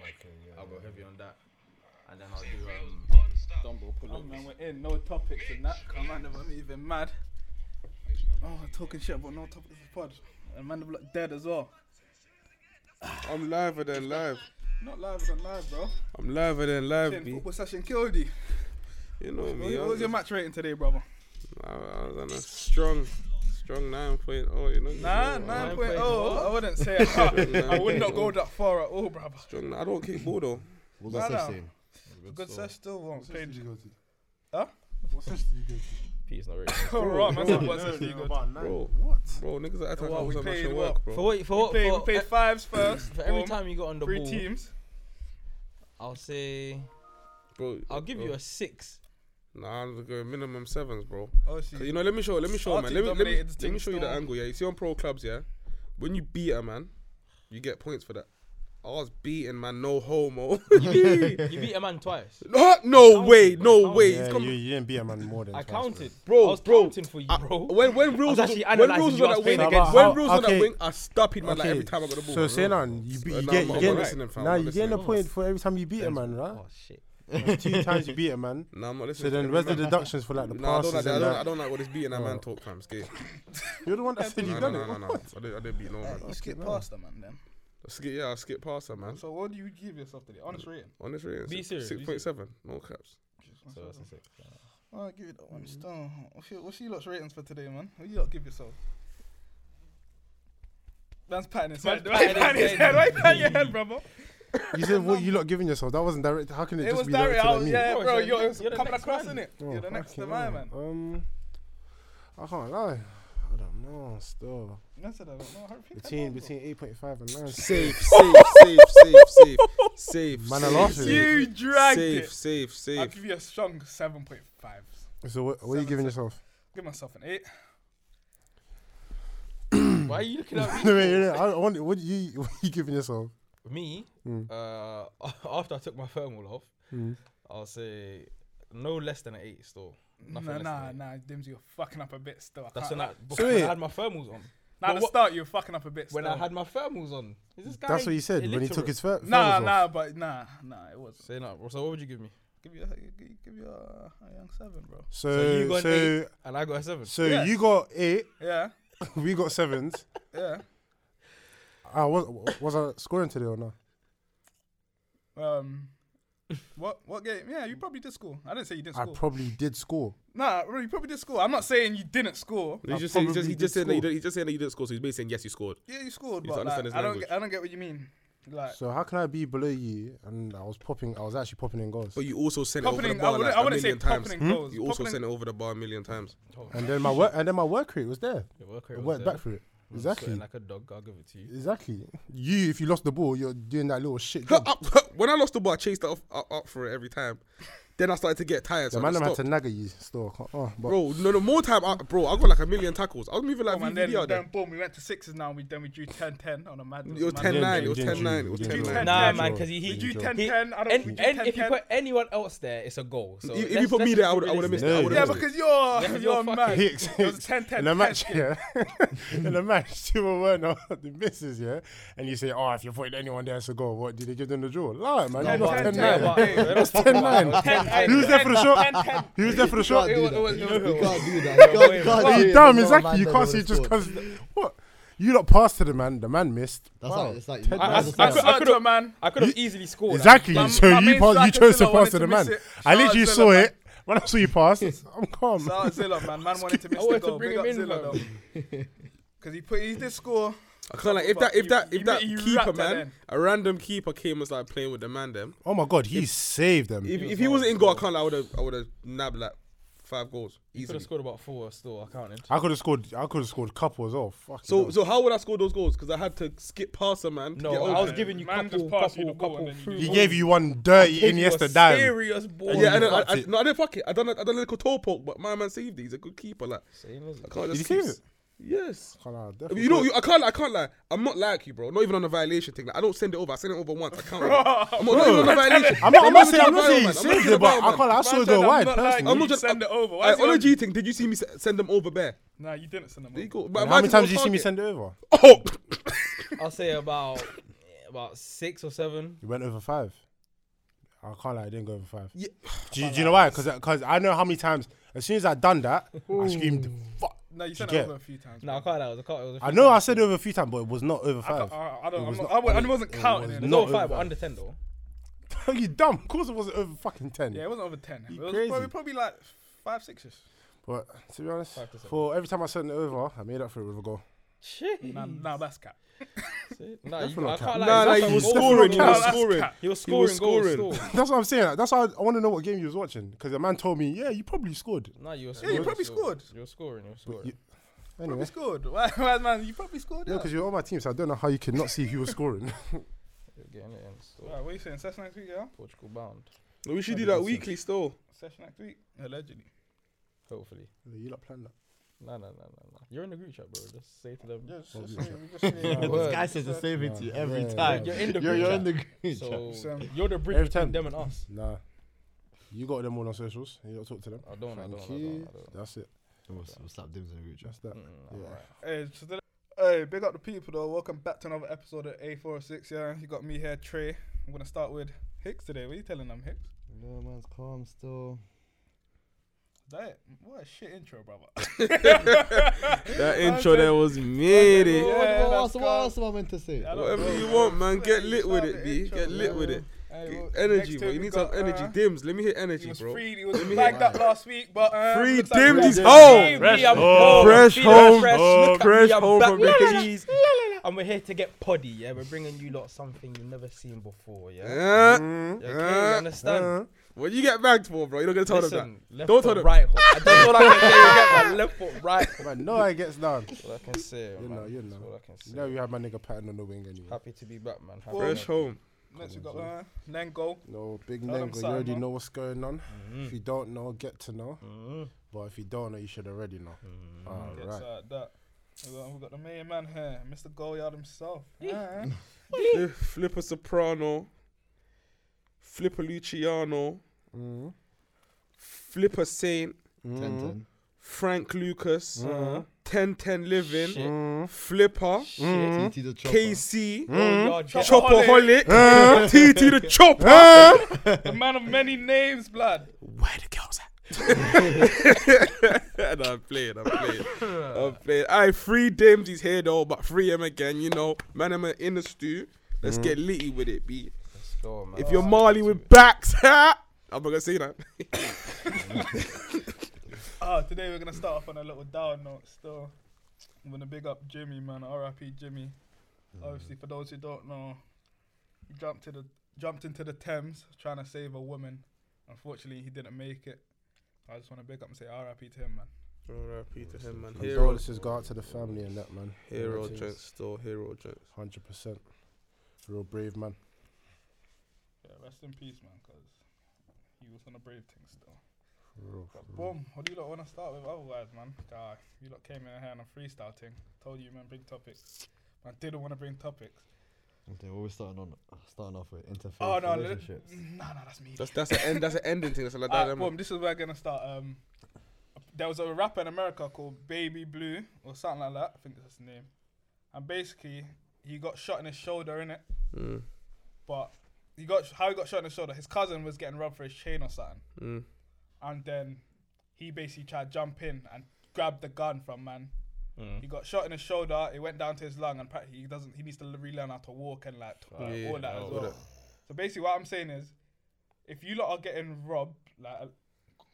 Okay, yeah. I'll yeah, go yeah. heavy on that, and then I'll do um. Dumbo Oh pull-ups. man, we're in no topics and that. Come man, I'm even mad. Oh, talking shit about no topics of pod. And man, I'm like dead as well. I'm liver than live. Not live, than live, bro. I'm liver than live, Shit, B. football session killed you. You know What me. was- I what was was, your match rating today, brother? I, I was on a strong, strong 9.0, you know. Nah, you know, uh, nine I- point oh. I wouldn't say. I, I would not go 9.0. that far at all, brother. Strong, I don't kick ball, though. What was Nah, that nah. saying? Good session still won't session did pay. you go to? Huh? What session did you go to? Peace, not really. Oh, right, man, bro, said what session you got? about nine. Bro. What? Bro, niggas are attacking Well, we us so much played at well. work, bro. For what? For what? Played, for, we played fives first. for every boom, time you got on the three ball, teams. I'll say bro I'll give bro. you a six. Nah, I'm going minimum sevens, bro. Oh, she. 'Cause You know, let me show, let me show, Our man. team Let me, let me, dominated the let team me show you the still. angle, yeah. You see on pro clubs, yeah. When you beat a man, you get points for that. I was beating man, no homo. You beat a man twice. no, no counted, way, bro, no counted. way. He's Yeah, come, you, you didn't beat a man more than I twice, bro. counted, Bro, I was bro, counting for you, bro. when when rules was, actually when analysing rules you on that was wing, playing when against- rules on that Okay. wing, I stopped him man like Okay, every time I got the ball. So bro. say on, you, be, Uh, you nah, get, I'm you not get, listening, fam, nah, I'm you not getting a listening. point for every time you beat a man, right? Oh shit. That's two times you beat a man. Nah, I'm not So listening. then, to where's the them. deductions for like the Nah, I don't passes like that. I and don't, I that? don't like what this beating that man talk, fam. Skate. You're the one that said Nah, you nah, done it. nah, nah, nah. I didn't, I didn't beat no man. You skip past them, man. Then. Skip, yeah, I skip past that man. So what do you give yourself today? Honest rating. On this rating, Be serious, be six point seven, no caps. So that's a six. I'll give it that one star. What's your, what's your lot's ratings for today, man? What you lot give yourself? Man's patting his Man's head. Why you patting patting his his head? Why you patting your head, brother? You said what you lot giving yourself. That wasn't direct. How can it, It, just was be directed direct. at out, me? yeah, Bro, bro, you're the you're, next- you're the coming next across, man. innit? Oh, you're the next to fucking mine, hell. man. Um, I can't lie. I don't know. Still, That's it, I don't know. I think I between know. between eight point five and nine. Safe, safe, safe, safe, safe, safe. Man, I safe, laughed at safe, You dragged safe, it. safe, I'll safe. give you a strong 7.5. So what, what are you Seven, giving seven. yourself? Give myself an 8. Why are you looking at me? no, wait, wait, wait, I want. What you what you giving yourself? me, Mm. uh, after I took my thermal off, Mm. I'll say no less than an eight still. Nothing Nah, less nah, than nah. Dimsy, you're fucking up a bit still. I That's can't when lie. I, before when wait. I had my thermals on. Now, But at the what- start, you're fucking up a bit When still. I had my thermals on. Is this guy That's what you said when he took illiterate? his first. Nah, nah, but nah, nah, it was. Say no. So what would you give me? Give you, a, give you a, a young seven, bro. So So you so got so, an And I got a seven. Yeah. you got eight. Yeah, We got sevens. yeah. I Ah, was was I scoring today or not? Um, what what game? Yeah, you probably did score. I didn't say you didn't I score. probably did score. nah, bro, you probably did score. I'm not saying you didn't score. He I just, said- he just, probably he just did said that you score. didn't- he just said that you didn't score, so he's basically saying yes, you scored. Yeah, you scored, You but don't understand like, his I don't language. get, I don't get what you mean. Like So how can I be below you and I was popping? I was actually popping in goals. But you also sent it over the popping, I bar wouldn't, like I a wouldn't say million times. Hmm? popping goals. You also Popping- sent it over the bar a million times. And then my work and then my work rate was there. Your work I rate was worked there. back for it. You were sweating Exactly. Like a dog. I'll give it to you. Exactly. You, if you lost the ball, you're doing that little shit. Huh, job. up- huh, when I lost the ball, I chased it up, up, up for it every time. Then I started to get tired, so the I man them had stopped. to nag at you still. I can't- Oh, but Bro, no, no, more time, I, bro. I got like a million tackles. I was moving like Oh, man, then, VVD out there. then boom, we went to sixes now. And we then we drew 10-10 on a mad. It was mad- 10-9, it was You didn't 10-9, it do- was you didn't do 10-9. Nah, that. man, 'cause he- You We drew did 10-10. He- I don't. we And, drew and if you 10-10. put anyone else there, it's a goal. So If- if let's- you put let's me there, I just would- be I would realistic. have missed it. No. I would yeah, have missed it. because you're You're you're fucking- mad. It Hicks, was 10-10. in a match, yeah. in a match, two were one of the misses, yeah. And you say, oh, if you're putting anyone there, it's a goal. What did they give them the draw? Lie, man. No, you but- lost ten yeah, nine. but- That's 10-9. He was there for the shot. He was there for the shot. It was- it was- it was- You can't do that. You can't, you can't Are do you it. dumb? There's no Exactly. man You that can't would've see just scored. because what you lot passed to the man. The man missed. That's Wow. like it's like. Ten you I- I- nine. understand. I could- Shout out to a man. I could have easily scored. Exactly. My- so my you main passed, you striker chose to Zilla wanted pass to to the miss man. it. I Shout out literally Zilla, saw man. it. When I saw you pass, I'm calm. Shout out Zilla, man. Man wanted to miss I wanted the to goal. bring Big him up in, Zilla, bro. though. Because he put he did score. I can't like if that if that if that You- you keeper wrapped that man, in. a random keeper came and was like playing with the man them. Oh my god, he saved them. If, if he wasn't in goal, I can't lie, I would have I would have nabbed like five goals Could easily. have scored about four still. I counted. I could have scored. I could have scored Oh, a couple as well. Fucking So hell. so how would I score those goals? Because I had to skip past a man. To No, get I was over. it. giving you Man couple, just passed you couple, the ball couple. and then you he Oh, gave you one dirty Gave in you a yesterday. Serious ball. yeah, I, you know, I, fucked I, it. no, I didn't fuck it. I done a, I done a little toe poke, but my man saved it. He's a good keeper. Like Same as I can't Did just he keep save it? Yes. Can't lie, I definitely You know, got- you, I can't. I can't lie. I'm not like you, bro. Not even on a violation thing. Like, I don't send it over. I send it over once. I can't. I'm not, I'm not even on a violation. I'm not. I'm not saying. even I'm not a saying he violation, man. saved even a it, but I violation. can't. lie, I Man saw said, it go "I'm wide. not lying, Personally, I'm you not just- send it over. Why Aye, is he on the on- G thing, did you see me s- send them over there? Nah, you didn't send him. There you over. go. And But how many imagine times did you what see me target. send it over? Oh, I'll say about about six or seven. You went over five. I can't lie, I didn't go over five. Yeah. Do, you, do you know why? Because I know how many times, as soon as I done that, I screamed, fuck. No, you said you that get- over a few times. No, I can't. That was a car. It was a I few know I times. said over a few times, but it was not over I, five. I, I don't. It I'm was not, not- I, wa- I wasn't it counting was it. It was not over five, over but five. under ten though. you dumb. Of course it wasn't over fucking 10. Yeah, it wasn't over ten. It You was crazy. probably, probably like five, sixes. But to be honest, Five to seven. for every time I sent it over, I made up for it with a goal. Shit. Nah, nah, that's cap. Nah, That's you, not I cap. can't Nah, nah, lie. you That's were not scoring. goal. You were Nah, that's scoring. cap. He was He was scoring goals. scoring. still. That's what I'm saying. That's why I, I want to know what game you was watching. Because the man told me, yeah, you probably scored. Nah, you were Yeah, scoring. you probably still. scored. You were scoring. You were But you, scoring. Probably anyway. scored. Why, why, man? You probably scored. No, Yeah. because you're on my team, so I don't know how you could not see who was scoring. You're getting it in. Still. Right, what are you saying? Session next week, yeah. Portugal bound. No, we should I do didn't that see. weekly still. Session next week, allegedly. Hopefully. you not planned that. Nah, nah, nah, nah, nah. You're in the group chat, bro. Just say to them. this guy says the same thing to you every Yeah. time. You're in the You're, group you're chat. in the green So Sam. you're the bridge Every between time. them and us. Nah. You got them all on socials. You don't talk to them. I don't. I don't. I Thank don't. you. I don't. That's it. We'll, we'll slap dims in the group chat. Just that. Mm, Yeah. alright. Hey, so the- hey, big up the people though. Welcome back to another episode of A406. Yeah, you got me here, Trey. I'm gonna start with Hicks today. What are you telling them, Hicks? No man's calm still. Is That it? what a shit intro, brother. That Man intro said- there was made Yeah, it. what, what, that's else, what calm. else am I meant to say? I don't Whatever know, you man. want, man. Get You lit with started it, B. intro, Get lit man. with it. Hey, Get well, Energy, next bro. week You we need to have got, energy. uh, Dims. Let me hit energy, He was bro. free. He was Let me- bagged up last week, but uh, Free looks dimmed like his home. Fresh I'm home. Fresh Fresh home. home. Fresh home from Baker Cheese. And we're here to get poddy, yeah? We're bringing you lot something you've never seen before, yeah? Uh, Okay, you understand? Uh, What you get bagged for, bro? You're not gonna tell them Listen, left Don't Don't tell foot, them. right hook. I don't know what I can say. You get my left foot, right hook. man, no, I gets down. That's all I can say, You man. know, you That's know. all I can say. You know, you have my nigga pattern on the wing anyway. Happy to be back, man. that. Happy Fresh home. Next we got uh, Nengo. No, big Tell them Nengo, you something, already man. know what's going on. If Mm-hmm. you don't know, get to know. Mm-hmm. But if you don't know, you should already know. All Gets right. uh, that. We got, we got the main man here, Mr. Goyard himself. Uh-huh. Yeah. Fli- Flipper Soprano. Flipper Luciano. Mm-hmm. Mm. Flipper Saint. Ten, Mm. ten. Frank Lucas. Mm. 1010 Living. Shit. Mm. Flipper. Mm-hmm. Shit. TT the chopper. KC. Oh, yeah, get- Chopaholic. Uh. TT the Chopper. the man of many names, blood. Where the girls at? no, I'm playing, I'm playing. I'm playing. Alright, free Dames is here though, but free him again, you know. Man, I'm in the stew. Let's get litty with it, B. Let's go, man. If you're Marley with backs, ha! I'm not gonna say that. Ah, today we're gonna start off on a little down note. Still, I'm gonna big up Jimmy, man. R.I.P. Jimmy. Obviously, for those who don't know, he jumped to the jumped into the Thames trying to save a woman. Unfortunately, he didn't make it. I just want to big up and say R.I.P. to him, man. RIP to him, man. Hero, Condolences go out to the family and that, man. hero Condolences. joints, still hero joints. 100%. Real brave man. Yeah, rest in peace, man, because he was on a brave thing still. Real. But boom, what do you lot want to start with otherwise, man? God, you lot came in here on a freestyle thing. Told you, man, bring topics. I didn't want to bring topics. Okay, what we're starting on? Starting off with interfaith Oh, no, let- relationships. no, no, that's me. That's that's an end. That's an ending thing. That's like Alright, that. boom, this is where we're gonna start. Um, there was a rapper in America called Baby Blue or something like that. I think that's his name. And basically, he got shot in his shoulder, in it. Mm, But he got how he got shot in his shoulder. His cousin was getting robbed for his chain or something, mm. and then he basically tried to jump in and grab the gun from man. Mm. He got shot in his shoulder. It went down to his lung, and practically he doesn't. He needs to relearn how to walk and like t- uh, Yeah, all that as all well. that. So basically, what I'm saying is, if you lot are getting robbed, like uh,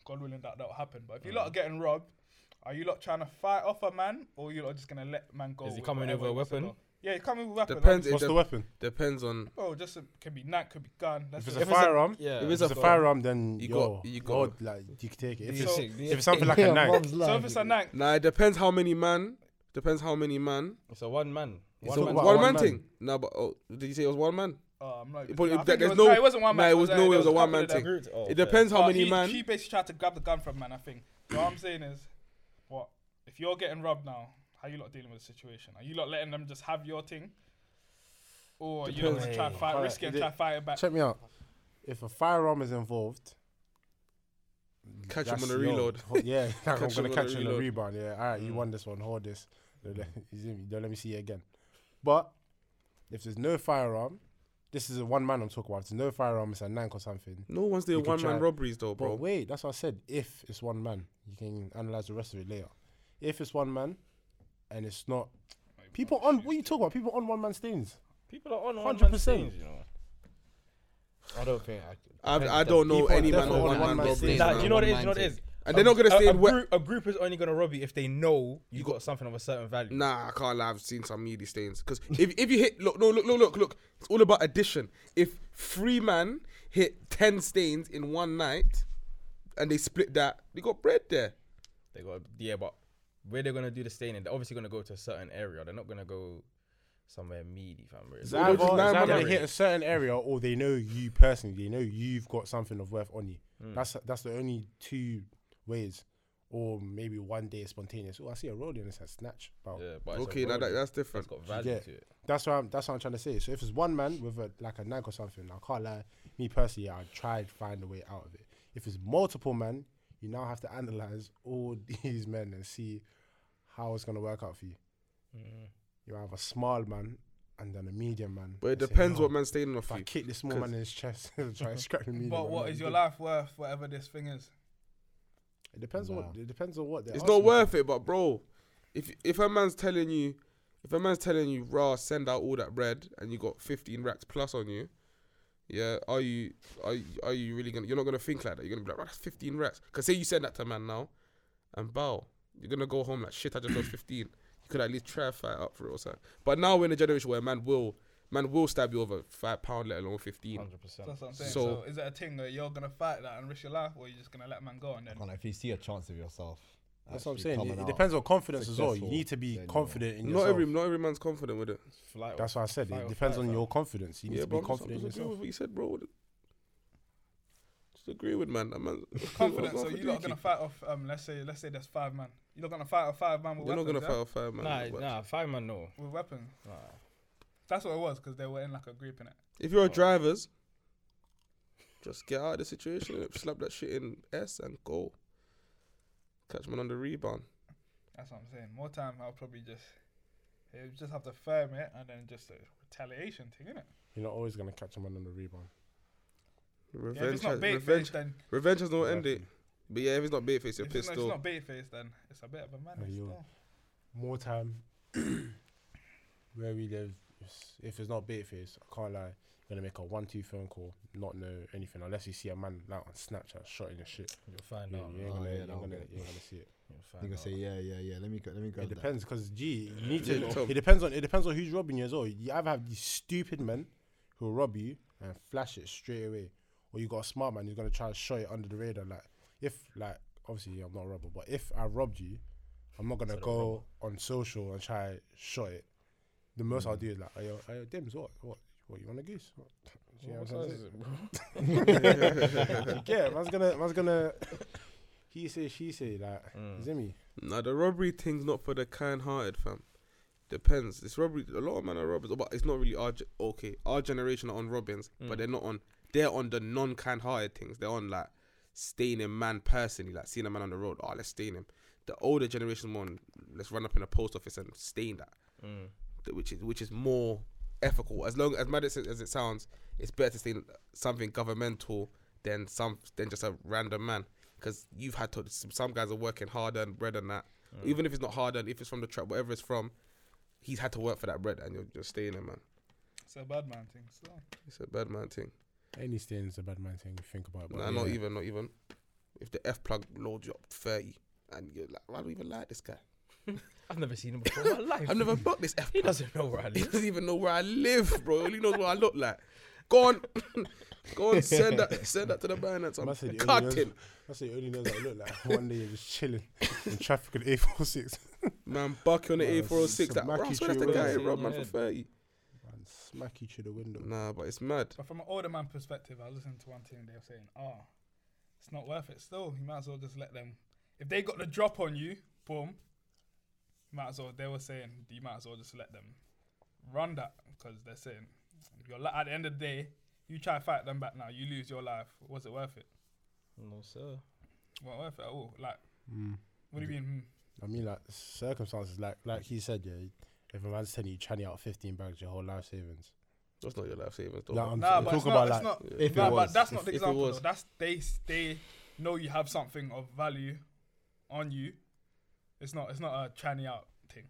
God willing that that'll happen, but if you lot are getting robbed, are you lot trying to fight off a man, or you lot are just gonna let man go? Is he with coming whatever with a he wants to weapon? go? Yeah, he's coming with a weapon. Depends. What's It the de- weapon? depends on Oh, just a, can be knife, could be gun. That's If it's it. a firearm, Yeah. If if it's a So firearm, then you you got- yo, you you got- like you can take it. If Yeah. it's, So- if it's something like a knife, so if it's a knife, Nah, it depends how many man. Depends how many man. It's a one man. It's One a man. wa- one, one man, man. thing. Nah, but oh, did you say it was one man? oh, I'm not. But I it- think there's it was, no- no, it wasn't one nah, man. it was uh, no way it there was a couple one-man of them. thing. Groups- oh, It depends how But many he, man. He basically tried to grab the gun from man. I think. So what I'm saying is, what if you're getting robbed now? How you lot dealing with the situation? Are you lot letting them just have your thing, or are you lot gonna try and Depends. fight, Alright, risk it and is try it- and fight it back? check me out. If a firearm is involved, Catch him on that's a yo, reload. ho- yeah, like, I'm Catch him on gonna a catch you in a reload. Mm. rebound. Yeah, all right, you won this one. Hold this. Don't let, you see me? Don't let me see you again. But If there's no firearm, this is a one man I'm talking about. If there's no firearm, it's a nank or something. No one's doing You could one man try- robberies though, But bro. wait, that's what I said. If it's one man, you can analyze the rest of it later. If it's one man, and it's not people on what are you talking about? People on one man stains. People are on one 100%. man stains, you know. I don't think. I, I, I don't know any man definitely on one on man one-man robberies. stays, Nah, man. do you know what it is? You know what it is? And they're not gonna A- stay a, in wet. group, a group is only gonna rob you if they know you, got, something of a certain value. Nah, I can't lie. I've seen some meaty stains. Because if, if you hit, look, no, look, look, look, look. It's all about addition. If three man hit ten stains in one night, and they split that, they got bread there. They got yeah, but where they're gonna do the staining, they're obviously gonna go to a certain area. They're not gonna go somewhere meaty, fam. bro. It's It's all either, just it's nine-man either they area. hit a certain area or they know you personally. They know you've got something of worth on you. That's that's the only two ways. Or maybe one day it's spontaneous. Oh, I see a roll in this a snatch. Bow. Yeah, but it's a Okay, now that, road. it's that's different. got value Yeah. to it. That's what I'm. That's what I'm trying to say. So if it's one man with a, like a knife or something, I can't lie. Me personally, I tried find a way out of it. If it's multiple men, you now have to analyze all these men and see how it's gonna work out for you. You have a small man and then a medium man. But it You say, depends "No, what man's staying off If I you. kick this small man in his chest and try and scrap the medium. But man, what I'm is your dead." life worth, whatever this thing is? It depends on what. It depends on what. they're It's asking not for. worth it, but bro, if if a man's telling you, if a man's telling you, raw, send out all that bread, and you got fifteen racks plus on you, yeah, are you are you, are you really gonna? You're not gonna think like that. You're gonna be like, "Rah, that's fifteen racks. Cause say you send that to a man now, and bow, you're gonna go home like shit. I just lost fifteen. You could at least try and fight up for it or something. But now we're in a generation where man will man will stab you over five pound, let alone fifteen. Hundred percent. That's what I'm saying. So, So- is it a thing that you're gonna fight that and risk your life, or you're just gonna let man go and then? can't lie, if you see a chance of yourself. That's what I'm actually saying. coming It, it out, depends on confidence as well. You successful, need to be then, yeah. confident in Not yourself. every not every man's confident with it. Flight That's what I said. Fight It or depends flight, on fam. your confidence. You need to be I'm just- confident in I disagree yourself. with what you said, bro. Just agree with man. That man's confidence. What's So off you're the not gonna dookie? fight off. Um, let's say let's say there's five man. You're not gonna fight off five man with You're not weapons. gonna yeah? fight a fire man. nah, with weapons. nah, fireman no. with weapons. Nah. That's what it was because they were in like a group in it. If you're a drivers, just get out of the situation. innit? Slap that shit in S and go. Catch man on the rebound. That's what I'm saying. More time, I'll probably just it would just have to firm it and then just a retaliation thing, innit? You're not always gonna catch a man on the rebound. Yeah, if Revenge, it's not has, bait revenge, face, then revenge has no end date. But yeah, if it's not bait face, you're if it's pissed not, if it's off. not bait face, then it's a bit of a Yeah, man. you're- still. More time. Where we live, it's- if it's not Baitface, I can't lie. You're gonna make a one-two phone call, not know anything, unless you see a man like on Snapchat shotting your shit. You'll find You- out. you ain't Oh, gonna, yeah, you ain't that'll gonna, get- you ain't gonna see it. You'll You find can out. say yeah, yeah, yeah. Let me go. Let me go. It depends because G, you need Yeah, to. Tom. It depends on. It depends on who's robbing you as well. You either have these stupid men who will rob you and flash it straight away, or you got a smart man who's gonna try and show it under the radar. Like if like obviously I'm not a robber, but if I robbed you, I'm not gonna go on social and try and show it. The most Mm. I'll do is like, "Hey, yo, hey, yo, Dims, what, what, what? You want a goose? What? Do you know what I'm trying to say? You get? it? Man's gonna, man's gonna. He say, she say, like, Mm. is it me? Nah, the robbery thing's not for the kind-hearted, fam. Depends. It's robbery. A lot of men are robbers, but it's not really our. Ge- okay, our generation are on robins, but they're not on. They're on the non-kind-hearted things. They're on like staining man personally, like seeing a man on the road. Oh, let's stain him. The older generation more on let's run up in a post office and stain that, Th- which is which is more ethical. As long as mad as it, as it sounds, it's better to stain something governmental than some than just a random man. Because you've had to. Some guys are working harder and bread and that. Even if it's not harder, and if it's from the trap, whatever it's from, he's had to work for that bread and you're, you're staying there, man. It's a bad man thing. So It's a bad man thing. Any stain is a bad man thing. Think about it. but Nah, yeah. not even, not even. If the F plug loads you up 30 and you're like, why do I even like this guy? I've never seen him before in my life. I've never bought this F He plug. doesn't know where I He live. doesn't even know where I live, bro. He only knows what I look like. Go on, go on, send that, send that to the Binance. That's the I'm only cutting. nose. That's the only nose I look like. One day you're just chilling in traffic at A four six. Man, buck on the Nah, it's- A406. it's a That, bro, I Mackie swear that's the tree, guy isn't who it? robbed man Yeah. for 30. Man, smack you through the window. Nah, but it's mad. But from an older man perspective, I was listening to one team. They were saying, "Oh, it's not worth it. Still, you might as well just let them. If they got the drop on you, boom. You might as well. They were saying you might as well just let them run that because they're saying you're li- at the end of the day, you try to fight them back now, you lose your life. Was it worth it? No sir. Well, worth it at Mm. all. Like, what do you mean? hmm? I mean, like circumstances, like like he said, yeah. If a man's telling you tranny out 15 bags, your whole life savings. That's not your life savings, though. Like, I'm Nah, I'm but it's talking not, about it's like not. Yeah. If it Nah, was, but that's not the if it example. was. though. That's they they know you have something of value on you. It's not it's not a tranny out thing.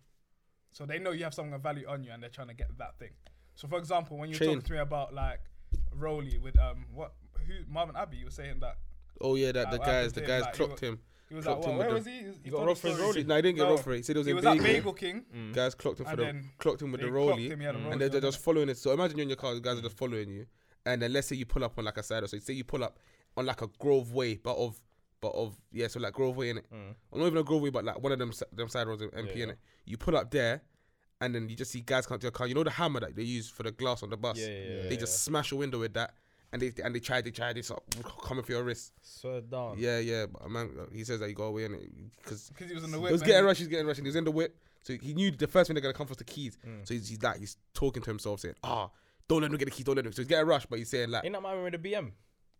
So they know you have something of value on you, and they're trying to get that thing. So for example, when you were Chain. talking to me about like Rowley with um what who Marvin Abbey, you were saying that Oh yeah, Like, that the what guys, happened the to him? guys Like, he clocked got- him. he was Clocked like, well, him with where the- was he? He, got told robbed the for his story. Rowley. No, he didn't get No. robbed for it. He said it was He in was at Vegas. Bagel King. Guys clocked him for And the then clocked him with they the clocked rollie, him, he had a Oh, and rollie they're, they're on just following it. So imagine you're in your car, the guys are just following you, and then let's say you pull up on like a side, or so say you pull up on like a Grove Way, but of but of yeah, so like Grove Way in it, or not even a Grove Way, but like one of them si- them side roads, in Mm. MP Yeah, in yeah. it. You pull up there, and then you just see guys come to your car. You know the hammer that they use for the glass on the bus. Yeah, yeah, yeah, they yeah, just smash a window with that. And they and they try they try they start coming for your wrist. Swear down. Yeah, yeah. But man, he says that you go away in it because Because he was in the whip. it was man. getting rushed. He's getting rushed. and He was in the whip, so he knew the first thing they're gonna come for was the keys. Mm. So he's, he's like he's talking to himself, saying, "Ah, don't let him get the keys. Don't let him." So he's getting rushed, but he's saying like, Ain't that my with the BM?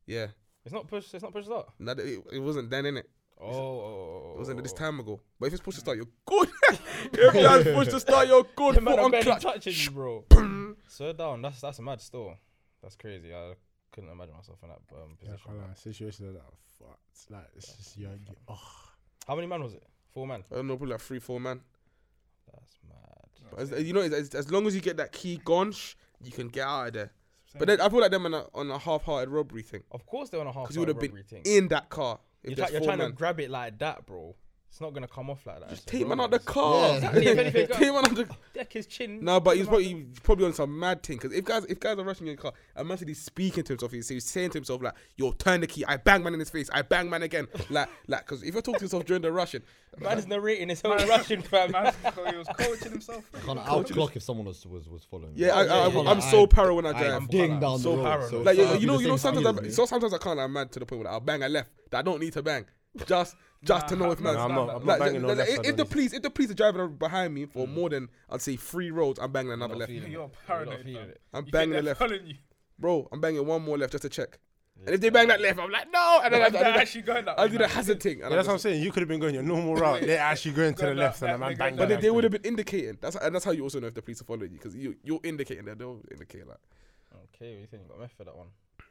"Yeah, It's not push. It's not push start. no, it, it wasn't then in it. Oh, oh, It wasn't this time ago. But if it's pushed to start, you're good. if that's pushed to start, you're good. The Foot man on are barely clutch. touching you, bro. Swear down. That's that's mad. Still, that's crazy. I couldn't imagine myself in that um, yeah, position. I can't lie, situation like that. Fuck, it's like it's just you. you oh, How many man was it? Four man. I don't know, probably like three, four man. That's mad. But as, you know, as, as long as you get that key gone, sh- you can get out of there. Same. But then I feel like them on a, on a half-hearted robbery thing Of course they want a half. because you would have been robbery thing. in that car. If You're, there's try- you're four trying man. to grab it like that, bro. It's not gonna come off like that. Just It's a take man out the romance. car. Yeah. Exactly, if anything, go- take man out the Deck his chin. No, but he's Come on. probably he's probably on some mad thing. Because if guys if guys are rushing your car, and man said he's speaking to himself. He's, he's saying to himself like, "Yo, turn the key. I bang man in his face. I bang man again." like like because if you're talking to yourself during the rushing, Man is narrating his whole Russian fam. Man, he was coaching himself. Kind of outclock if someone was was, was following. yeah, I, yeah, I, yeah, yeah. I'm so paranoid when I I drive. am ding down So the road. paranoid. So like you, I'll you do know the you know same thing sometimes you I, do. so sometimes I can't. I'm mad to the point where I'll bang a left that I don't need to bang just just to know if nah, man's. nah, I'm not. like, I'm not banging no like, left. if, side, if the honestly. police if the police are driving behind me for more than I'd say three roads, I'm banging another Not left. feeling it. You're Not paranoid, feeling fam. it. I'm You think banging they're the left, following you. bro. I'm banging one more left just to check. Yeah. And if they bang that left, I'm like no, and then I, I do They're that, actually going that I way do now. the hazard thing. And Yeah, I that's what just- I'm saying. You could have been going your normal route. They're actually going to the Going left, that- and a that- man they banged. go But Yeah, they, that they left. would have been indicating. That's and that's how you also know if the police are following you because you you're indicating that they'll indicate like Okay, what do you think? You got meth for that one.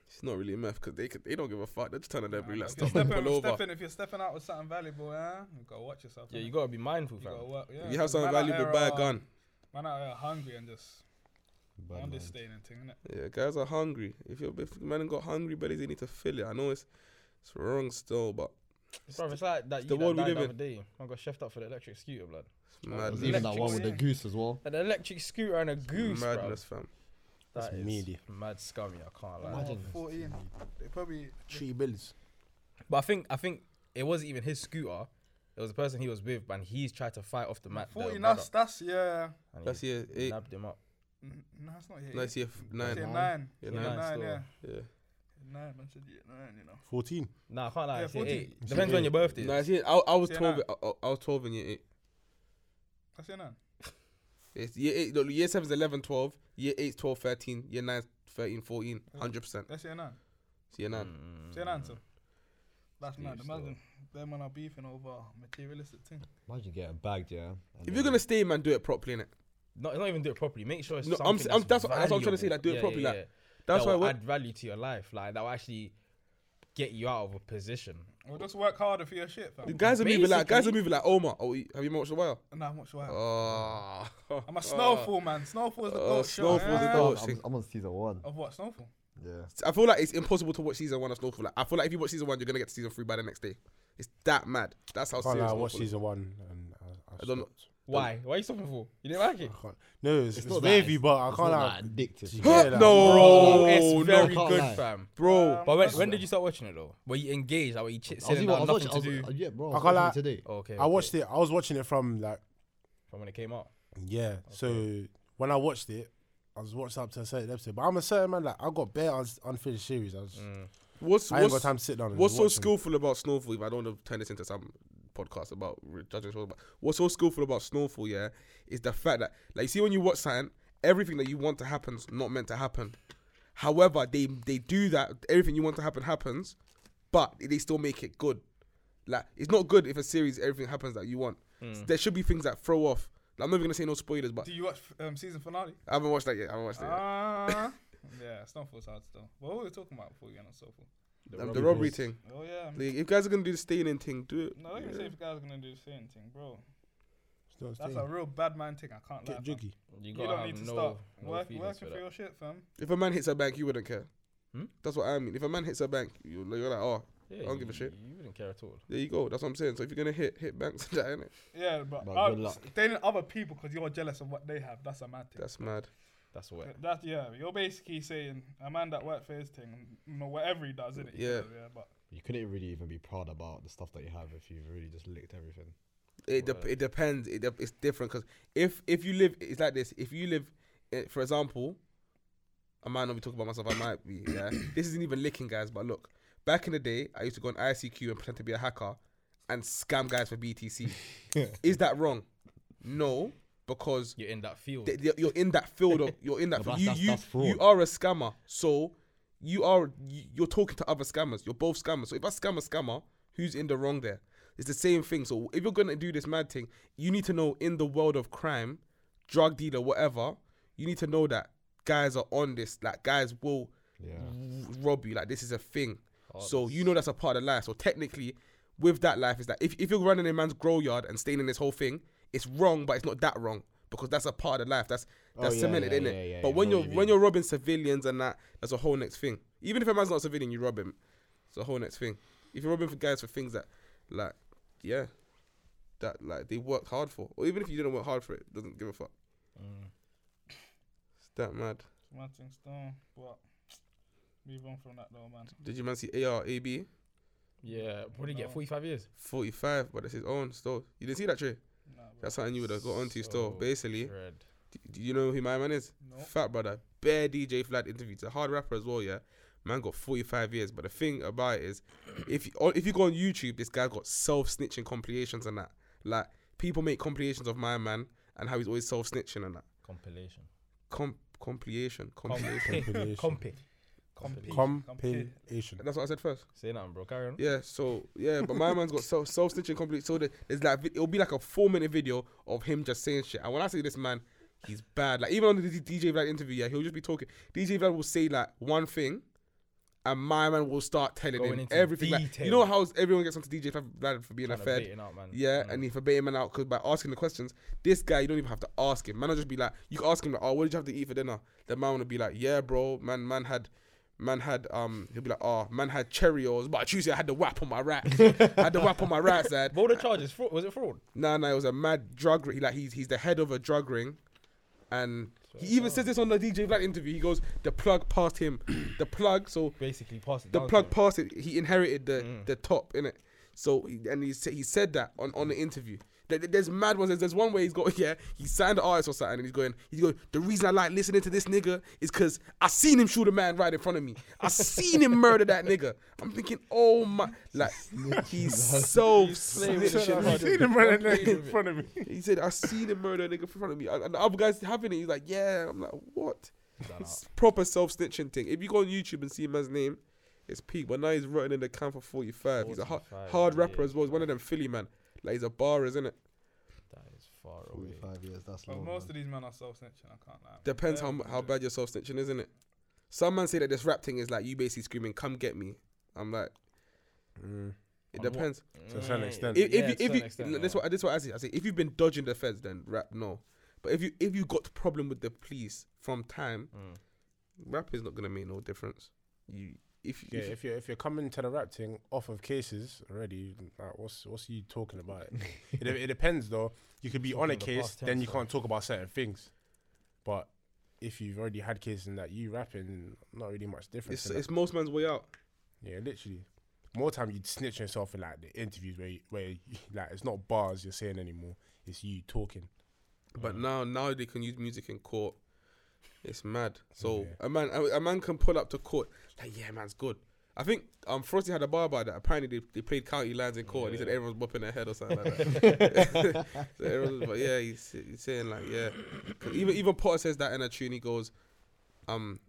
it's not really meth because they could, they don't give a fuck. They're just turning their Nah, blue light if you're stuff and stepping- pull over. stepping- If you're stepping out with something valuable, yeah, you gotta watch yourself. Yeah, innit? you gotta be mindful, You fam. gotta work. Yeah, you have something valuable, buy a gun. Man out here hungry and just Bad on man. this day and thing, innit? Yeah, guys are hungry. If your if man ain't got hungry buddies, they need to fill it. I know it's it's wrong still, but Bro, it's like that. it's you the that world we died live the in. other day. I got chefed up for the electric scooter, blood. it's There's madness. even that one with the Electric- goose as well. An electric scooter and a goose, bro. madness, fam. That's That is meaty. mad scummy. I can't lie. Mad. Oh, Imagine. 14. They probably. three bills. But I think I think it wasn't even his scooter. It was a person he was with, and he's tried to fight off the mat. 14, that's, that's, yeah. That's year eight. Nabbed him up. N- No, it's not yet. No, it's year f- nine. Year Nine. nine. Yeah, Year nine nine, still. yeah. Yeah, Nine, man said year nine, you know. 14. Nah, I can't lie. Yeah, it's year 14. eight. Depends when your birthday is. no, it's year, I, I was Year twelve. nine. I, I, I was twelve in year eight. That's year nine. It's year eight. No, year seven's 11, 12. Year eight's 12, 13. Year nine's 13, 14. Yeah. 100 percent. That's year nine. It's year nine. Mm. It's year nine, so. That's Steve mad. still. Imagine them man are beefing over materialistic thing. Imagine getting bagged, yeah. and If then- you're gonna stay, man, do it properly, innit? Not, not even do it properly. Make sure it's No, I'm something s- I'm- that's, that's what- that's what I'm trying to say, valuable. like, do it Yeah, properly, yeah, like, yeah. That's that why. will What, add value to your life. Like that will actually get you out of a position. Or just work harder for your shit, fam. guys are moving like guys are basically- moving like Omar. Oh, you- have you watched a while? Nah, I'm not sure. how. Oh, I'm a snowfall, man. Snowfall's the goat Snowfall's the yeah. goat. I'm, I'm, I'm on season one. Oh. Of what? Snowfall? Yeah. I feel like it's impossible to watch season one of Snowfall. Like, I feel like if you watch season one, you're gonna get to season three by the next day. It's that mad. That's how I can't lie, serious. I Snowfall watched is. season one and I, I, I don't know. stopped. Why? Why are you stopping for? You didn't like it? I can't. No, it's, it's, not that, wavy, but I it's can't not lie. that addictive. Do you Huh? get it, like- No. Bro, no, Oh, it's very can't good, lie. fam. bro. But when, That's when fair. did you start watching it though? Were you engaged? Like, were you ch- I was, sitting even, I down, was nothing watching. I to do? was, uh, yeah, bro. I I was can't watching today. Oh, okay, I okay. watched it. I was watching it from like from when it came out. yeah. So when I watched it, I was watched up to a certain episode. But I'm a certain man. Like I got bare un- unfinished series. I, was, What's I ain't got what's, time to sit down. And what's so watch them. skillful about Snowfall? If I don't want to turn this into some podcast about re- judging shows, but what's so skillful about Snowfall? Yeah, is the fact that like you see when you watch something, everything that you want to happen's not meant to happen. However, they they do that. Everything you want to happen happens, but they still make it good. Like it's not good if a series everything happens that you want. There should be things that throw off. I'm not even gonna say no spoilers, but Do you watch um, season finale? I haven't watched that yet. I haven't watched that yet. Ah, yeah, Snowfall's hard still. What were we talking about before we got on Snowfall? Um, the robbery place. thing. Oh yeah. Like, if you guys are gonna do the staying in thing, do it. No, don't even say if guys are gonna do the same thing, bro. Still That's staying. a real bad man thing. I can't lie. Get fam. jiggy. You, You gotta don't have need to no, start no work, feelings working for for that. your shit, fam. If a man hits a bank, you wouldn't care. Hmm? That's what I mean. If a man hits a bank, you- you're like, oh, Yeah, I don't you- give a shit. You wouldn't care at all. there you go. That's what I'm saying. So if you're gonna hit hit banks, that innit? Yeah, but, But uh, good luck. dating other people because you're jealous of what they have. That's a mad thing. that's mad. That's what. Th- That's yeah. You're basically saying a man that worked for his thing, you know, whatever he does, isn't it? Yeah. yeah. But You couldn't really even be proud about the stuff that you have if you've really just licked everything. It dep Word. it depends. It dep it's different because if if you live, it's like this. If you live, eh, for example, I might not be talking about myself. I might be. Yeah, this isn't even licking guys. But look, back in the day, I used to go on ICQ and pretend to be a hacker and scam guys for BTC. Is that wrong? No, because You're in that field. th- th- you're in that field of you're in that But field. You, that's- you, that's fraud. you are a scammer so you are you- you're talking to other scammers you're both scammers so if I scam a scammer who's in the wrong there it's the same thing so if you're gonna do this mad thing you need to know in the world of crime drug dealer whatever you need to know that guys are on this like guys will Yeah. w- rob you like this is a thing so you know that's a part of life so technically with that life is that if, if you're running a man's grow yard and staying in this whole thing it's wrong but it's not that wrong because that's a part of the life that's that's Oh, yeah, cemented yeah, in it yeah, yeah, but yeah, I when know you're what you when mean. you're robbing civilians and that that's a whole next thing even if a man's not a civilian you rob him it's a whole next thing if you're robbing for guys for things that like yeah that like they worked hard for or even if you didn't work hard for it doesn't give a fuck Mm. it's that mad it's mad things done. But move on from that though, man. did you man see AR AB Yeah, what did he No. get? 45 years. 45 but it's his own still you didn't see that trade Nah, bro. That's something you would have got onto still. So Basically, Dread. d- do you know who my man is? Nope. Fat brother, bare DJ Flat interview. He's a hard rapper as well, yeah. Man got 45 years, but the thing about it is, if you, or if you go on YouTube, this guy got self snitching compilations and that. Like people make compilations of my man and how he's always self snitching and that. Compilation. Com compilation, compilation. Compilation. Compi. Compi. Compilation. That's what I said first. Say nothing, bro. Carry on. Yeah. So yeah, but my man's got self self snitching complete. So there- there's like it'll be like a four minute video of him just saying shit. And when I say this man, he's bad. Like even on the D- DJ Vlad interview, yeah, he'll just be talking. DJ Vlad will say like one thing, and my man will start telling Going him into everything. Like, detail. you know how everyone gets onto DJ Vlad for being a Kinda fed. baiting out, man. Yeah, Mm. and he forbade him out because by asking the questions, this guy you don't even have to ask him. Man, will just be like, you can ask him like, oh, what did you have to eat for dinner? The man would be like, yeah, bro, man, man had, man had, um, he'll be like, oh, man had Cheerios, but Tuesday I had the whap on my right, I had the whap on my right side. But all the charges, fraud, was it fraud? Nah, nah, it was a mad drug ring. Like he's he's the head of a drug ring, and he even says this on the DJ Black interview. He goes, the plug passed him, the plug. So Basically, passed it the down to plug him. passed it. He inherited the Mm. the top in it. So he- and he said he said that on on the interview. There- there- There's mad ones. There's- There's one where he's got yeah he signed the artist or something and he's going he's going the reason I like listening to this nigga is because I seen him shoot a man right in front of me. I seen him murder that nigga. I'm thinking oh my like he's so playing with snitching. it. Seen him running like in front of me. He said, I seen him murder a nigga in front of me. And and the other guy's having it. He's like, yeah. I'm like, what? It's proper self snitching thing. If you go on YouTube and see man's name, it's peak. But now he's running in the camp for 45. He's a hard, 45, hard rapper yeah. as well. He's one of them Philly man. Like, he's a bar, isn't it? That is far away. 45 years, that's But long. most of Oh, man. these men are self snitching. I can't lie. Depends how, mu- how bad your self snitching is, isn't it? Some man say that this rap thing is like you basically screaming, come get me. I'm like, Mm. it On what? depends. To a certain Mm. extent. If, if Yeah, you, to if an you, extent, no, this yeah. what this what I say. I say if you've been dodging the feds, then rap no. But if you if you got problem with the police from time, Mm. rap is not gonna make no difference. You if you Yeah, if you- if you're if you're coming to the rap thing off of cases already, like, what's what's you talking about? it, it depends though. You could be on a Talking in the case, past then tense, you though. can't talk about certain things. But if you've already had cases and that you rapping, not really much difference. it's in that. it's most man's way out. yeah, literally. More time you'd snitch yourself in like the interviews where you, where you, like it's not bars you're saying anymore. It's you talking. But now now they can use music in court. It's mad. So Yeah. a man a, a man can pull up to court like yeah man's good. I think um Frosty had a bar about that. Apparently they, they played county lines in court and he said everyone's bopping their head or something like that. so everyone's but yeah he's, he's saying like yeah. 'Cause Even even Potter says that in a tune. He goes, um,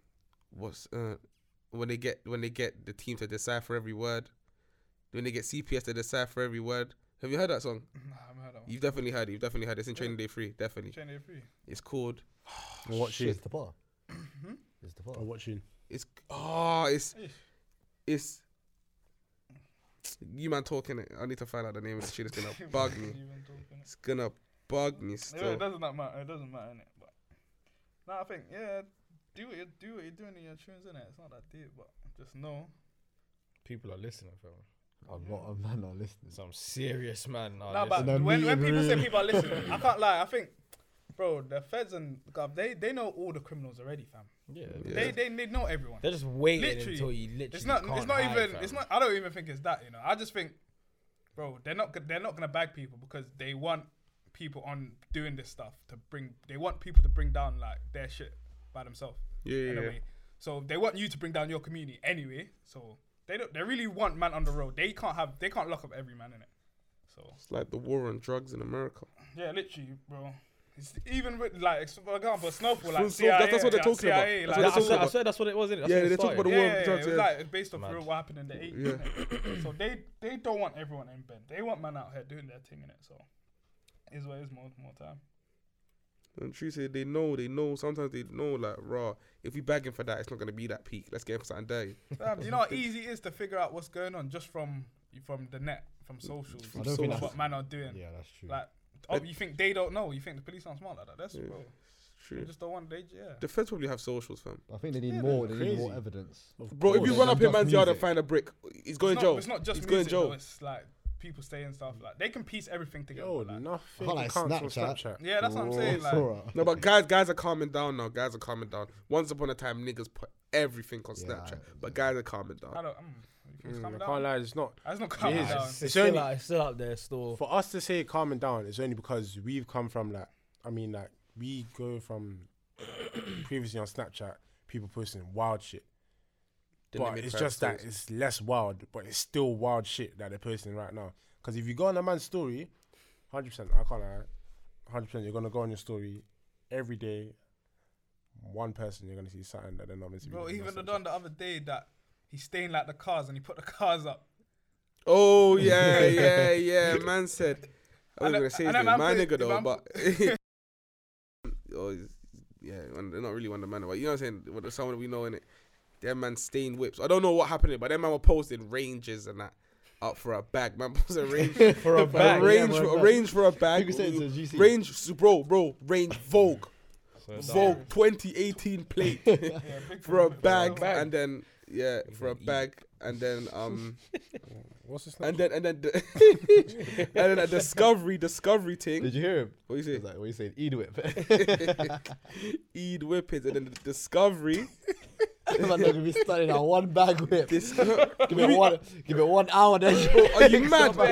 what's uh when they get when they get the team to decipher every word, when they get CPS to decipher every word. Have you heard that song? Nah, I haven't heard that You've definitely had it. You've definitely had it. It's in Training Day 3. Definitely. Training free. It's called. I'm watching. It's the bar. Hmm? It's the bar. I'm watching. It's. Oh, it's. Eesh. It's. You man talking it. I need to find out the name of the shit. It's gonna bug me. It's gonna bug me Yeah, it still. doesn't not matter. It doesn't matter, innit? But no, I think yeah, do what you do what you're doing in your tunes, innit? It's not that deep, but just know. People are listening, fam. I'm not. I'm not- not listening. Some serious man. are No, but listening. No, when, me when Oh, and people say Ru- people are listening, I can't lie. I think, bro, the feds and gov, they they know all the criminals already, fam. yeah, They, they they know everyone. they're just waiting Literally. until you literally. It's not it's can't not hide, even fam. it's not. I don't even think it's that. You know, I just think, bro, they're not go- they're not gonna bag people because they want people on doing this stuff to bring. They want people to bring down like their shit by themselves. Yeah, yeah, in a yeah. way. So they want you to bring down your community anyway. So they don't. They really want man on the road. They can't have. They can't lock up every man in it. So It's like the war on drugs in America. yeah, literally, bro. It's even with like ex- for example, Snowfall. Like Full stop, that's- that's what they're CIA, talking about. CIA, That's like, I, what they're swear, talking I about- swear that's what it was. Innit? That's Yeah, what it they talk about started. the yeah, war on yeah, drugs, it was yeah. like based off Mad. real what happened in the 80s. innit? so they they don't want everyone in bed. They want man out here doing their thing in it. So is what it is more more time. And True said they know, they know. Sometimes they know, like, raw. If we bagging for that, it's not gonna be that peak. Let's get him for something dirty. Fam, you know how easy it is to figure out what's going on just from from the net, from socials, I from don't think what that's- man are doing. Yeah, that's true. Like, oh, you think they don't know? You think the police aren't smart like that? That's Yeah. bro. It's They true. just don't want they. Yeah. The feds probably have socials, fam. I think they need Yeah, more. They need crazy. more evidence. Of Bro, if course. you Yeah, run not up in just man's yard and music. find a brick, he's going it's jail. Not, it's not just he's music. going jail. Though, it's like people staying stuff like they can piece everything together. Yo, like- nothing. Can't like counts on Snapchat. Snapchat. yeah, that's what I'm saying. It's Like, alright. No, but guys, guys are calming down now. Guys are calming down. Once upon a time, niggas put everything on Yeah, Snapchat, I- but guys are calming I down. don't. Mm, you think it's Mm, calming I can't down? lie, it's not. That's not calming is. down. It's, It's still only- out, it's still out there still. For us to say calming down is only because we've come from like, I mean, like we go from previously on Snapchat, people posting wild shit. The but limit it's price just that stories. it's less wild, but it's still wild shit that they're posting right now. Because if you go on a man's story, hundred percent, I can't lie, hundred percent, you're gonna go on your story every day. One person, you're gonna see something that they're not meant to be. Bro, doing on even the Snapchat. done the other day that he stained like the cars and he put the cars up. Oh yeah, yeah, yeah. Man said, I was And gonna I- say and I'm his name, my putting- nigga though, I'm but oh, he's- yeah, one- they're not really one of the man, but you know what I'm saying. What- Someone we know in it, their man stained whips. I don't know what happened, but their man were posting ranges and that up for a bag. Man posted range For a a bag. range, yeah, for, for a a range for a You bag. can say it's a GC. Range, bro, bro, range Vogue, So it's out Vogue 2018 plate. Yeah, big for bro. a bag, Bag. and then yeah, for a eat. bag, and then um, What's this? and then and then the- and then a discovery discovery thing. Did you hear him? What He you was like, what are you saying? Eid whip. say? Eid whippets, and then the discovery. I'm not gonna be studying on one bag whip. Disco- Give it one. Give it one hour. Then you are you mad? Are bad. you mad? Are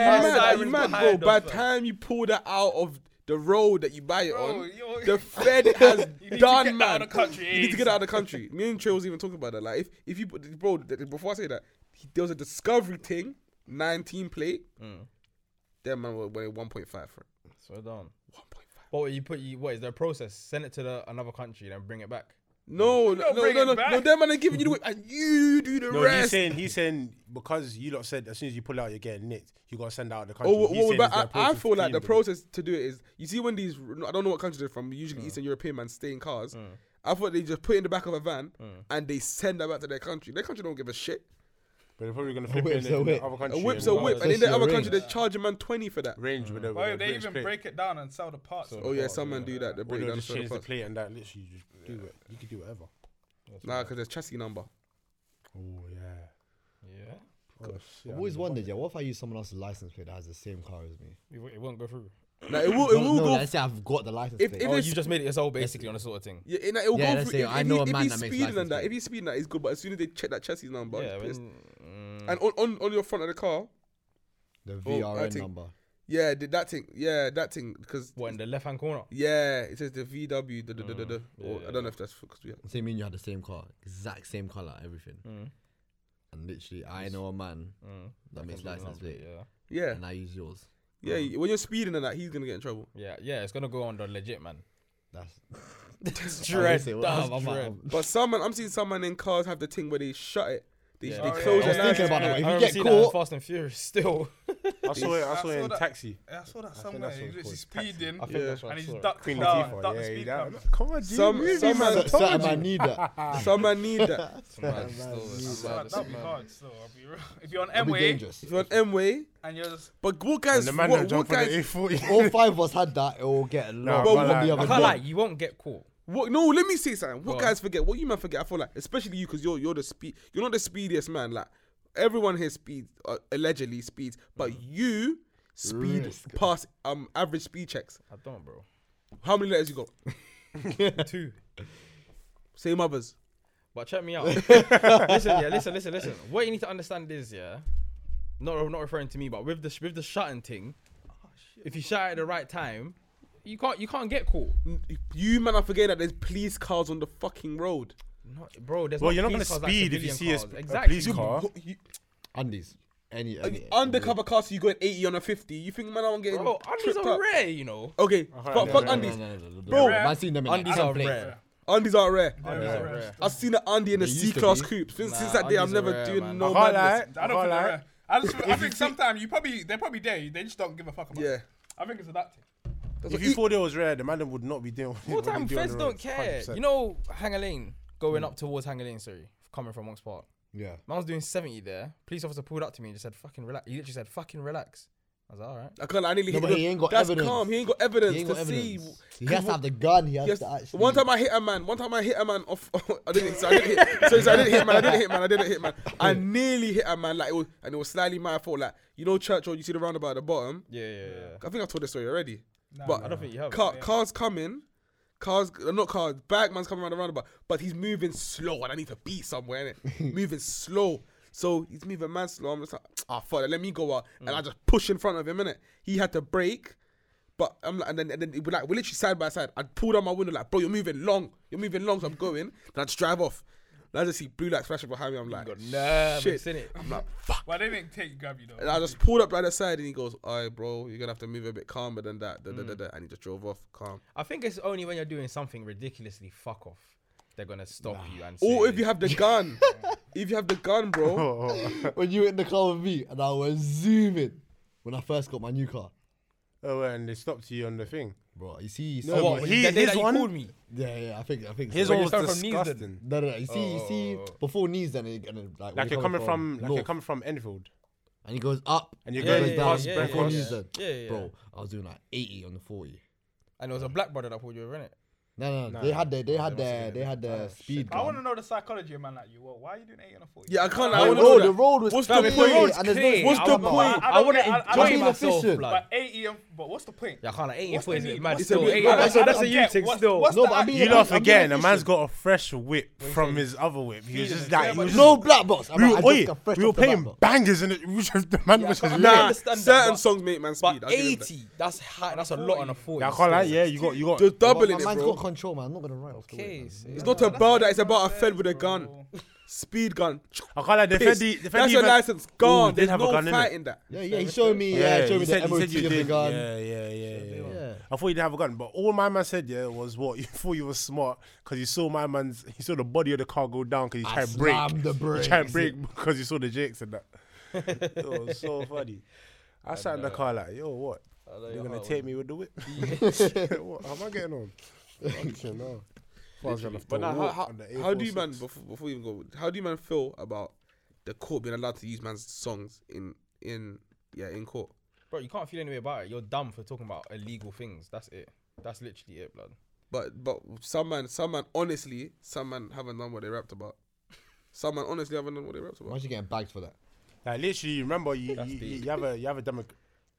you Sirens mad, bro? behind By us, the bro. time you pull that out of the road that you buy it Bro, on, yo, the Fed has You need to done, get man. out of the country, You need to eh? get out of the country. Me and Trey was even talking about that. Like, if if you put- bro, th- before I say that, he- there was a discovery thing, nineteen plate. Mm. That man wa- went one point five for it. So done. One point five. What you put? You, what is their process? Send it to the, another country, then bring it back. No, no, don't no, bring no, it no, back. no. That man ain't giving you the whip, and you do the No, he's rest. saying he's saying because you lot said as soon as you pull out, you're getting nicked. You gotta send out the country. Oh, well, He's well, saying but it's their I, I process feel like clean the them. process to do it is you see when these I don't know what country they're from usually Eastern European man stay in cars. I thought they just put it in the back of a van and they send them back to their country. Their country don't give a shit. But they're probably gonna flip whip's it in a the- in the whip. other A country. whip's a and wow, whip, Oh, and in especially the a other ring. country they're charging man twenty for that. range with the. Bro, with the they British even plate. break it down and sell the parts. So- bro. Oh yeah, some man do that. They Or break they'll down the just sort change of the parts. plate and that literally you just do it. You could do whatever. Nah, because there's chassis number. Oh yeah. Yeah. Oh, shit, I've I always mean, wondered, yeah, what if I use someone else's license plate that has the same car as me? It, w- it won't go through. Nah, it will, it no, will no, go. let's say I've got the license If- plate. if- Oh, it's- you just made it yourself, basically, on a sort of thing. Yeah, it, will go Yeah, let's through. say if, I if know he- a if man he's that makes speeding and license that, if plate. he's speeding that, it's good. But as soon as they check that chassis number, yeah. it's pissed. When, mm, and on, on on your front of the car, the oh, I VRN think- number. yeah, did that thing, yeah, that thing, because what in the left hand corner? Yeah, it says the VW. Da, da, da, da, da. or, yeah, I don't know if that's because we have. So you mean you had the same car, exact same color, everything, Mm. and literally, I know a man Mm. that makes license plate, Yeah. Yeah, and I use yours. yeah. y- When you're speeding and that, he's gonna get in trouble. Yeah. Yeah. It's gonna go on the legit man. That's That's I was gonna dread. say, well, That's I'm- I'm- dread. I'm- But some man, I'm seeing some man in cars have the thing where they shut it. They, Yeah. they Oh, yeah. close I was their eyes. thinking about that. I If you remember get seeing that in caught, Fast and Furious still. I saw it. I I saw saw it in that. taxi. I saw that think somewhere. He's that's what it's literally called, taxi. speeding I think Yeah. that's what I and he's saw. ducked Queen down. Latifah, ducked yeah, the he speed down. camera. Come on, G. Some- movie, some man, I man- told certain you. man need that. Some man need that. It's mad Yeah, still, man, it's Jesus. mad, Like, it's That'd be mad. hard still. I'll be real. If you're on It'd be M-Way dangerous. If you're on M way, and you're just but what guys? And the man what, that what jumped on the guys? A40. All five of us had that. It will get a Nah, lot but from like- the I other can't lie, day. you won't get caught. What, no, let me say something. What Go on. guys forget? What you man forget? I feel like, especially you, because you're you're the speed. You're not the speediest man. Like everyone here speeds, uh, allegedly speeds, but you speed Risk. past um average speed checks. I don't, bro. How many letters you got? Two. Same others. But check me out. listen, yeah, listen, listen, listen. What you need to understand is, yeah, not not referring to me, but with the sh- with the shouting thing, if you shout at the right time, you can't you can't get caught. N- You man, I forget that there's police cars on the fucking road. Not, bro, there's Well, not you're not gonna police cars like speed if you civilian see a, cars. sp- a exactly. police car. Who- you- Andy's. Any, Uh, an any. undercover car, so you going 80 on a 50. You think man, I'm getting Bro, undies tripped are up? rare, you know. Okay, Oh, Uh-huh, fuck, yeah, fuck yeah, undies. Bro, Bro. I've seen them in Undies like are template. rare. Undies are rare. Undies Yeah. are rare. I've seen an Andy in a They used C to class be. coupe. Since, since Nah, that day, I've undies are never rare, doing man. no I madness. can't I lie. I don't think can't they're lie. rare. I, just, I think sometimes you probably they're probably there. They just don't give a fuck about Yeah. it. I think it's adaptive. That's If what you he- thought it was rare, the man them would not be doing. Full time feds don't care. You know, Hanger Lane Mm. going up towards Hanger Lane, sorry, coming from Monks Park. Yeah. Man was doing 70 there. Police officer pulled up to me and just said, "Fucking relax." He literally said, "Fucking relax." I was like, "All right." I can't. lie, I nearly No, hit but him. he ain't got That's evidence. calm. He ain't got evidence He ain't got to evidence. see. He has to have the gun. He has Yes. to actually. One time I hit a man. One time I hit a man off. I didn't. So I didn't hit. So, so I didn't hit man. I didn't hit man. I didn't hit man. I nearly hit a man. Like it was, and it was slightly my fault. Like you know, church road. You see the roundabout at the bottom. Yeah, yeah, yeah. I think I told this story already. Nah, but I don't think you have. it. Car, cars coming, cars uh, not cars. Bagman's coming around the roundabout, but he's moving slow, and I need to be somewhere. Innit? moving slow, so he's moving man slow. I'm just like, ah, fuck it, let me go out, and I Mm. just push in front of him. Innit? He had to brake, but I'm like, and then and then it, we're like we're literally side by side. I pulled out my window like, bro, you're moving long, you're moving long, so I'm going. Then I just drive off. And I just see blue lights flashing behind me. I'm like, got nerves, shit. innit? I'm like, fuck. Well, they didn't take grab you And though. I just pulled up by the side, and he goes, "All right, bro, you're gonna have to move a bit calmer than that." Da, da, Mm. da, da. And he just drove off calm. I think it's only when you're doing something ridiculously fuck off, they're gonna stop you and. Or say- if you have the gun, if you have the gun, bro. when you were in the car with me and I was zooming when I first got my new car. Oh, and they stopped you on the thing. Bro, you see, you see No, Oh, what, but he, he- the day his that you one- called me. yeah, yeah, I think, I think. His so. one was you start from knees, then- disgusting. No, no, no. You see, you see, before knees, then it, and it, like when Oh. Like you're coming from, like you're north coming from Enfield. and he goes up and you're and going goes past down Brent before Cross. knees. Then, Yeah, yeah, yeah. bro, I was doing like eighty on the forty. And it was a black brother that pulled you over, innit? No, no, no. Nah. They had their, they had they must their, have they been- had their speed I want to gun. know the psychology of man like you. Well, why are you doing eight and a forty? Yeah, I can't. I Like, want bro, to the know that. road was What's the still point? clear, It's and there's clear. no. What's speed the bump. point? I I don't want get- I- I to don't enjoy get- myself, Efficient. blood. But eighty and but what's the point? Yeah, I can't like eight and What's four the is need? mad What's still. the Eight, need? that's, I that's a don't you get thing what's- still. what's- No, the- but I mean, You I'm- lot I'm forgetting, being a man's efficient. got a fresh whip from his other whip. He was just like, he was no black box. I'm We were, like, I oi, just got fresh we were off the playing black box. bangers and it was just, the man was but just I'm lit. Nah, understand that, certain but- songs make man speed. But I'll give him that. eighty, that's high. That's a lot on a forty. Yeah, I can't lie. still. Yeah, you got, you got. Just But double my it, man's bro. got control, man. I'm not gonna write off the way, Okay, man. so- It's not about that. It's about a fed with a gun, speed gun. I can't lie. The Piss. Fendi, the Fendi That's your even- license Ooh, he gone. did There's have a no gun, innit? fighting that. Yeah, yeah. He showed me. Yeah, he showed he me the said- he said MOT you of the did. gun. Yeah, yeah, yeah, yeah. Yeah. I thought you'd have a gun, but all my man said yeah was what you thought you was smart because you saw my man's, he saw the body of the car go down because he I tried to brake, slammed the he tried to brakes. brake because he saw the jakes and that. it was so funny. I sat in uh, the car like, yo, what? They're gonna take me with the whip. what? How am I getting on? Fucking hell. But But now, how, how, how do you man before, before you even go? How do you man feel about the court being allowed to use man's songs in in yeah in court? Bro, you can't feel any way about it. You're dumb for talking about illegal things. That's it. That's literally it, blood. But but some man, some man, honestly, some man haven't done what they rapped about. Some man honestly haven't done what they rapped Why about. is you getting bagged for that? Like literally, remember you That's you, you, deep. you have a you have a demo.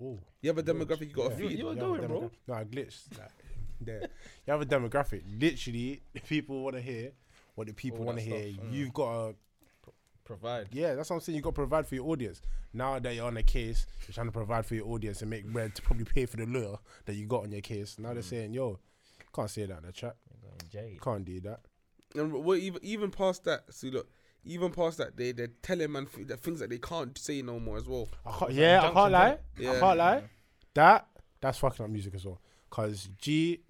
Oh, You have a demographic you got to Yeah. You, feed. you were you have a going, bro. demogra- No, I glitched. Like, there. You have a demographic. Literally, the people want to hear what the people All want to that hear. stuff, mm. You've got to, Provide. yeah, that's what I'm saying. You've got to provide for your audience. Now that you're on a case, you're trying to provide for your audience and make bread to probably pay for the lawyer that you got on your case. Now they're saying, yo, can't say that in the chat. Can't do that. And what even even past that, see look, even past that, they they're telling man th- the things that they can't say no more as well. I can't, yeah, I can't injunction, lie. Yeah. I can't lie. That that's fucking up music as well. Cause G,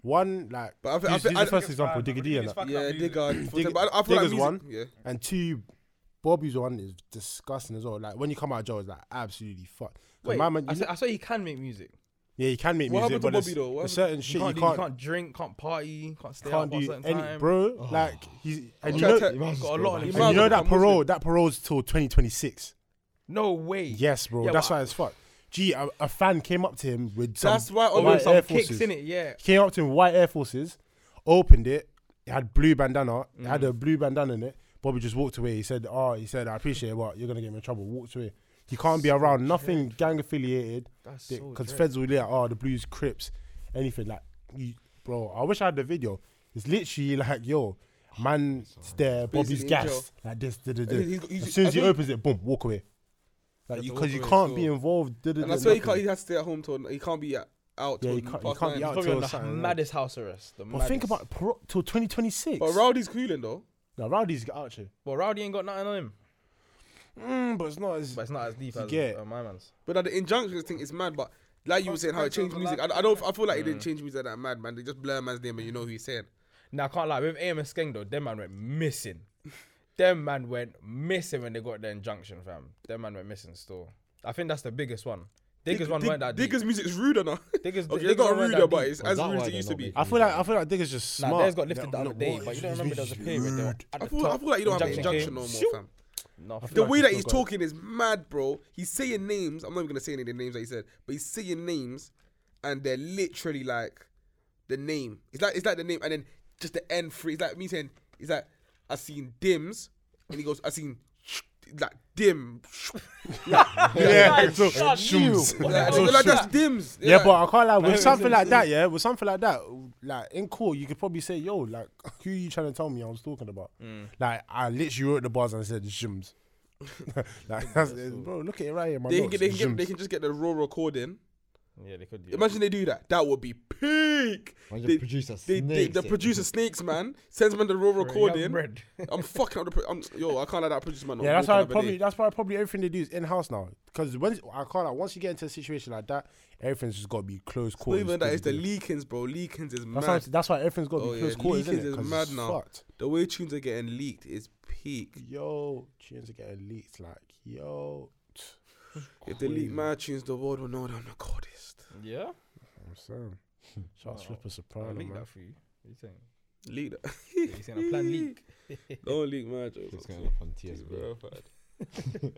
one like But I thi- I use- thi- use I the first think- example, I think Digga D and it's that, fucked up Yeah, music. digger. Dig- but I, I feel like Digger's music, one. Yeah, and two, Bobby's one is disgusting as well. Like when you come out of jail, it's like absolutely fucked. 'Cause Wait, my man- I, saw, I saw he can make music. yeah, you can make What music, happened to but there's, Bobby though? What there's happened- certain You shit can't, you do, you can't, can't drink, can't party, can't stay can't out for a do certain any, time. bro. Like he's and I'm trying you know, to and tell- Imagine got a this, lot bro. on his you mind. know Muslim, that I'm Muslim. parole, that parole's till 2026. No way. Yes, bro. Yeah, that's but- why it's fucked. Gee, a, a fan came up to him with some That's why. Oh, on White with some Air kicks Forces. in it, yeah. came up to him, white Air Forces, opened it, it had blue bandana, Mm-hmm. it had a blue bandana in it. Bobby just walked away. He said, Oh, he said, I appreciate it, but you're gonna get me in trouble. Walked away. He can't be around nothing gang affiliated. That's so Because dread. feds will be like, oh, the blues, crips, anything. Like you, bro, I wish I had the video. It's literally like, yo, man's there, Basically Bobby's in jail. gas. Like this, da, da, da. He's- he's- As soon I as he think- opens it, boom, walk away. Like You you have to because you walk away can't as be well. involved. Da, And da, da, that's why he nothing. can't. He has to stay at home till he can't be at, out. Yeah, till he can't- he past can't be nine. out. Probably till on the something, innit? maddest house arrest. The But think maddest. about pro- till 2026. But Rowdy's cooling though. Now Rowdy's got out here. Well, Rowdy ain't got nothing on him, Mm, but it's not as. but it's not as deep as get- uh, my man's. But like, the injunctions thing is mad. But like you were saying, how it changed music. I, I don't. I feel like it didn't change music that mad, man. They just blur man's name and you know who he's saying. Now I can't lie with AM and Skeng though. Them man went missing. them man went missing when they got their injunction, fam. Them man went missing still. I think that's the biggest one. Diggers one weren't that deep. Digger's music's rude or not? Diggers, Okay, Diggers it's not one weren't rude, that but deep. it's Oh, is as rude that why as it they're used to not be. making I feel like I feel like Digger's just Nah, smart. theirs got lifted the They're other like, day, what but you is don't remember there was a this period where they were rude? at the I feel, top. I feel like you don't have an Injunction injunction no more, came. fam. No, fam. feel The like way he's that he's still got talking is mad, bro. He's saying names. I'm not even gonna say any of the names that he said, but he's saying names, and they're literally like the name. It's like it's like the name, and then just the end free. It's like me saying, "It's like I seen dims," and he goes, "I seen like dim." Yeah, Shut so- you. shooms. What Like, the So they're like, shoot. that's dims. They're Oh, Yeah, like, but I can't lie. Like, With something it's- like that, yeah, with something like that, like in court, you could probably say, "Yo, like, who you trying to tell me I was talking about?" Like, I literally wrote the bars and said, "Shims." like, that's, bro, look at it right here, my they can, notes, get, they, can get, "Shims." they can just get the raw recording. Yeah, they could. do that. Imagine they do that. That would be peak. Imagine They- producer They, they, snakes the it. producer snakes man sends man the raw Yeah, recording. bread. I'm fucking up the. Pro- I'm, yo, I can't let that producer man. Yeah, walk that's why another probably day. that's why probably everything they do is in house now. Because when I can't like, once you get into a situation like that, everything's just got to be close Not quarters. even that. to It's the do. Leakins, bro. Leakins is That's why, mad. that's why everything's got to Oh, be yeah, close quarters. leakage innit? is 'Cause mad it's now. fucked. The way tunes are getting leaked is peak. Yo, tunes are getting leaked. Like yo, If they leak my tunes, the world will know that I'm the goddess. Yeah, I'm saying. Shout out Wow. Flipper I'll Soprano, leak man. that for you. What you saying? Leak that. You saying a plan leak? Don't leak my jokes. It's I'm going up on too- it's TSB. verified.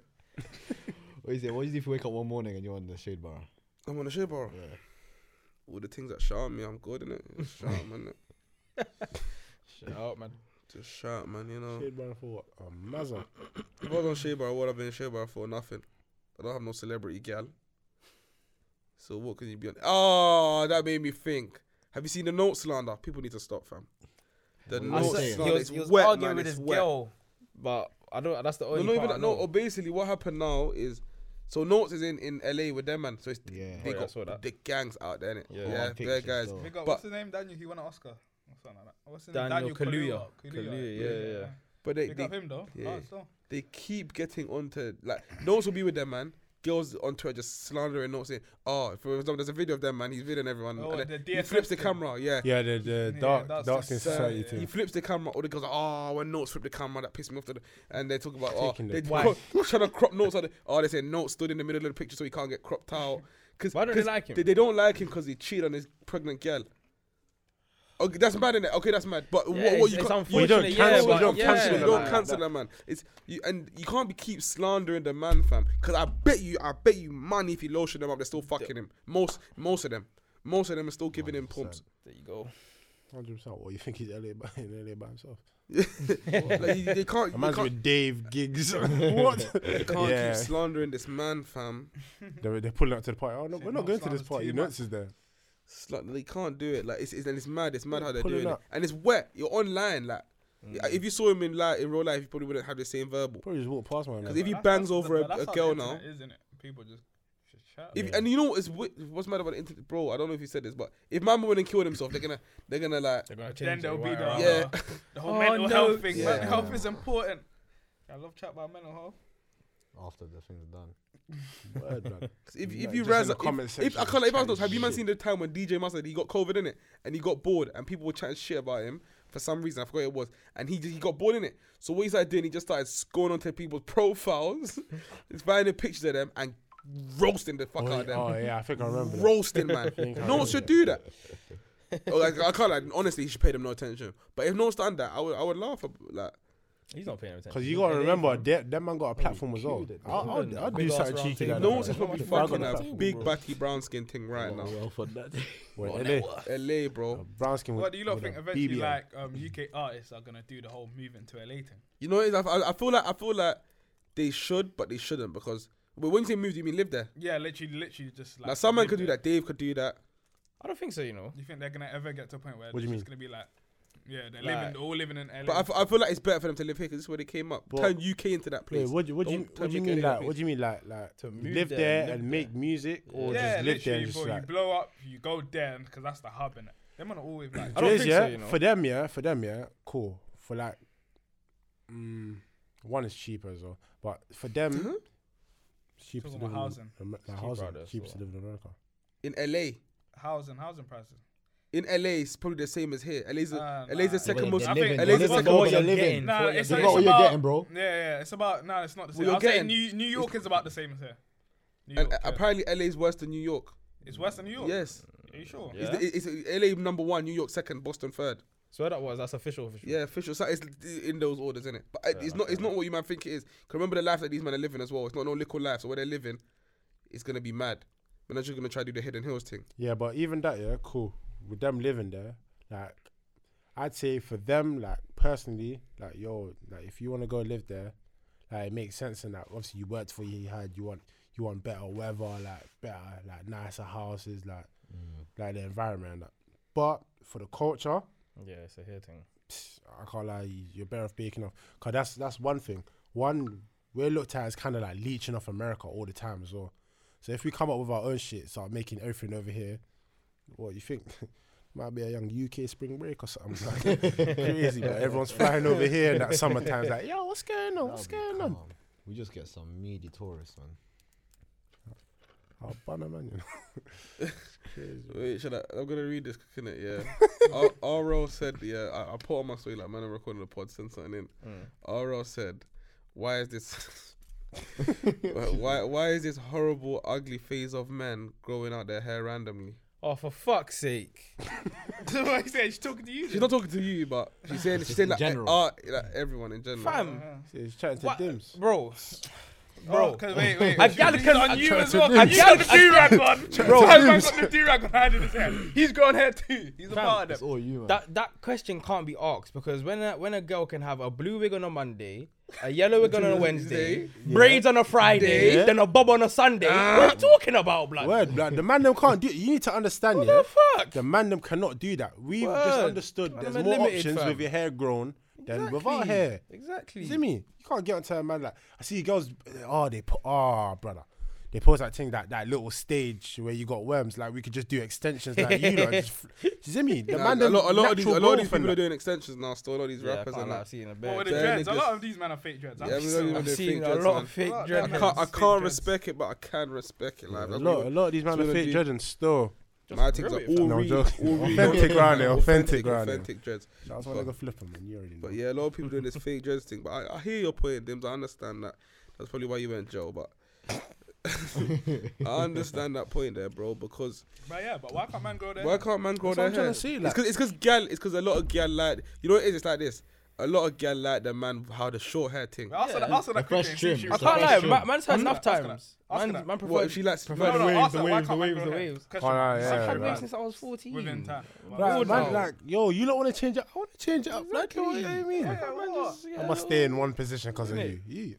What is it? What do you do if you wake up one morning and you're on the shade bar? I'm on a shit bar. Yeah. All the things that shout me, I'm good in it. Just shout, man. innit? Shut up, man. Just shout, man. You know. Shade bar for what? A mazza. If I was on shit bar, what I've been shit bar for? Nothing. I don't have no celebrity gal. So what can you be on? Oh, that made me think. Have you seen the note slander? People need to stop, fam. The What I No, note said- saying? slander he was, is he was wet, arguing man. with it's his wet. girl, but I don't. That's the No, only. not even part I that. No, uh, know. or basically, what happened now is so Notes is in, in LA with them, man. So it's, Yeah. Oh, they yeah, I got saw that. the gangs out there, innit? Yeah. Yeah, Oh, yeah pictures, guys. though. Big up, But- what's his name? Daniel, he won an Oscar. Or something like that. What's his name? Daniel Kaluuya. Kaluuya. Kaluuya, yeah, yeah, yeah. But they, Big they, up him though. Oh, yeah. Yeah. still. they keep getting onto, like, Notes will be with them, man. Girls on Twitter just slandering Notes saying, oh, for example, there's a video of them, man. He's videoing everyone. Oh, and then the he DSS flips the thing. camera, yeah. Yeah, the the Yeah, dark that's dark just skin sad, society yeah. thing. He flips the camera, all the girls are, oh, when Notes flipped the camera, that pissed me off. The, and they're talking about, oh, Taking the they're Why? trying to crop Notes out. the- Oh, they say Notes stood in the middle of the picture so he can't get cropped out. Cause, Why don't they 'cause like him? They, they don't like him because he cheated on his pregnant girl. Okay, that's mad, innit? Okay, that's mad. But Yeah, what, it's- what you it's can't, you don't unfortunate, yeah, cancel- but you don't yeah. cancel, you don't man. cancel that man. It's you, and you can't be keep slandering the man, fam. Because I bet you, I bet you money if you lotion them up, they're still fucking him. Most, most of them, most of them are still giving him pumps. There you go. Hundred percent. What you think he's LA by in LA by himself? Like, you, they can't, you Imagine can't, with Dave Gigs. what? you can't Yeah. keep slandering this man, fam. they're, they're pulling up to the party. Oh no, Say we're not no going to this slanders party. team Nuts is there. It's like they can't do it. Like it's, it's and it's mad. It's mad how they're Pulling doing it, up. Mm. and it's wet. You're online, like. If you saw him in like in real life, you probably wouldn't have the same verbal. Probably just walk past my Because if man. But he that's- bangs that's- over a- but that's a how the girl internet now- is, innit? People just sh- shout. If, And you know what's wi- what's mad about the internet, bro? I don't know if he said this, but if man wouldn't kill himself, they're gonna they're gonna like They're gonna then change there'll it, be why, the, right? Yeah. uh, the whole Oh, mental no. health thing. Yeah. Mental health is important. I love chat about mental health. After the thing's done. Word, man. 'cause if, Yeah, if you just in rise the up, comment if, if section, I can't like, if I was those, chatting have you man shit. seen the time when DJ Mustard he got COVID in it and he got bored and people were chatting shit about him for some reason. I forgot what it was, and he just, he got bored in it. So what he started doing, he just started going onto people's profiles, just finding pictures of them and roasting the fuck out of them. oh yeah, I think I remember. that. Roasting man, think I no one remember should do that. Oh, like, I can't. Like, honestly, you should pay them no attention. But if no one's done that, I would. I would laugh. ab- Like, He's not paying attention. Because you gotta remember, that that man got a platform as well. I'll, I'll, I'll do Big ass something round cheeky table. like no that. one's probably If I got fucking a that platform, big bro. batty brown skin thing right now. Well, for that. Well, LA, LA, bro. brown skin. with- What do you lot with think a eventually, BBL. like um, UK artists are gonna do the whole moving to LA thing? You know, what it is? I, I I feel like I feel like they should, but they shouldn't because. But when you say move, do you mean live there? Yeah, literally, literally just like. Like, someone live could do there. that. Dave could do that. I don't think so. You know. You think they're gonna ever get to a point where What do it's you just mean? gonna be like, yeah, they're Like- living, they're all living in LA. But I, f- I feel like it's better for them to live here because this is where they came up. But- Turn UK into that Wait, place. what do what do you Don't what do you make mean any like what do you mean like like To move live there, there live and there. make music yeah, or just live there literally, and just bro, like you blow up, you go there because that's the hub in it. Them man are always like. I don't Jay's, think yeah, so, you know. for them, yeah, for them, yeah, cool. For like, mm, one is cheaper as well, but for them, it's cheaper to Talking live in about housing. Amer- like cheaper housing, out there, cheaper so- to live in America. In LA. housing, housing prices. In LA, it's probably the same as here. LA's, the Ah, LA's the nah. second They're most. I think- living, at they're least it's living like for what what you're you're getting. Nah, it's, You it's got what you're about- getting, bro. Yeah, yeah, it's about. Nah, it's not the same. you're I'm saying getting- New, New York is about the same as here. New York, And uh, yeah. apparently, LA's worse than New York. it's worse than New York. Yes. Are you sure? Yeah. It's, it's LA number one, New York second, Boston third. So where that was that's official. official. Yeah, official. So it's in those orders, isn't it? But it- it's not. It's not what you man think it is. 'Cause remember the life that these men are living as well. It's not no little life. So where they're living, it's gonna be mad. But now you're gonna try to do the hidden hills thing. Yeah, but even that, yeah, cool. With them living there, like, I'd say for them, like, personally, like, yo, like, if you want to go live there, like, it makes sense. And that obviously, you worked for what you had. You want, you want better weather, like, better, like, nicer houses, like, like the environment. And that. But for the culture, Yeah, it's a hair thing. pss, I can't lie, you're better off baking off. Cause that's that's one thing. One we're looked at as kind of like leeching off America all the time as well. So if we come up with our own shit, start making everything over here, what you think? Might be a young UK spring break or something like crazy, but everyone's flying over here in that summertime. Like, yo, what's going on? What's going on? We just get some meaty tourists, man. I'll ban a Oh, man, you know. Wait, should I? I'm gonna read this, can it? Yeah. R- RL said, yeah. I, I put on my story like, man, I'm recording the pod, send something in. RL said, why is this? why, why why is this horrible ugly phase of men growing out their hair randomly? Oh, for fuck's sake! I said she's talking to you. She's not talking to you, but she's saying she's Just saying in like, eh, general. uh, like everyone in general. Fam, So he's chatting to What? Dims. bro, bro. bro. Cause wait, wait. A she's gal can- on you tried as to well. do Cause it. you got the I do rag on. Bro, to do has got the do rag on hiding his hair. He's grown hair too. He's a Fam, part of It's them. all you, man. That that question can't be asked because when a, when a girl can have a blue wig on a Monday, a yellow wig on a Wednesday, braids on a Friday, Yeah. then a bob on a Sunday. Ah. what are you talking about, blood? Word, like, the man them can't do. You need to understand, yeah. the fuck? The man them cannot do that. We've just Word. understood Man, there's them are more limited, options fam. with your hair grown than without Exactly. hair. Exactly. You see me? You can't get onto a man like I see girls. Oh, they put. Oh, brother. They post that thing, that, that little stage where you got worms. Like we could just do extensions, like you know. Just, fl- you see me? The Nah, man, a them lot, a lot of these, natural a lot of these growth and people are that. doing extensions now. Still, a lot of these Yeah, rappers I can't and lie, that. I've seen a But bit. with the They're dreads, a niggas. lot of these men are fake dreads. I'm Yeah, just we don't saying. even I've do seen fake a dreads, lot man. of fake Lot of I them dreads. can't, I Fake can't dreads. respect it, but I can respect it. Like A that's lot, what a lot of these man That's are what fake they do. judging still. my things grow are it, all fam. No, real, joking. all real. Authentic ground there, authentic ground there. authentic dreads. That's why they go flipping, man. You already know. But yeah, a lot of people doing this fake dreads thing. But I, I hear your point, Dims. I understand that. That's probably why you went jail. But I understand that point there, bro. Because But yeah, but why can't man grow their why hair? can't man grow That's what their I'm trying hair? to say, it's like- because it's because gal. It's because a lot of gal like you know what it is. It's like this. A lot of gal like the man how the short hair thing. Ask her that- ask her that The fresh quickly I and see trim. if she It's a can't responds. lie, question. ma- man's heard Ask enough her that, ask her times. that, ask Man, her that. man What preferred. if she likes? No, man- no, waves, ask the her, why waves, can't the man waves, grow the hair? waves. Question. Oh, yeah, yeah, I've had right. waves since I was 14. Within time. Right, Good man, now. like, yo, you don't want to change it. I want to change it up. Like, yo, you know what I mean? Yeah, Man, what? just- yeah, I must stay in one position because of Innit? you. you.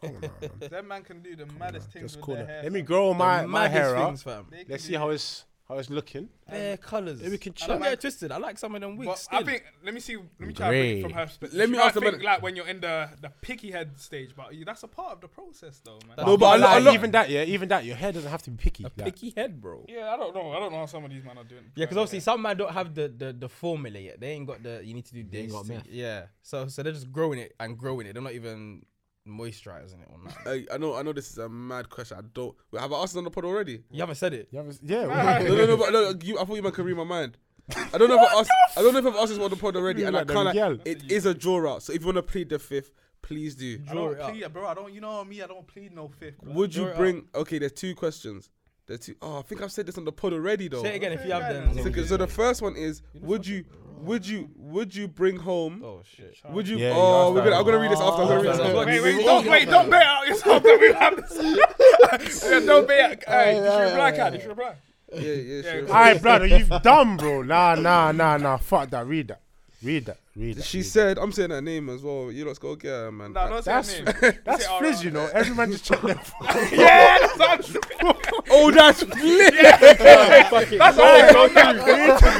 Come on, now, man. That man can do the maddest things Just with cool. their it. hair. Let me grow my, the my hair maddest up. things, fam. Let's see how it's how it's looking. Their colours. Maybe we can Don't check. get it twisted. I like some of them wigs. But Still. I think let me see. Let me try and bring it from Great. her. Sp- Let she me might ask about think it. like when you're in the the picky head stage, but you- that's a part of the process, though, man. That's No, but a lot- a like, lot- even that, yeah, even that, your hair doesn't have to be picky. a like, picky head, bro. Yeah, yeah, I don't know. I don't know how some of these men are doing. because obviously some man don't have the, the the formula yet. They ain't got the. You need to do this. ain't got to- meth. yeah. So so they're just growing it and growing it. They're not even moisturizing it or nothing. I, I know, I know. This is a mad question. I don't. Wait, have I asked this on the pod already? you haven't said it. You haven't, yeah. no, no, no, but no, you, I thought you meant could read my mind. I don't know if I asked. I don't know if I've asked this on the pod already, You and I let them can't. Like, yell. it is a draw out. So if you want to plead the fifth, please do. I Draw don't it up. plead, bro. I don't. You know me. I don't plead no fifth. Bro. Would you Draw it bring? Okay, there's two questions. There's two oh I think I've said this on the pod already though. Say it again if you Yeah, have yeah, them. yeah. So, Zombies. so the first one is: Would you? Would you? Would you bring home? Oh shit. Would you? Yeah, you oh, asked we're that gonna, I'm gonna read this after. I'm gonna Oh, read this no, after. no, Wait, no. wait, don't, wait, don't bet out yourself that we have this. yeah, don't bet out. Hey, you should reply, Kat. You should reply. Yeah, yeah, sure. Aye, brother, you've done, bro. Nah, nah, nah, nah. Fuck that. Read that. Read that. Read that. She read that. said, "I'm saying her name as well. You lot's go get her, man." Nah, don't say That's her name. that's Say all frizz, right. you know. Every man just check their phone. yeah, that's what I'm saying. oh, that's lit. That's all they go down.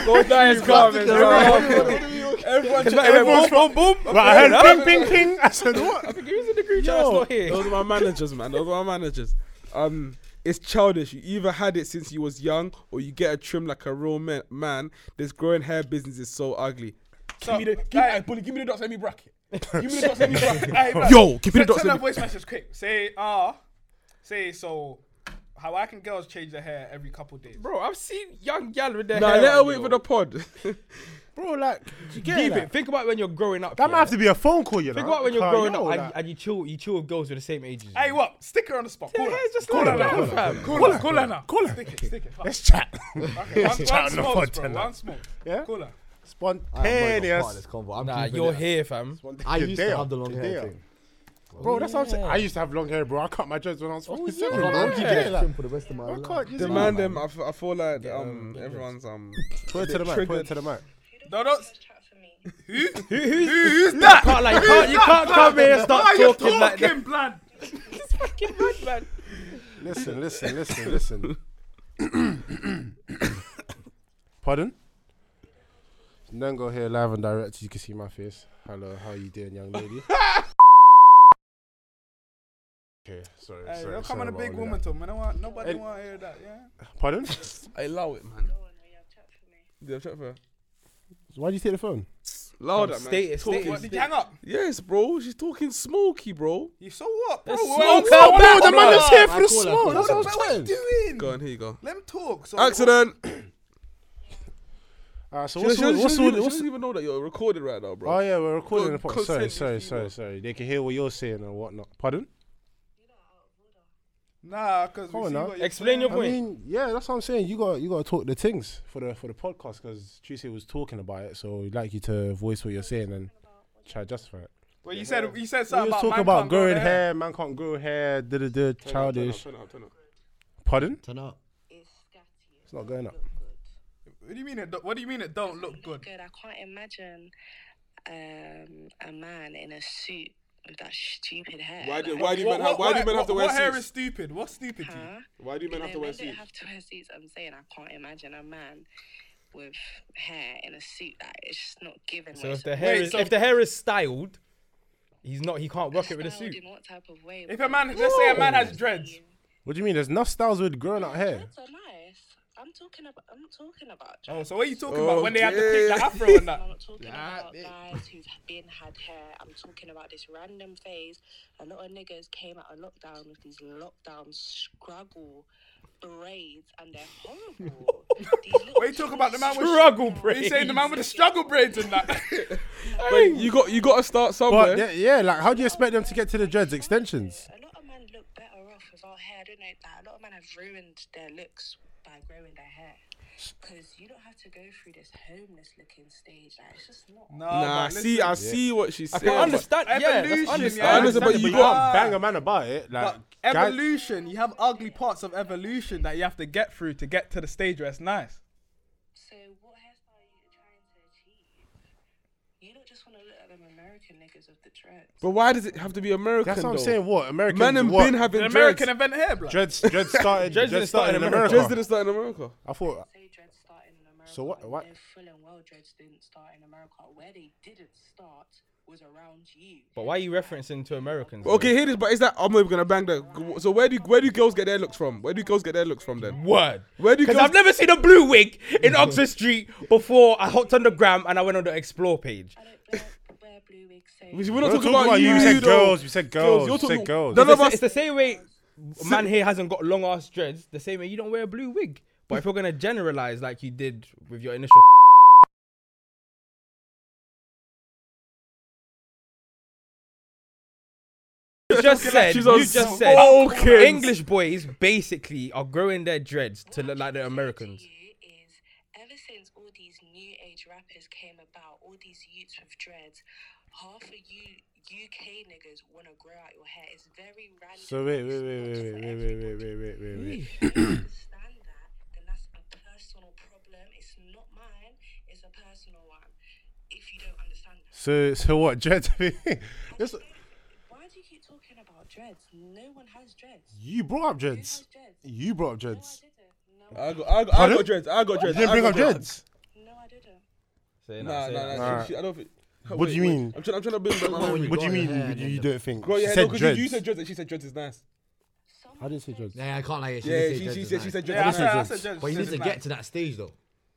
Go die is Plastic garbage, around. bro. What are we all- Everyone, just, everyone's everyone, boom, boom, boom. But I heard ping, ping, ping. I said, what? Who's in the group chat that's not here? Those are my managers, man. Those are my managers. Um, it's childish. You either had it since you was young, or you get a trim like a real man. man. This growing hair business is so ugly. So, Give me the, give, like, aye, bully, give me the dots, let me bracket. Give me the dots, let me bracket. Hey, bro. Yo, keep it send, up, Send send a voice message quick. Say ah, say so. Hawaiian girls change their hair every couple days. Bro, I've seen young gal with their Nah, hair. let her out, wait yo. for the pod. Bro, like, you get Leave that? it. Think about when you're growing up. That yeah. might have to be a phone call, you know. Think about when you're Because, growing yo, up and, like- and you chill, you chill with girls who are the same age as you. Hey, what? Stick her on the spot. Call Their her. hair's just Call like her, that, call her, fam. Call, her. Call her now. Call her. Stick it. Stick it. Fuck. Let's chat. Okay, one, one Chat on the smokes, phone bro. tonight. One smoke. Yeah? Call her. I am not part of Spontaneous. this convo. I'm Nah, keeping you're it. here, fam. I Your used day to off, have the long your day hair off. thing. Bro, that's what I'm saying. Yeah. I used to have long hair, bro. I cut my dreads when I was fucking seven, Bro, bro. I'm You keeping get it it? trim Like, for the rest of my I life. can't use the it. man, them. I, f- I feel like um, yeah. everyone's um. Put it to the mic. Put it to the mic. No, don't. chat for me. Who's that? Can't like, you can't, you can't come here and start you talking like that. blood? Listen, listen, listen, listen. Pardon? Then go here live and direct. You can see my face. Hello, how you doing, young lady? okay, Hey, sorry. sorry don't sorry come on a about big all woman that. talk, man. I want, nobody Hey. want to hear that, yeah? Pardon? I allow it, man. No one will you have chat for me. Yeah, check for her. Why do you take the phone? Louder, man. State it, She's talking. state it. What, did you hang up? Yes, bro. She's talking smoky, bro. You so what, bro? Let's What- smoke what- her what- No, back, the what- man is here for I the call her, I smoke. call That's her. what I'm What are you saying. doing? Go on, here you go. Let him talk. So Accident. Alright, so She, she, what's she, all- doesn't what's all- even, she what's doesn't even know that you're recorded right now, bro. Oh yeah, we're Con- recording the podcast. Sorry, consent sorry, is sorry, legal. sorry. They can hear what you're saying and whatnot. Pardon? Nah, because Come we on see now. what you're Explain your I point. mean, yeah, that's what I'm saying. You got you got to talk the things for the for the podcast because Tuesday was talking about it, so we'd like you to voice what you're saying and try to justify it. Well, you said you said We something was about talking man about can't grow growing their hair, man can't grow hair, da da da, childish. Pardon? Turn up. It's scatty. It's not going up. Look good. What do you mean? It do, what do you mean it don't look good? Good. I can't imagine um, a man in a suit with that stupid hair. Why do- Like, why do men have- why do men have to what- wear What hair suits? is stupid? What's stupid to huh? you? Why do No, men don't have to wear suits. I'm saying I can't imagine a man with hair in a suit. Like it's just not given. So what if it's the hair Wait, is so- if the hair is styled, he's not he can't work it with a styled suit. In what type of way? If a man, let's say a man has dreads. What do you mean? There's enough styles with growing out hair. That's so nice. I'm talking about. I'm talking about. Oh, so what are you talking about when they had to Okay. pick the afro and I'm that? not talking about guys who've been had hair. I'm talking about this random phase. A lot of niggas came out of lockdown with these lockdown struggle braids, and they're horrible. These little What are you talking about? The man with Struggle You saying the man with the struggle braids and that? Wait, you got you got to start somewhere. But yeah, yeah, like how do you expect them to get to the dreads extensions? A lot of men look better off without hair, don't they? Like, a lot of men have ruined their looks by growing their hair. Because you don't have to go through this homeless looking stage. Like, it's just not. No, nah, but see, listen. I see what she's Oh, I saying. can but- understand. Yeah, that's Evolution, understand. yeah. I understand, but But you you got. can't bang a man about it. Like But guy- evolution, you have ugly parts of evolution that you have to get through to get to the stage where it's nice. So what hairstyle are you trying to achieve? You don't just want to look at them American niggas with the dreads. But why does it have to be American? That's what I'm though? saying. What American? Man and what? Ben having An dreads. American event hair, blood. dreads. Dreads started. Dreads dreads, didn't start started in in America. America. Dreads didn't start in America. I thought Say dreads started in America. So what- and what- know full and well dreads didn't start in America. Where they didn't start was around you. But why are you referencing to Americans? though? Okay, here it is. But is that I'm not even gonna bang that. So where do where do girls get their looks from? Where do girls get their looks from then? Word. Where do Because girls- I've never seen a blue wig in Oxford Street before. I hopped on the gram and I went on the explore page. I don't wear- wear blue wigs. So We're not We're talking talking about about you. you. We said though. girls, we said girls, You're we said talking girls. None It's of the, us. it's the same way a man here hasn't got long ass dreads. The same way you don't wear a blue wig. But if you're gonna generalize like you did with your initial just said, she's you on just said, smokers. English boys basically are growing their dreads to look What like I'm they're trying to say Americans. to you is, ever since all these new age rappers came about, all these youths with dreads, half of you UK niggas want to grow out your hair. It's very random. So wait, and wait, it's wait, wait, wait, not just for wait, wait, everybody. wait, wait, wait, wait. If you understand that, then that's a personal problem. It's not mine. It's a personal one. If you don't understand that. So so what? Dread? this, Why do you keep talking about dreads? No one has dreads. you brought up Who dreads. has dreads? You brought up No, I dreads. didn't. No, I got, I got, I Pardon? got dreads. I got You dreads. didn't I bring got up dreads. no, I didn't. Say Nah, say nah, nah. Nah. she- she- I don't think. What do you mean? I'm trying, I'm trying to build my memory. What do you Grow your mean? hair You, and then you the- don't think? Bro, She yeah, said no, 'cause you, you dreads. said dreads and she said dreads is nice. Someone I didn't say dreads. Yeah, I can't lie. She Yeah, did say she, dreads she was said nice. she said Yeah, I dreads is said, I nice. said Jets. But you need Jets to is get nice. to that stage though.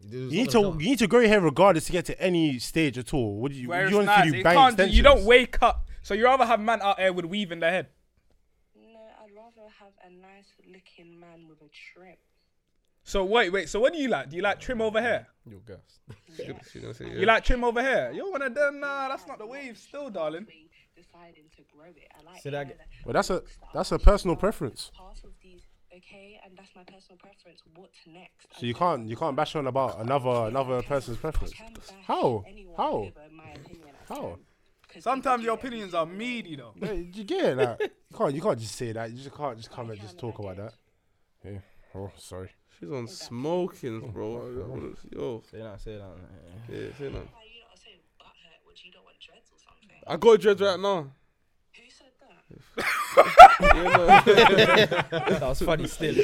You You need to you need to grow your hair regardless to get to any stage at all. What do you? Where you it's want nice. to It do bang can't, extensions? you don't wake up. So you rather have man out there with weave in their head. No, I'd rather have a nice looking man with a trim. So wait, wait. So what do you like? Do you like trim over hair? Your gas. She's gonna say, You yeah. like trim over hair? You're one of them. Nah, that's not the wave, still, darling. Halfway Deciding to grow it. I like Say that hair ag- that Well, that's a looks that that's are a personal half- preference. Half of these, okay, and that's my personal preference. What's next? So you can't you can't bash on about another another person's preference. How? How? How? Sometimes your opinions are meaty though. Yeah, you get that? You can't you can't just say that. You just can't just come and just talk about that. Yeah. Oh, sorry. She's on smoking, bro. Yo, Say that, say that. yeah. yeah, say that. Why you not saying butt hurt? Would you don't want dreads or something? I got dreads right now. Who said that? Yeah, no. That was funny still.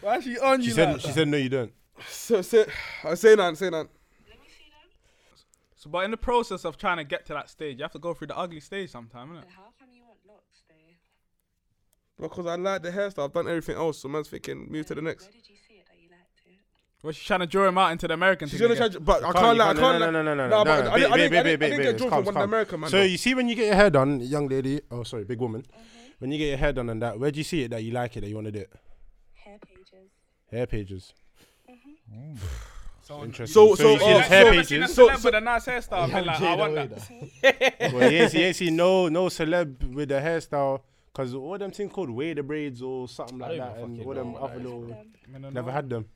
Why is she on She you? said like she that? said no, you don't. so, say, I say that, say that. Let me see them. So, but in the process of trying to get to that stage, you have to go through the ugly stage sometime, innit? But how come you want locks though? Because I like the hairstyle, I've done everything else, so man's thinking, move to the next. Where did you see it that you liked it? Well, she's trying to draw him out into the American She's thing. gonna try, again. to- but I You can't you lie, I can't No, lie. no, no, no, Nah, but no. no, I didn't- I babe, didn't- I babe, didn't- I babe, didn't babe, get babe, drawn calm, from one calm. American man, So though. you see when you get your hair done, young lady. Oh, sorry, big woman. Mm-hmm. When you get your hair done and that, where do you see it that you like it that you want to do it? Hair pages. Hair pages. So Interesting. So- so, you see uh, his hair so- Seen a pages. so- celeb with a nice hairstyle, I've been like, I want that. well, yeah, see, yeah, see, no, no celeb with the hairstyle, cause all them things called way the braids or something don't like that, even and fucking all them know what other that is. little. Never Never had them.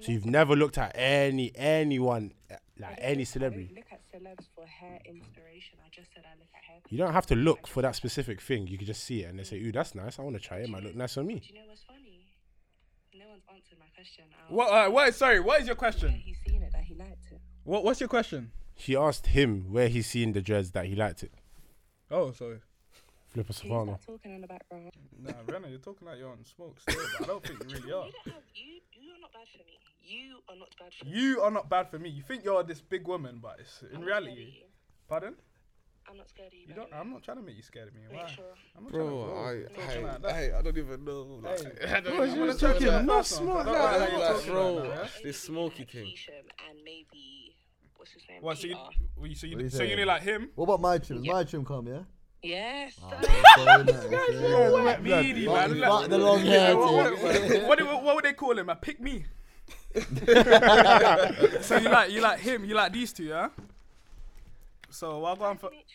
So you've never looked at any anyone uh, like any celebrity. Look at celebs for hair inspiration. I just said I look at hair. You don't have to look for that specific thing. You can just see it and they say, "Ooh, that's nice. I want to try it. Might look nice on me." Do you know what's funny? No one's answered my question. I What, uh, what, sorry, what is your where question? he's seen it that he liked it. What, what's your question? She asked him where he's seen the dress that he liked it. Oh, sorry. Flipper Who's that Savannah. talking in the background? Nah, Renna, you're talking like you're on smoke still, but I don't think you really are. You don't have you. You are not bad for me. You are not bad for me. You are not bad for me. You think you're this big woman, but it's in I'm not scared of reality. you. Pardon? I'm not scared of you. You by don't. the way. I'm not trying to make you scared of me. Make Why? sure. I'm not Bro, I, trying to. I, I, I don't even know. Like, I don't even know. you're talking no smart I don't guy. even know, like, Like, Bro, yeah. this smoky thing. Hisham and maybe what's his name? What? So you, Peter. well, you- so What are you, you so you saying? knew like him? What about my trim? Is My trim come, yeah? Yes. Meaty man. Fuck like- the long hair, Yeah, What what- dude. what- what do- what would they call him? A pick me. so you like you like him? You like these two, yeah? So what go on for? Dimitri.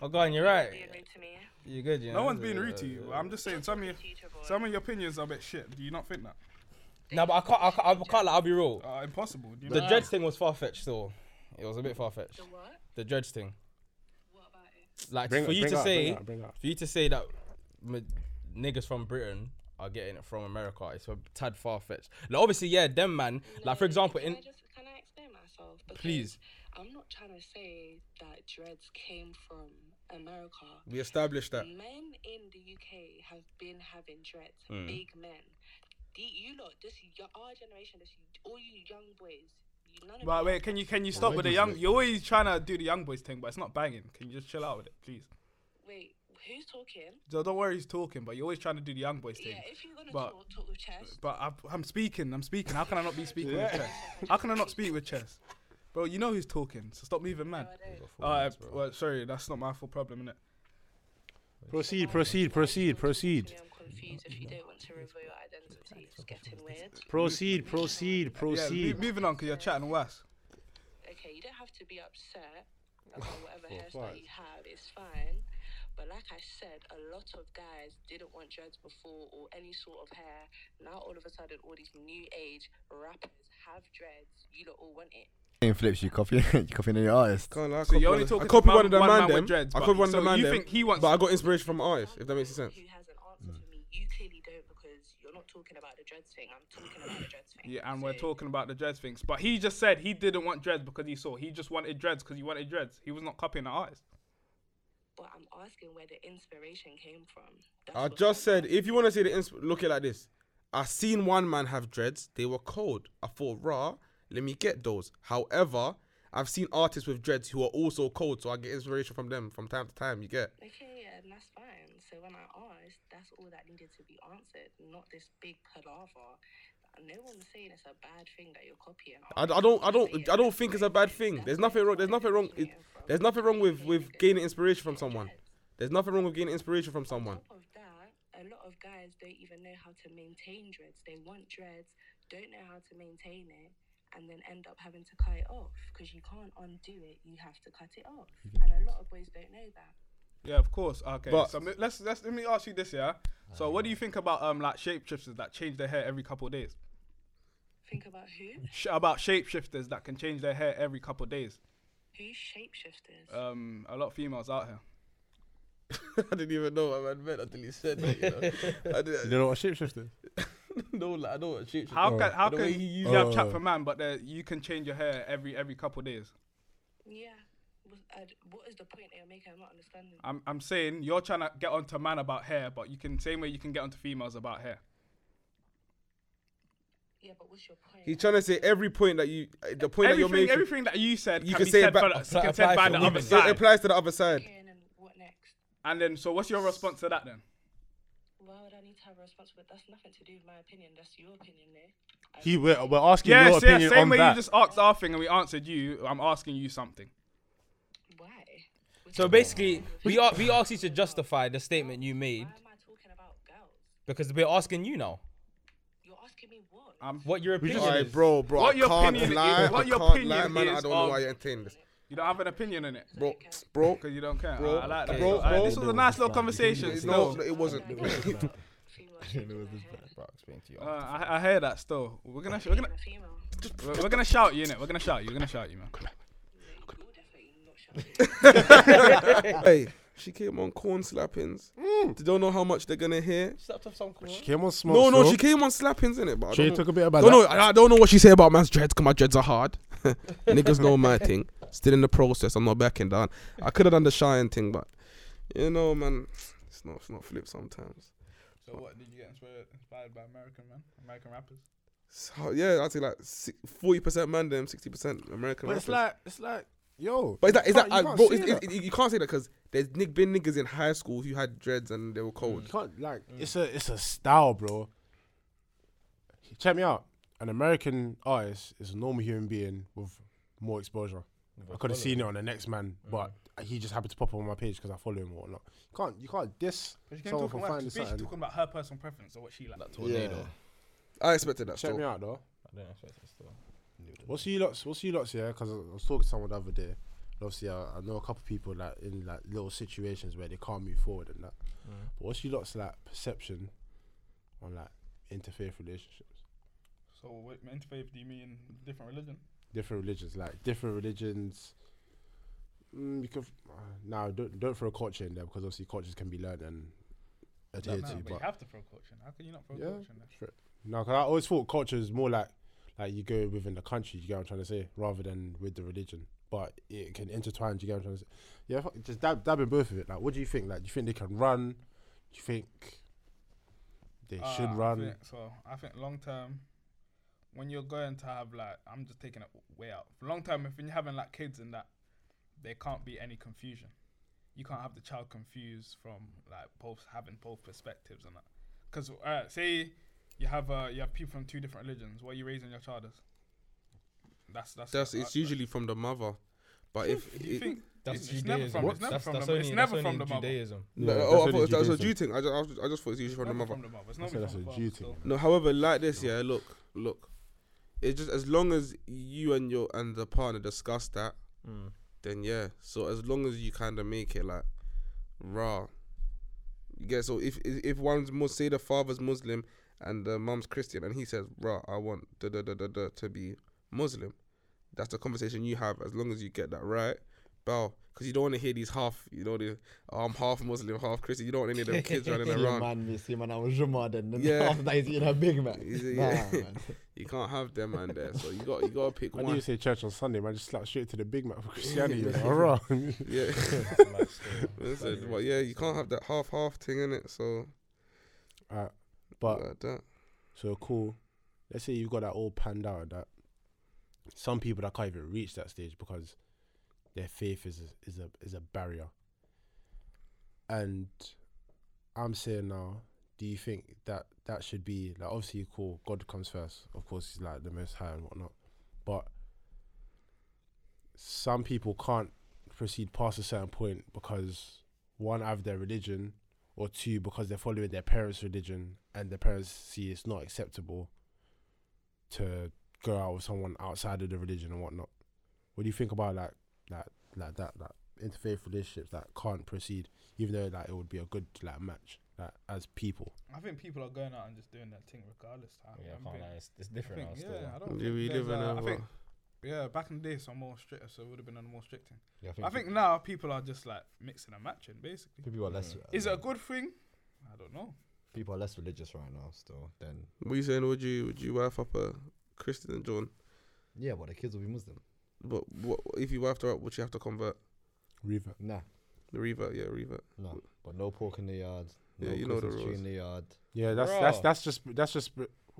Oh, go on, you're right. Being rude to me. You're good, you know. No one's being rude to you. I'm just saying some of your, some of your opinions are a bit shit. Do you not think that? Nah, but I can't, I can't, I can't like, I'll be real. Uh, impossible. Do you The not? dreads thing was far fetched, though. It was a bit far fetched. The what? The dreads thing. What about it? Like, Bring for it- you bring to it up, bring say, it up, bring it up. for you to say that ma- niggas from Britain are getting it from America, it's a tad far fetched. Like, obviously, yeah, them man. Like, Uh, for No, example, can in I just, can I explain myself? Because Please. I'm not trying to say that dreads came from America. We established that. Men in the UK have been having dreads, Hmm. big men. The, you lot, this your, our generation, this all you young boys. You, none of Right, you wait. have Can that. you can you stop with the young? You're always trying to do the young boys thing, but it's not banging. Can you just chill out with it, please? Wait, who's talking? So don't worry, he's talking, but you're always trying to do the young boys thing. Yeah, if you're gonna But- talk, talk with chest. But I, I'm speaking. I'm speaking. How can I not be speaking with chess? How can I not speak with chess? Bro, you know who's talking, so stop moving, man. I don't. Alright, well, sorry, that's not my full problem, innit? Proceed, proceed, proceed, proceed, Yeah, I'm confused. If you don't want to reveal your identity, it's getting weird. proceed, proceed, Yeah, mo- proceed. moving on, because you're chatting worse. okay, you don't have to be upset about whatever hairstyle you have, it's fine. But like I said, a lot of guys didn't want dreads before or any sort of hair. Now all of a sudden, all these new age rappers have dreads. You lot all want it. Name flips you copy you copying your artist. Can't lie, I So copied you're only one- I talking copied about one of the one man man with them. dreads, I but- copied one of so the man you them, think he wants- But I got inspiration from artists, if that makes Someone sense. Who has an answer for me? You clearly don't because you're not talking about the dreads thing. I'm talking about the dreads thing. Yeah, and we're So, talking about the dreads things. But he just said he didn't want dreads because he saw. He just wanted dreads because he wanted dreads. He was not copying the artist. But I'm asking where the inspiration came from. That's I what just I'm said, if you want to see the insp- look at it like this. I seen one man have dreads. They were cold. I thought, rah, let me get those. However, I've seen artists with dreads who are also cold, so I get inspiration from them from time to time. You get? Okay, yeah, and that's fine. So when I asked, that's all that needed to be answered, not this big palaver. No one's saying it's a bad thing that you're copying. I, I don't, I don't, I don't think it's a bad thing. There's nothing wrong. There's nothing wrong. It, there's nothing wrong with with gaining inspiration from someone. There's nothing wrong with gaining inspiration from someone. On top of that, a lot of guys don't even know how to maintain dreads. They want dreads, don't know how to maintain it, and then end up having to cut it off because you can't undo it. You have to cut it off, and a lot of boys don't know that. Yeah, of course. Okay, But- so m- let's let's let me ask you this, yeah. So what do you think about um like shapeshifters that change their hair every couple of days? Think about who? Sh- about shapeshifters that can change their hair every couple of days. Who shapeshifters? Uh. Um, a lot of females out here. I didn't even know what man meant until he said that. You know? I You didn't don't know what shapeshifter? know, like, I know what shit. How can how The way can he Oh. you used have it. chat for man, but uh, you can change your hair every every couple of days? yeah. Was- I'd- What is the point that you're making? I'm not understanding. I'm I'm saying you're trying to get onto man about hair, but you can same way you can get onto females about hair. Yeah, but what's your point? He's trying to say every point that you, uh, the point that you're Everything, making, everything that you said You can, can be say said, ba- by, the- apply- can said apply by for the women. other it side. applies to the other side. Okay, and then what next? And then, so what's your response to that then? Why would I need to have a response? But that's nothing to do with my opinion. That's your opinion, there. He we're, we're asking your Yes, yeah, opinion same on way that. you just asked our thing and we answered you. I'm asking you something. Why? What's So your- basically, we are we asked you to justify the statement you made Why am I talking about girls? because we're asking you now You're asking me what? Uh. I'm what your opinion Alright, is. bro, bro. What I your can't opinion is- lie. what I your can't lie, opinion man. I is don't know of- why you're entertaining this, You don't have an opinion in it bro. Bro, because you don't care. Bro, I, I like that. bro, Alright, bro. this was a nice little conversation. it's Still, no, it wasn't. Female changing their hair. Bro, explain to you. uh, I, I hear that. Still, we're gonna we're gonna Being a female. we're, we're gonna shout you in it. We're gonna shout you. We're gonna shout you, man. You're definitely not shouting. hey, she came on corn slappings. Mm. They don't know how much they're gonna hear. Slept off some corn. She came on smoke. No, no, Show. she came on slappings in it, but I Should don't you know- talk a bit about don't that? know. I I don't know what she said about man's dreads. Cause my dreads are hard. Niggas know my thing. Still in the process. I'm not backing down. I could have done the Cheyenne thing, but you know, man, it's not it's not flip sometimes. So what did you get inspired, inspired by American man? American rappers? So, yeah, I'd say like forty percent man, them sixty percent American. But it's rappers. like it's like yo. But is that, is that, can't- uh, you can't bro, say is, is, that. you can't say that because there's nick, been niggas in high school who had dreads and they were cold. You can't like it's a it's a style, bro. Check me out. An American artist is a normal human being with more exposure. I could have seen it on the next man, but he just happened to pop up on my page because I follow him or whatnot. You can't you can't diss But she came someone talking for about, finding she's basically something. talking about her personal preference or what she likes. Tornado. I expected that. Mm. Check still. me out though. I don't expect it still. What's you lots? What's you lots? Yeah, because I was talking to someone the other day. and Obviously, I, I know a couple of people like in like little situations where they can't move forward and that. Mm. But what's you lots like perception on like interfaith relationships? So what interfaith do you mean different religion? different religions, like different religions. Mm, you could uh, now don't don't throw culture in there because obviously cultures can be learned and adhered No, to. but you But have to throw culture. in. How can you not throw Yeah. culture? in there? no, because I always thought culture is more like like you go within the country. You get what I'm trying to say, rather than with the religion. But it can intertwine. Do you get what I'm trying to say? Yeah, fuck, just dab dab in both of it. Like, what do you think? Like, do you think they can run? Do you think they Uh, should I run? think- so I think long term, when you're going to have like, I'm just taking it way out. For long term, if you're having like kids and that, there can't be any confusion. You can't have the child confused from like both having both perspectives and that. Because uh, say you have uh, you have people from two different religions. What are you raising your child as? That's that's That's it's that's- usually from the mother, but if You it, think That's it's Judaism. never from it's never that's, from that's the only, it's never that's from the only mother. It's Judaism. no, Yeah, oh, I that's only thought it was- that's a Judaism. Jew thing. I just, I was- I just thought it's usually from the never mother. from the mother. It's I not said that's a from the Jew father. thing. still. No, however, like this, yeah. Look, look. It's just as long as you and your and the partner discuss that, then yeah. So as long as you kind of make it like, raw. Yeah, so if if if one's Mus say the father's Muslim and the mum's Christian, and he says, "Raw, I want da da da da da to be Muslim," that's the conversation you have. As long as you get that right, bow, because you don't want to hear these half, you know, the oh, I'm half Muslim, half Christian. You don't want any of them kids running See, around. man, we see, man, I was Juma then. then Yeah. After that, he's eating a Big Mac. Is it- nah, yeah. man. You can't have them man there. So you got you got to pick I didn't one. say church on Sunday, man. I just slapped straight to the Big Mac for Christianity. like, Hurrah. Yeah. Listen, but yeah, you can't have that half half thing in it. So Alright, but like that. So cool. Let's say you've got that all panned out. That some people that can't even reach that stage because their faith is a, is a is a barrier. And I'm saying now, do you think that that should be like obviously cool? God comes first, of course. He's like the Most High and whatnot, but some people can't proceed past a certain point because one, either their religion, or two, because they're following their parents' religion and their parents see it's not acceptable to go out with someone outside of the religion and whatnot. What do you think about like that like that like interfaith relationships that can't proceed even though like it would be a good like match like as people? I think people are going out and just doing that thing regardless. I Yeah, I'm can't being- lie, I it's, it's different think- now. Still. yeah, I don't Do think we there's live in a- a I think, what? yeah, back in the day, so I'm more strict, so it would have been on a more strict thing. Yeah, I think now people are just like mixing and matching, basically. people are less. Is it a good thing? I don't know. People are less religious right now still than What you saying? Would you would you wife up a Christian and John? yeah, but the kids will be Muslim. But what if you wifed her up? Would you have to convert Reva. Nah, the revert? Yeah, revert. no. But no pork in the yard. No Yeah, you know the Christmas tree rules. in the yard. Yeah, that's that's Raw. that's just that's just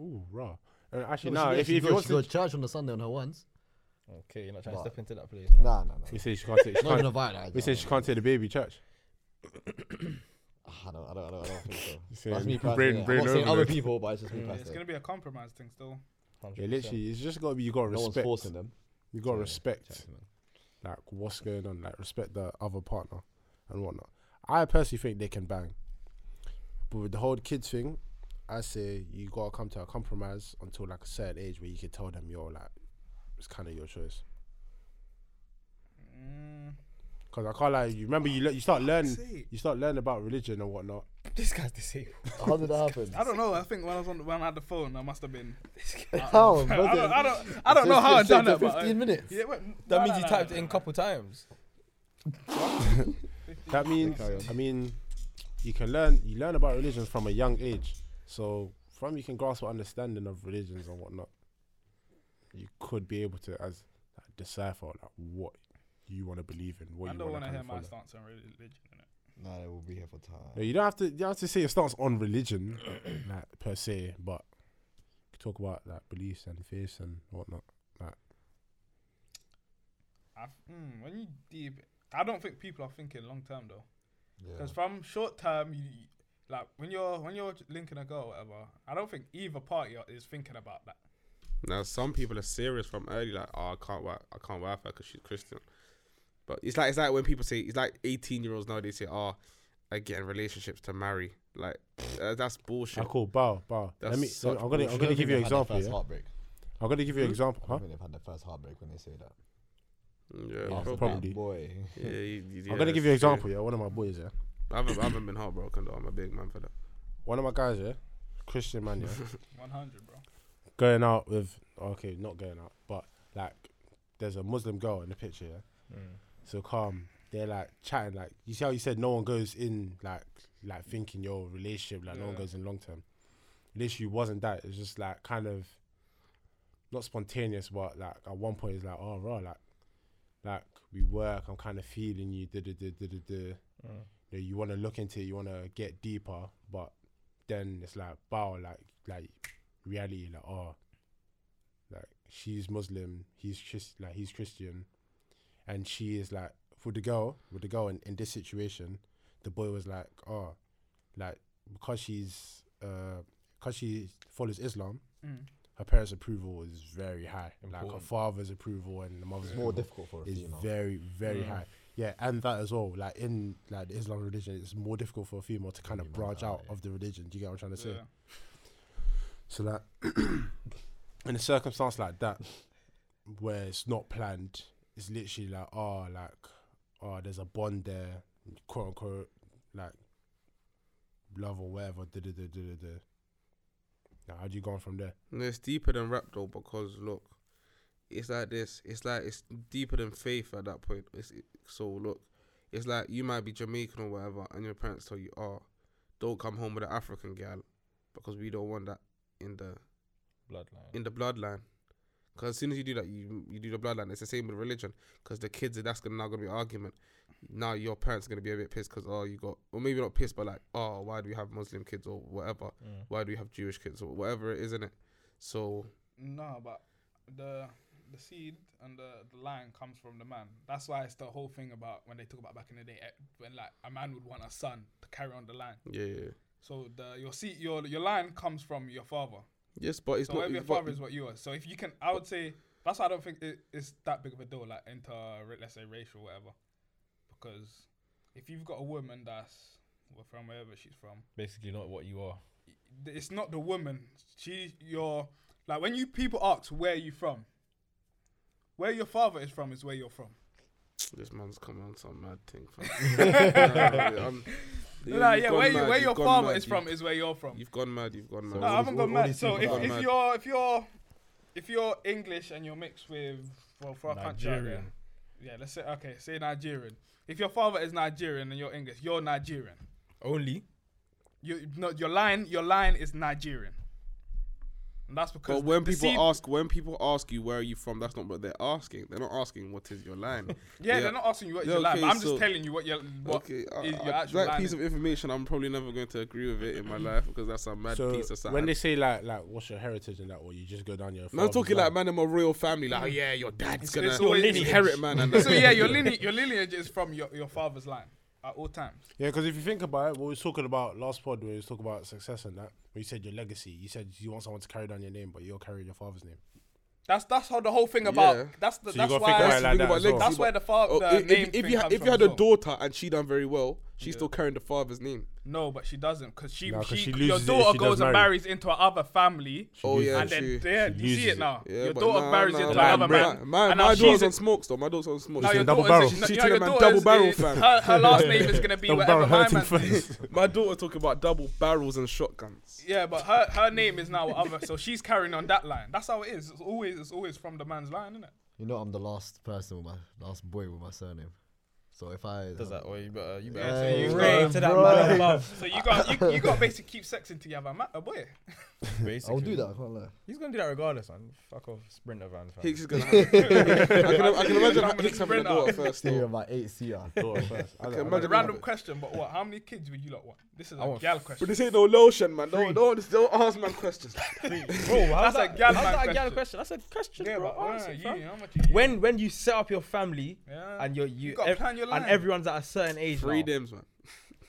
ooh raw. And actually No, no, she- if, she if go- you she want go to to church on the Sunday on her once. Okay, you're not trying to But- step into that place. Nah, nah, nah. we say she can't take she Not can't, gonna buy that. we say she can't take the baby church. I don't, I don't, I don't, I don't think so. Saying That's me brain- personally. yeah. brain I'm not saying overload. other people, but it's just me Yeah, Mm, it's personally. gonna be a compromise thing still. Yeah, literally it's just gotta be you gotta No one's respect forcing them. you gotta Yeah, respect Chat to them. like what's going on, like respect the other partner and whatnot. I personally think they can bang, but with the whole kids thing, I say you gotta come to a compromise until like a certain age where you can tell them you're like it's kind of your choice. Mm, Cause I can't like you remember you le- you start learning see, you start learning about religion and whatnot. This guy's disabled. How did that happen? I don't know. I think when I was on the, when I had the phone, I must have been. How? I Was don't, it- I don't, I don't know how I It's been done that, but I- Fifteen minutes. yeah, wait, That no, means no, you no, typed no, it in no. a couple times. That means I mean you can learn you learn about religion from a young age, so from you can grasp an understanding of religions and whatnot. You could be able to as like, decipher like what you want to believe in, what I you don't want want to to hear my follow. stance on religion. Innit? Nah, they will be here for No, time. you don't have to. You don't have to say your stance on religion, like per se, but you can talk about like beliefs and faiths and whatnot. I, mm, when you deep, I don't think people are thinking long term though. Yeah. Because from short term, you like when you're when you're linking a girl, or whatever. I don't think either party are- is thinking about that. Now some people are serious from early, like oh, I can't wife, I can't wife her because she's Christian. But it's like it's like when people say it's like eighteen year olds nowadays say oh, I get in relationships to marry. Like uh, that's bullshit. I cool. oh, Bow, bow. That's let me. such Let me I'm gonna. I'm gonna give you an example. First Yeah? heartbreak. I'm gonna give you an example. I Huh? don't think they've had their first heartbreak when they say that. Yeah, probably. After that, probably. Boy. Yeah, you- you- I'm yeah, gonna give you an it's true. example. Yeah, one of my boys. Yeah, I haven't, I haven't been heartbroken though. I'm a big man for that. one of my guys. Yeah, Christian man. Yeah, One hundred, bro. going out with. Okay, not going out, but like, there's a Muslim girl in the picture. Yeah, so calm. They're like chatting. Like you see how you said no one goes in like like thinking your relationship like no one Yeah. goes in long term. Literally wasn't that. It's just like kind of not spontaneous, but like at one point it's like oh raw like like we work. I'm kind of feeling you. Da da da da da da. You, know, you want to look into it. You want to get deeper, but then it's like bow like like reality like oh like she's Muslim. He's Chris like he's Christian and she is like for the girl with the girl in, in this situation the boy was like oh like because she's uh because she follows islam Mm. her parents approval is very high like her Important. father's approval and the mother's It's more approval difficult for a is female. very very Mm. high yeah and that as well like in like the islam religion it's more difficult for a female to kind of Female, branch out yeah. of the religion do you get what i'm trying to say Yeah. so that in a circumstance like that, where it's not ah, planned, it's literally like, oh, like, oh, there's a bond there, quote unquote, like love or whatever. Da, da, da, da, da, da. Now, how do you go on from there? No, it's deeper than rap though because look, it's like this. It's like it's deeper than faith at that point. It's it, so look, it's like you might be Jamaican or whatever, and your parents tell you, "Oh, don't come home with an African girl, because we don't want that in the Bloodline. in the bloodline." Because as soon as you do that, you you do the bloodline. It's the same with religion. Because the kids, that's gonna now gonna be an argument. Now your parents gonna be a bit pissed because oh you got or maybe not pissed, but like oh why do we have Muslim kids or whatever? Mm. Why do we have Jewish kids or whatever it is, isn't it? So No, but the the seed and the, the line comes from the man. That's why it's the whole thing about when they talk about back in the day eh, when like a man would want a son to carry on the line. yeah, yeah. yeah. So the your seed your your line comes from your father. Yes, but it's So not. whatever your it's- but- father is, what you are. So if you can, I would say that's why I don't think it, it's that big of a deal, like into ra- let's say racial whatever, because if you've got a woman that's well, from wherever she's from, Basically, not what you are. th- it's not the woman. She, your like when you people ask where you from, where your father is from is where you're from. This man's coming on some mad thing. Fam. I'm- Yeah, yeah, nah, you've yeah, gone where you, mad, where you've your gone father mad, is you've- from is where you're from. You've gone mad. You've gone mad. No, I haven't gone mad. So if, people are if mad. you're if you're if you're English and you're mixed with well for our country, out there, Nigerian. yeah, let's say okay, say Nigerian. If your father is Nigerian and you're English, you're Nigerian. Only. You no, your line your line is Nigerian, and that's because. But when the people seed- ask, when people ask you where are you from, that's not what they're asking. They're not asking what is your line. yeah, they they're are- not asking you what Yeah, your line. But okay, I'm just so- telling you what your what okay, I- is I- your actual that line. piece of information, I'm probably never going to agree with it in my life because that's a mad so piece of something. when they say like like what's your heritage and that, or you just go down your. man, I'm father's talking line. like man in my royal family, like oh, yeah, your dad's gonna it's always- inherit man. And so yeah, your lineage your lineage is from your, your father's line at all times. Yeah, because if you think about it, what we was talking about last pod, where we was talking about success and that, where you said your legacy, you said you want someone to carry down your name, but you're carrying your father's name. That's that's how the whole thing about Yeah. that's the, So you that's got to why think about that's it like that. about As well. legacy. That's where the father Oh, the if, name if, if thing you ha- comes if you from had as a well. daughter and she done very well, she's still carrying the father's name. No, but she doesn't because she, No, 'cause she, she your loses it if daughter she does goes and marry. marries into another family, Oh loses yeah, and then she, yeah, she you see loses it now. yeah, your but daughter nah, marries nah, into nah, another nah, man. My, my, and now my she's daughter's a- on smokes though. My daughter's on smokes. now your double daughter's- barrel. no, She's your telling man daughter's- double barrel, it- fam. Her, her last name is gonna be Double whatever barrel my hurting man's first. My daughter talking about double barrels and shotguns. Yeah, but her her name is now other, so she's carrying on that line. That's how it is. It's always it's always from the man's line, isn't it? You know, I'm the last person with my last boy with my surname. So if I um, Does that? Or you better. You Yeah, better. so you you- pray to that Bro. man above. So you got you, you got to basically keep sexing to you have a, ma- a boy. Basically. I'll do that. I can't lie. He's gonna do that regardless, man. Fuck off, sprinter van. Fam. Hicks is gonna. Have, I, can, I can Somebody imagine Hicks having a sprint out. daughter first. Thinking Though. about eight ah. seater. Daughter first. I I don't- can I don't- imagine. Random question, but what? How many kids would you lot want? This is I a want gal But question. this ain't no lotion, man. Don't don't, don't ask man questions. Bro, how's That's a that? gal how's man that a gal question? question. That's a question, Yeah, bro. but why Answer, are you? fam. How much are you? when when you set up your family Yeah. and you're, you You gotta ev- plan your and line. everyone's at a certain age now. Freedoms, man.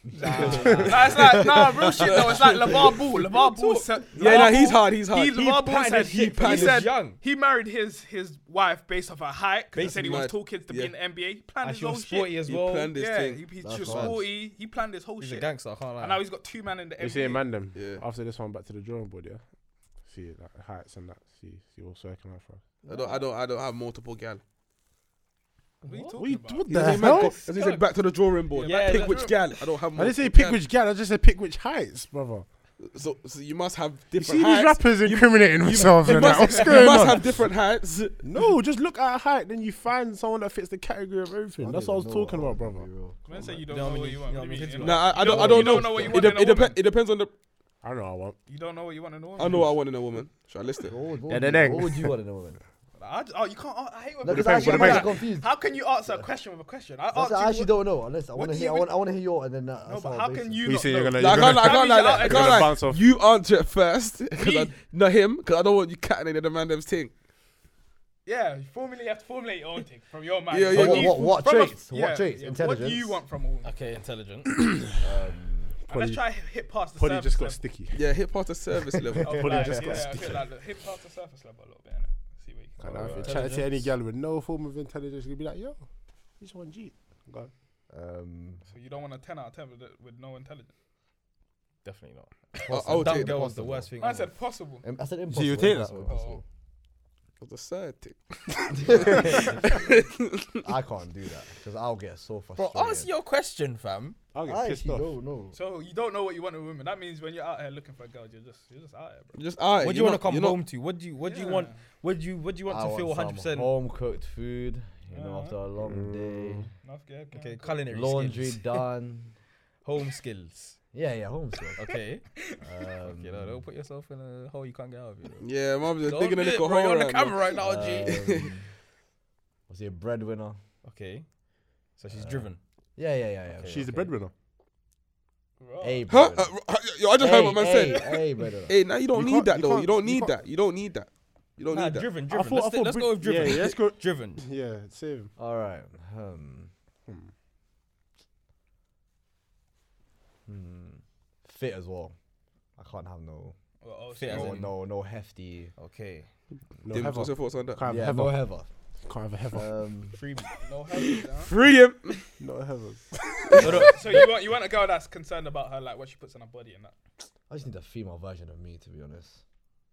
Nah, it's like, nah, real shit though. It's like LeVar Ball. LeVar Ball said, Yeah, nah, he's hard. He's hard. He, LeVar Ball planned said his he, shit, planned his said young. he married his his wife based off her height because he said he Basically, wants two kids to yeah. be in the NBA. He and planned his she whole was sporty shit. as He well. planned this Yeah, he, thing. he, That's she was hard. sporty. He planned his whole He's a shit. gangster. I can't lie. And now he's got two men in the You see it, NBA. man. Them. Yeah. After this one, back to the drawing board. Yeah. See like heights and that. See, see what's working out for. us. I don't. I don't. I don't have multiple gal. What are you What, you, talking about? what He the said, man, hell? go- as he said, back to the drawing board. Yeah, pick back which to gal. I don't have. I didn't multiple say pick gal. which gal. I just said pick which heights, brother. So, so you must have You different. see these heights. rappers incriminating themselves You and that. must, What's you going must on? have different hats. No, just look at a height, then you find someone that fits the category of everything. don't That's what I was even know talking what about, I want, brother. to be real. Man say you You don't know know how what many- you you want. know what how do many you kids mean? you Nah, I, I don't. I don't You know. don't know what you want it, in a it, dep- woman. it depends on the. I don't know. I want. You don't know what you want in a woman. I know what I want in a woman. Should I list it? What would, what Yeah, then, would you- then. what would you want in a woman? I j- oh, you can't. I hate when people No, because I Depends, actually, what I'm depends. actually confused. How can you answer a question with a question? I I asked you. actually what- don't know. Unless I want do to you hear, I even- want, I want to hear your, and then uh, No, that's but how how I base can it. you We not say know? you're gonna- Like, I can't, That I can't means like you're out- that. I you're can't gonna like. bounce off. You answer it first. Cause I, Me? not him, because I don't want you catting any of the man them's thing. Yeah, you formulate. You have to formulate your own thing from your mind. Yeah, yeah, What yeah. do you- What- what from a- traits? What traits? What do you Intelligence? want from a woman? okay, intelligent. And Let's Polly- try and hit past the Polly surface just got level. sticky. Yeah, hip hop the service level. Of Polly like, just got yeah, I sticky. feel like the- hit past the surface level a little bit. innit? See where you can Can't go. have it. Chat to any gal with no form of intelligence, you'd be like, yo, you just want G. Go. Um, So you don't want a ten out of ten with, the- with no intelligence. Definitely not. I, I would Dumb take that. girl was the worst thing. I ever. said possible. I said impossible. So you take that? impossible, impossible. of the side thing. I can't do that because I'll get so Bro, frustrated. answer your question, fam. I'll get I pissed actually off. don't know. So you don't know what you want in a woman. That means when you're out here looking for a girl, you're just you're just out here, bro. Just all right. What do you want to come home to? What do you What do you want? What do you What do you want I to feel want 100? some percent home cooked food. You know, Uh-huh. after a long day, Not scared, okay. Okay, culinary laundry skills. done. home skills. Yeah, yeah, home stuff. Okay, Um, you know, don't put yourself in a hole you can't get out of. You know? Yeah, mum's just Don't digging a do it, little bro, hole you're on the right now. camera right now, G. um, was he a breadwinner? Okay, so she's driven. Yeah, yeah, yeah, yeah. She's the breadwinner. A Huh? breadwinner. Uh, uh, yo, I just heard what man hey, said. hey, breadwinner. Hey, now you don't You need can't- that you though. You can't- don't you need can't- that. You don't need that. You don't Nah, need that. driven, driven. thought- I let's, th- thought let's Brit- go with driven. Yeah, yeah, let's go- driven. Yeah, save him. All right. Um, Hmm. hmm. Fit as well. I can't have no oh, Fit as no in- no, no hefty. Okay. No David, heather. what's your thoughts on that? Can't have yeah, a no heather. heather. Can't have a heather. Um, Free. No hurry, yeah. Free him. No heather. so you want you want a girl that's concerned about her like what she puts on her body and that. I just need a female version of me, to be honest.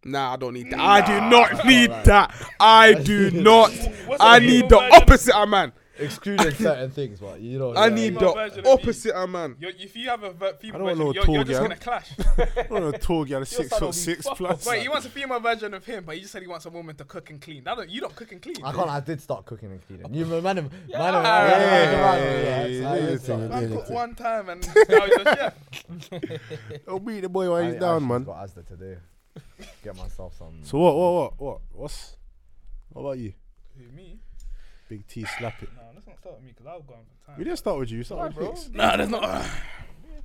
Nah, I don't need that. I do not need that. I do not. What's I the need female the version- opposite of man. Excluding certain things, but you know. I yeah, need female the version of you. opposite of man. You're, if you have a ver- female version, don't want no you're, you're tall just girl. gonna clash. I'm a tall girl, six son will foot be six fucked plus. Wait, he wants a female version of him, but he just said he wants a woman to cook and clean. That don't, you don't cook and clean. I can't. I did start cooking and cleaning. You man, man, man, Yeah, man, yeah, yeah, yeah, man. yeah. Man cook one time and now he's a chef. Oh, beat the boy while he's down, man. Got Asda today. Get myself some. So what, what, what, what, what's, what about you? Who, me? Big T, slap it. No, let's not start with me because I'll go on for time. We didn't start with you. Start with Hicks. Nah, that's not.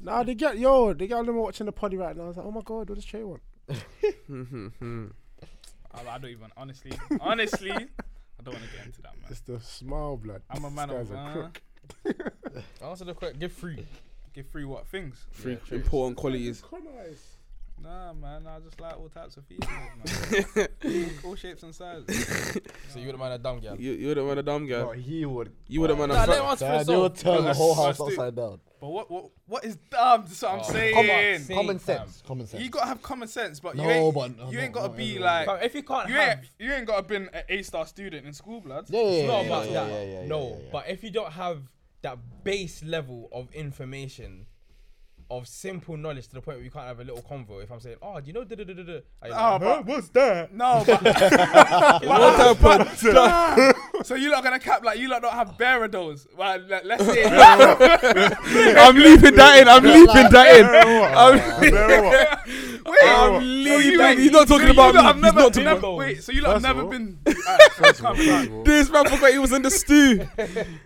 Nah, they get yo, they get them watching the potty right now. I was like, oh my god, what does Trey want? I, I don't even honestly, honestly, I don't want to get into that, man. It's the smile, blood. I'm a man this of guy's a uh, crook. Answer the question. Give free. give free what things. Free important qualities. Nah, man, I just like all types of females, man. all shapes and sizes. So you would have mind a dumb girl. You, you would have man a dumb No, guy. he would. You would have man a Nah, let him fat. answer for Dad, they would himself. turn the whole house Let's do- upside down. But what, what, what is dumb? That's what I'm Oh, saying. on. Common fam. sense. Common sense. You gotta have common sense, but you No, ain't, but no, you ain't not- gotta not be everyone. like Fam, If you can't you have ain't you ain't gotta been an A star student in school, blood. Yeah, yeah, It's yeah, not yeah, about yeah, that. yeah, yeah, yeah, no, yeah, yeah. but if you don't have that base level of information, of simple knowledge to the point where you can't have a little convo. If I'm saying, oh, do you know, da da da da da. Oh, but what's that? No, but so you lot gonna cap like you lot don't have bear of those. Well, let, let's say I'm leaving that in. I'm leaving that in. I'm- wait, I'm leaving. He's not talking you about lot me. have He's never- not never- talking. Wait, so you lot have First never of all- been? Alright, calm down. This man forgot he was in the stew.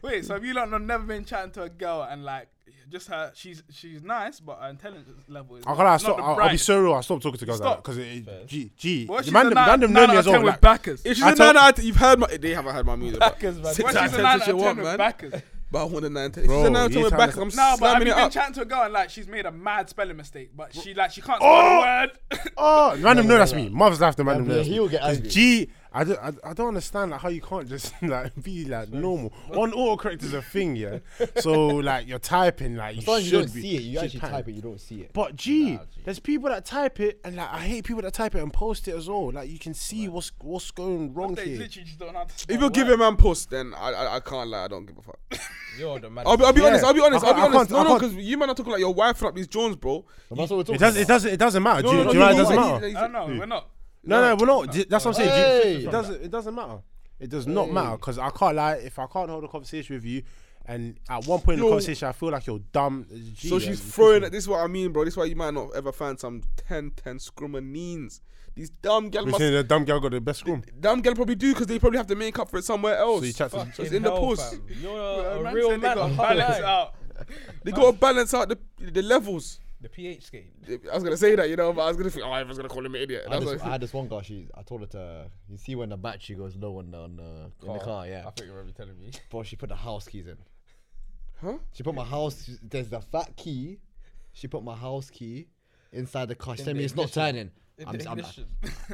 Wait, so have you lot not never been chatting to a girl and like just her? She's she's nice, but her intelligence level is. I'm not, gonna not stop. the I'll, I'll be brightest. so real. I stop talking to guys like Stop. because it, it gee gee. What if the she's man a them- nine- man them know nine me out as of well. ten with Like, backers? If she's I a tell- nine out, of- you've heard my. They haven't heard my music. but Six What out if of she's ten, a nine out six you of ten want, with man. backers? But I want a nine out of ten. If she's a Bro, nine out of ten you with trying back. to- I'm No, but have slamming you it been up. chatting to a girl and like she's made a mad spelling mistake, but she like she can't Oh! spell the word. Oh, man them know that's me. Mother's laugh. The man Yeah, them but know. that's he me. will get 'Cause angry. Gee, I don't, I, I don't understand like how you can't just like be like normal. On autocorrect is a thing, yeah. So like you're typing like you As long as should you don't be, see it, you should actually type. type it. You don't see it. But gee, there's people that type it, and like I hate people that type it and post it as well. Like you can see what's what's going wrong They here. literally just don't know how to spell If you're the giving man puss, then I, I I can't lie. I don't give a fuck. You're the man. I'll be, I'll be honest. I'll be honest. I I'll be can't- I honest. can't- No, I no, can't- because you man are talking like you're wifing up these Jones, bro. But that's what we're talking It doesn't. about. It doesn't. It doesn't matter. No, do you, no, no, do you know why it no, doesn't no, matter? word. I don't know, we're not. No, no, we're not. Th- That's what I'm saying. Do you- Hey. It doesn't. It doesn't matter. It does not matter because I can't lie. If I can't hold a conversation with you, and at one point in Yo. the conversation I feel like you're dumb. So she's throwing it. This is what I mean, bro. This is why you might not ever find some 10 10 scrummanines. These dumb gal must. the dumb girl got the best room. Damn girl probably do because they probably have to make up for it somewhere else. So you chat to- So it's in the post. You're A a, man real said they man. gotta I'm not balance Ah. lying. out. They gotta balance out the the levels. The pH scale. I was gonna say that, you know, but I was gonna think, oh, I was gonna call him an idiot. I had, That's this, I what- had this one girl. She, I told her to. You see when the battery goes low on the, on the in the car, I yeah. thought you were already telling me. Bro, she put the house keys in. Huh? She put my house. There's the fat key. She put my house key inside the car. She In said the me it's not ignition. turning. In I'm, the I'm, I'm, ignition.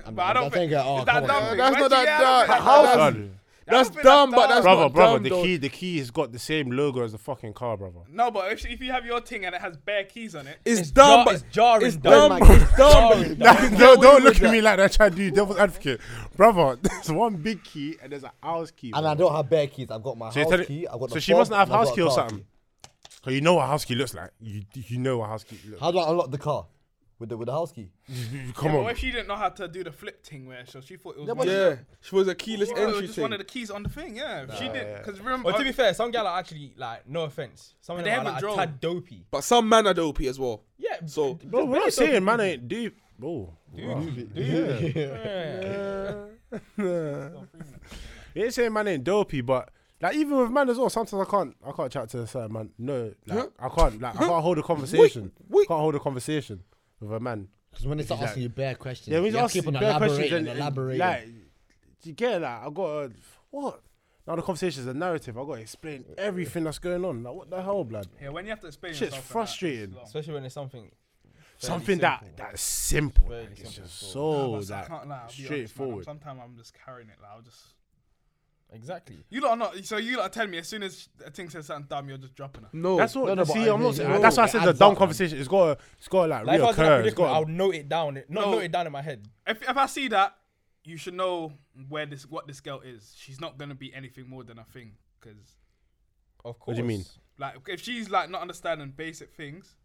I'm, But I I'm don't think thinking, oh, is that come dumb. on. Why'd That's not you that get out of dark. it? How- God. That's think dumb, but that's brother, not brother, dumb, the though. key, the key has got the same logo as the fucking car, brother. No, but if, if you have your thing and it has bare keys on it, It's, dumb, jar- but it's jarring, It's dumb. dumb. It's dumb. No, don't, don't look at me like that, trying to do devil's advocate, brother. There's one big key and there's an house key. And I brother. don't have bare keys. I've got my So, you tell house it- key. I've got so the she mustn't fob, have and I've house got a key or car something. Cause you know what house key looks like. You you know what house key looks. How do I unlock the car? With the with the house key. like. Come but on, what if she didn't know how to do the flip thing where so she thought it was one of the- Yeah, she was a keyless she thought it was entry just one of thing. the keys on the thing. Yeah, she did because remember. But to be fair, some gal are actually like, no offense, some of They them are haven't like, a drove. tad dopey. But some man are the OP as well. Yeah, So bro. We're not saying man ain't deep. Oh, we ain't saying man ain't dopey, but like even with man as well, sometimes I can't I can't chat to a certain man. No, like, I can't like I can't hold a conversation. wait. Can't hold a conversation with a man. Because when they start asking you bare questions, Yeah, we you just have to ask keep on bare questions and, elaborating, and, elaborating. Like, do you get that? I got a, what? Now the conversation's a narrative. I got to explain everything that's going on. Like, what the hell, blood? yeah, when you have to explain Shit's yourself and that, it's frustrating. long. especially when it's something. Something that that's simple. Fairly like, it's simple, just Nah, so but I like, can't lie, I'll be honest, man, I'm- straightforward. Sometimes I'm just carrying it. Like I'll just Exactly. you lot are not. So you lot are telling me as soon as a thing says something dumb, you're just dropping it. no, That's what. No, no, but see, I I'm not. mean, saying no, that's why I it said the adds dumb up, man. conversation. It's got. to It's got to like Like if I was in that reoccur. It's predicament, got. I'll to- note it down. Not No. note it down in my head. If if I see that, you should know where this what this girl is. She's not gonna be anything more than a thing. Because Of course. What do you mean? like if she's like not understanding basic things,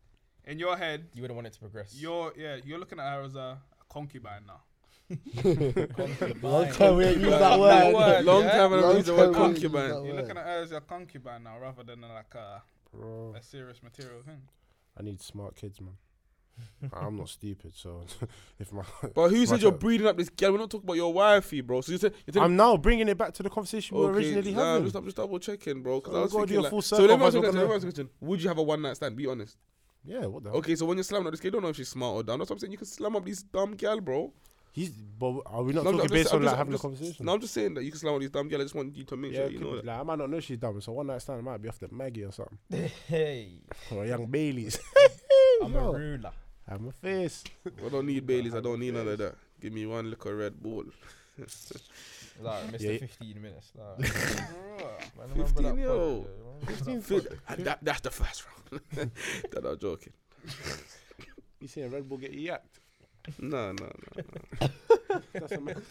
in your head, You wouldn't want it to progress. you're yeah you're looking at her as a, a concubine now. Long time we ain't used that That word. word, long yeah? time I Long don't use the word time we ain't used concubine. that You're word. looking at her as a concubine now, rather than like a a serious material thing. I need smart kids, man. I'm not stupid, so if my. But who said Watch you're out. breeding up this girl? We're not talking about your wifey, bro. So you said you're I'm now bringing it back to the conversation we were originally nah, having. just, I'm just double checking, bro. 'cause So I we was gotta do thinking, a like, full so circle, let me but ask you a we're question. let me gonna- ask you a question. Would you have a one night stand? Be honest. yeah, what the hell? Okay, so when you're slamming up this girl, you don't know if she's smart or dumb. That's what I'm saying. You can slam up these dumb gal, bro. He's. But are we not No, I'm talking just- based I'm on just- like I'm having just- a conversation? No, I'm just saying that you can slam up these dumb gal. I just want you to make Yeah, sure you could know be. that. like, I might not know she's dumb, so one night stand might be off the Maggie or something, Hey, or young Bailey's. I'm a ruler. I'm a face. I don't need Baileys. I don't need none of that. Give me one liquor Red Bull. Like, Mr. Yeah. 15 minutes. Like, Man, remember 15, that yo. pod, yeah, And that, that's the first round. that I'm joking. You seen Red Bull get yacked? No, no, no. That's a man.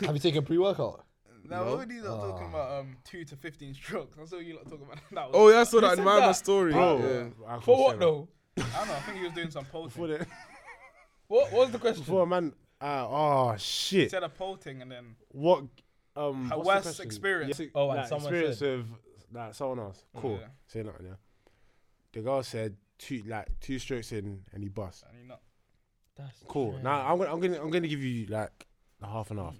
Have you taken pre workout? Now what were you lot talking about? Um, two to fifteen strokes. That's all you lot talking about. That was, Oh, yeah, I saw that said in my that? story. Yeah. Bro, I For what can't say that. though? I don't know. I think he was doing some poll For thing. the What, what was the question? for a man. Uh, oh He shit! said a poll thing and then What? Um, her what's the worst question? experience. Yeah, oh, and like, someone experience said, with like someone else. Cool. Yeah. Say nothing. Yeah. The girl said two like two strokes in and he bust. And you know, That's Cool. trash. Now I'm gonna I'm gonna I'm gonna give you like a half and half.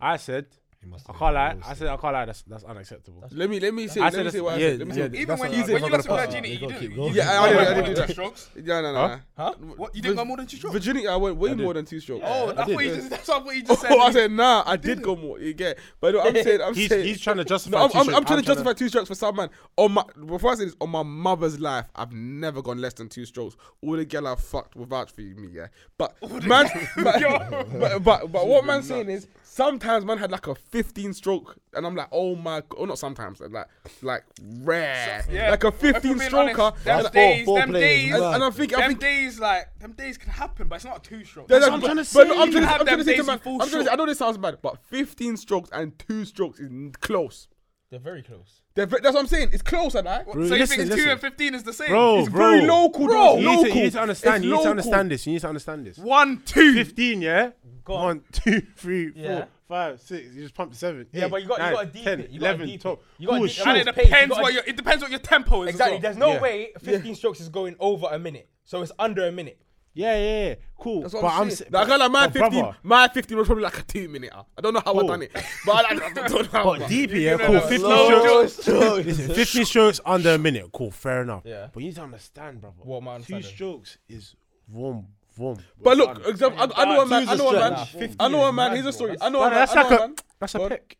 I said I can't lie. I said I can't lie. That's that's unacceptable. Let me let me say I let said me say that's- what I yeah, said. Let me say yeah, what- even that's when what you I said. when I'm you gonna lost to pause. Virginia, You you gotta didn't. keep You going. didn't Yeah, I go did- I more did than do two that. Strokes. Yeah, no, no, no. Huh? What you didn't go more than two strokes? Virginia, I went way I did. more than two strokes. Oh, that's what you did. just. That's what you just said. Oh, I said nah. I did go more. You get, but no, I'm saying, I'm He's saying, he's trying to justify. no, I'm, two I'm, strokes. I'm trying to justify two strokes for some man. On my before I say this, on my mother's life, I've never gone less than two strokes. All the girl I fucked will vouch for me, yeah. But man, but, but, but but what man's saying is sometimes man had like a 15 stroke, and I'm like, oh my, god. oh not sometimes, like like rare, Yeah. like a If we're 15 being stroker, honest, and, oh, Them That's four- days, four them players, days, man. and I'm thinking, I'm them thinking. days, like them days can happen, but it's not a two stroke. That's That's what I'm but- tryna but no, say. I'm trying You to, have I'm trying them to say to days man, you fall I'm trying to say, short. I know this sounds bad, but 15 strokes and two strokes is n- close. They're very close. They're ve- that's what I'm saying. It's close, and I. so you listen, think listen. two and fifteen is the same? Bro, It's bro. very local, You bro. need to- local. You need to understand. It's You need to local. understand this. You need to understand this. One, two. 15, yeah? Go on. One, two, three, four, Yeah. five, six. You just pumped seven. Yeah, eight, but you got- you nine, gotta deep 10, it, you gotta 11, deep it. 12. You gotta Who deep it. shoots? And it Pace, you depends gotta- what your it depends what your tempo is. as Exactly. well. There's no Yeah. way 15 strokes is going over a minute. So it's under a minute. Yeah, yeah, yeah. Cool. That's but what I'm, I'm saying. s- Like, I can't lie, my but 15, brother, my 15 was probably like a two minute. I don't know how I done it, but I like, I don't know. But man. oh, deep, yeah, know cool. that 15 slow strokes. Listen, 15 strokes under a minute. Cool, fair enough. Yeah. But you need to understand, brother. What am I Two understanding? strokes is vroom, vroom. But look, example, I, I know a man. I Jesus know a man. Christ. I know a man. Here's a story. I know a man. that's I know like a a, man. that's a Go on. pick.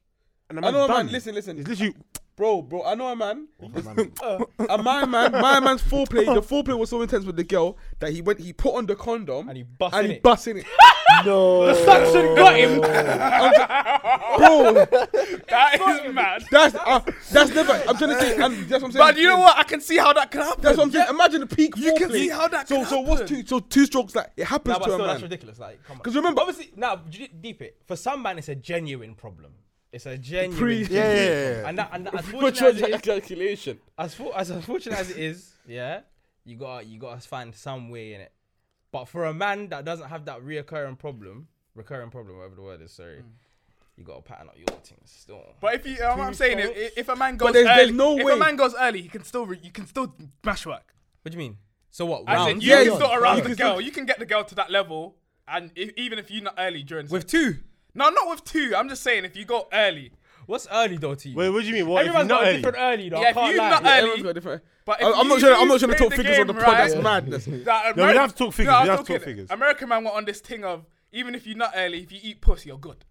And I know a man's man. done. Listen, listen. It's literally, Bro, bro, I know a man. and my man, my man's foreplay, the foreplay was so intense with the girl that he went, he put on the condom And he bust in and he it. bust in it. no. Suction got him. That is mad. That's uh, that's never. I'm trying to say, and that's what I'm saying. But you know what? I can see how that can happen. That's what I'm saying. Imagine the peak. You can foreplay. see how that So can so what's two? So two strokes like it happens Nah, but to still, a that's man. ridiculous. Like, come on. 'Cause remember- obviously, now deep it. For some man, it's a genuine problem. It's a genuine. problem. yeah, yeah, yeah. And that, and that, as Virtual fortunate as, it is, calculation. as, for, as unfortunate as it is, yeah, you got you got to find some way in it. But for a man that doesn't have that reoccurring problem, recurring problem, whatever the word is, sorry, you got to pattern up your things still. But if you, uh, what I'm saying is, i- if a man goes there's- early, there's no if way. a man goes early, he can still, re- you can still smash work. What do you mean? So what? I round? said, you Yeah, can yeah. still arouse the You can girl. You can get the girl to that level, and if, even if you're not early during. With two? no, not with two. I'm just saying if you go early. What's early though to you? Wait, what do you mean? What? if Everyone's you're got not a early? different early though. Yeah, I if can't you lie. not early- Everyone's got different. But if I- I'm you- not trying. if I'm you not trying to play talk the figures on the game pod. That's right- madness. That No, we Ameri- don't have to talk figures, I'm we have to talk talking- figures. American man went on this thing of even if you're not early, if you eat pussy, you're good.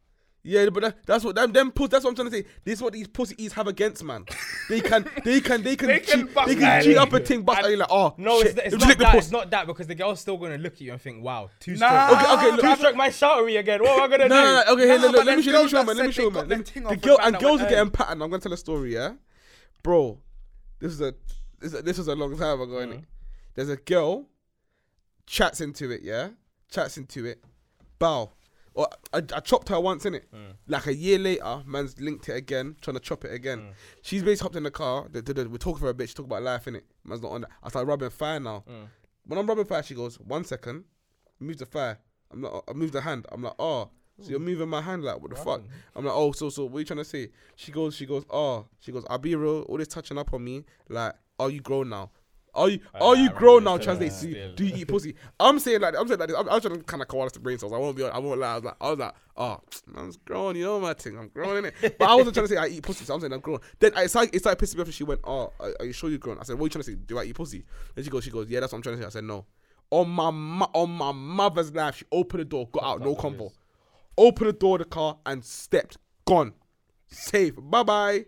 Yeah, but that, that's what them, them puss, That's what I'm trying to say. This is what these pussy eats have against man. They can, they can, they can, They can cheat, bust they can early. cheat up a thing, but are you like, oh, No, shit. it's, it's Would you not lick the that. puss? It's not that because the girl's still gonna look at you and think, "Wow, two Nah. stroke, Okay, okay, two look. stroke my shoutery again. What am I gonna No, do?" no, no. Okay, here, Nah, look, but look, let me them show, let me girls show, that man. Let me said they show, got man. Let me, that thing the off girl with man and that girls are went getting early. patterned. I'm gonna tell a story. Yeah, bro, this is a this is a, this was a long time ago. Mm. innit? There's a girl chats into it. Yeah, chats into it. Bow. Or I, I chopped her once in it. Mm. Like a year later, man's linked it again, trying to chop it again. Mm. She's basically hopped in the car. They, they, they- we're talking for a bit. She talk about life in it. Man's not on that. I start rubbing fire now. Mm. When I'm rubbing fire, she goes, one second move the fire. I'm like, I moved the hand. I'm like, oh, so you're moving my hand like, what the fuck? I'm like, oh, so so what are you trying to say? She goes, she goes, oh, she goes, I'll be real. All this touching up on me, like, are you grown now? Are you are you grown now? Translates to do you eat pussy? I'm saying like I'm saying like this. I'm, I'm trying to kind of coalesce the brain cells. I won't be on. I won't lie. I was like I was like oh I'm grown. You know my thing. I'm grown in it. But I wasn't trying to say I eat pussy. So I'm saying I'm grown. Then I, it's like it's like pissing me off. And she went oh are, are you sure you're grown? I said what are you trying to say? Do I eat pussy? Then she goes she goes yeah that's what I'm trying to say. I said no. On my mo- on my mother's life, she opened the door, got out, no convo. Opened the door of the car and stepped. Gone. Safe. Bye bye.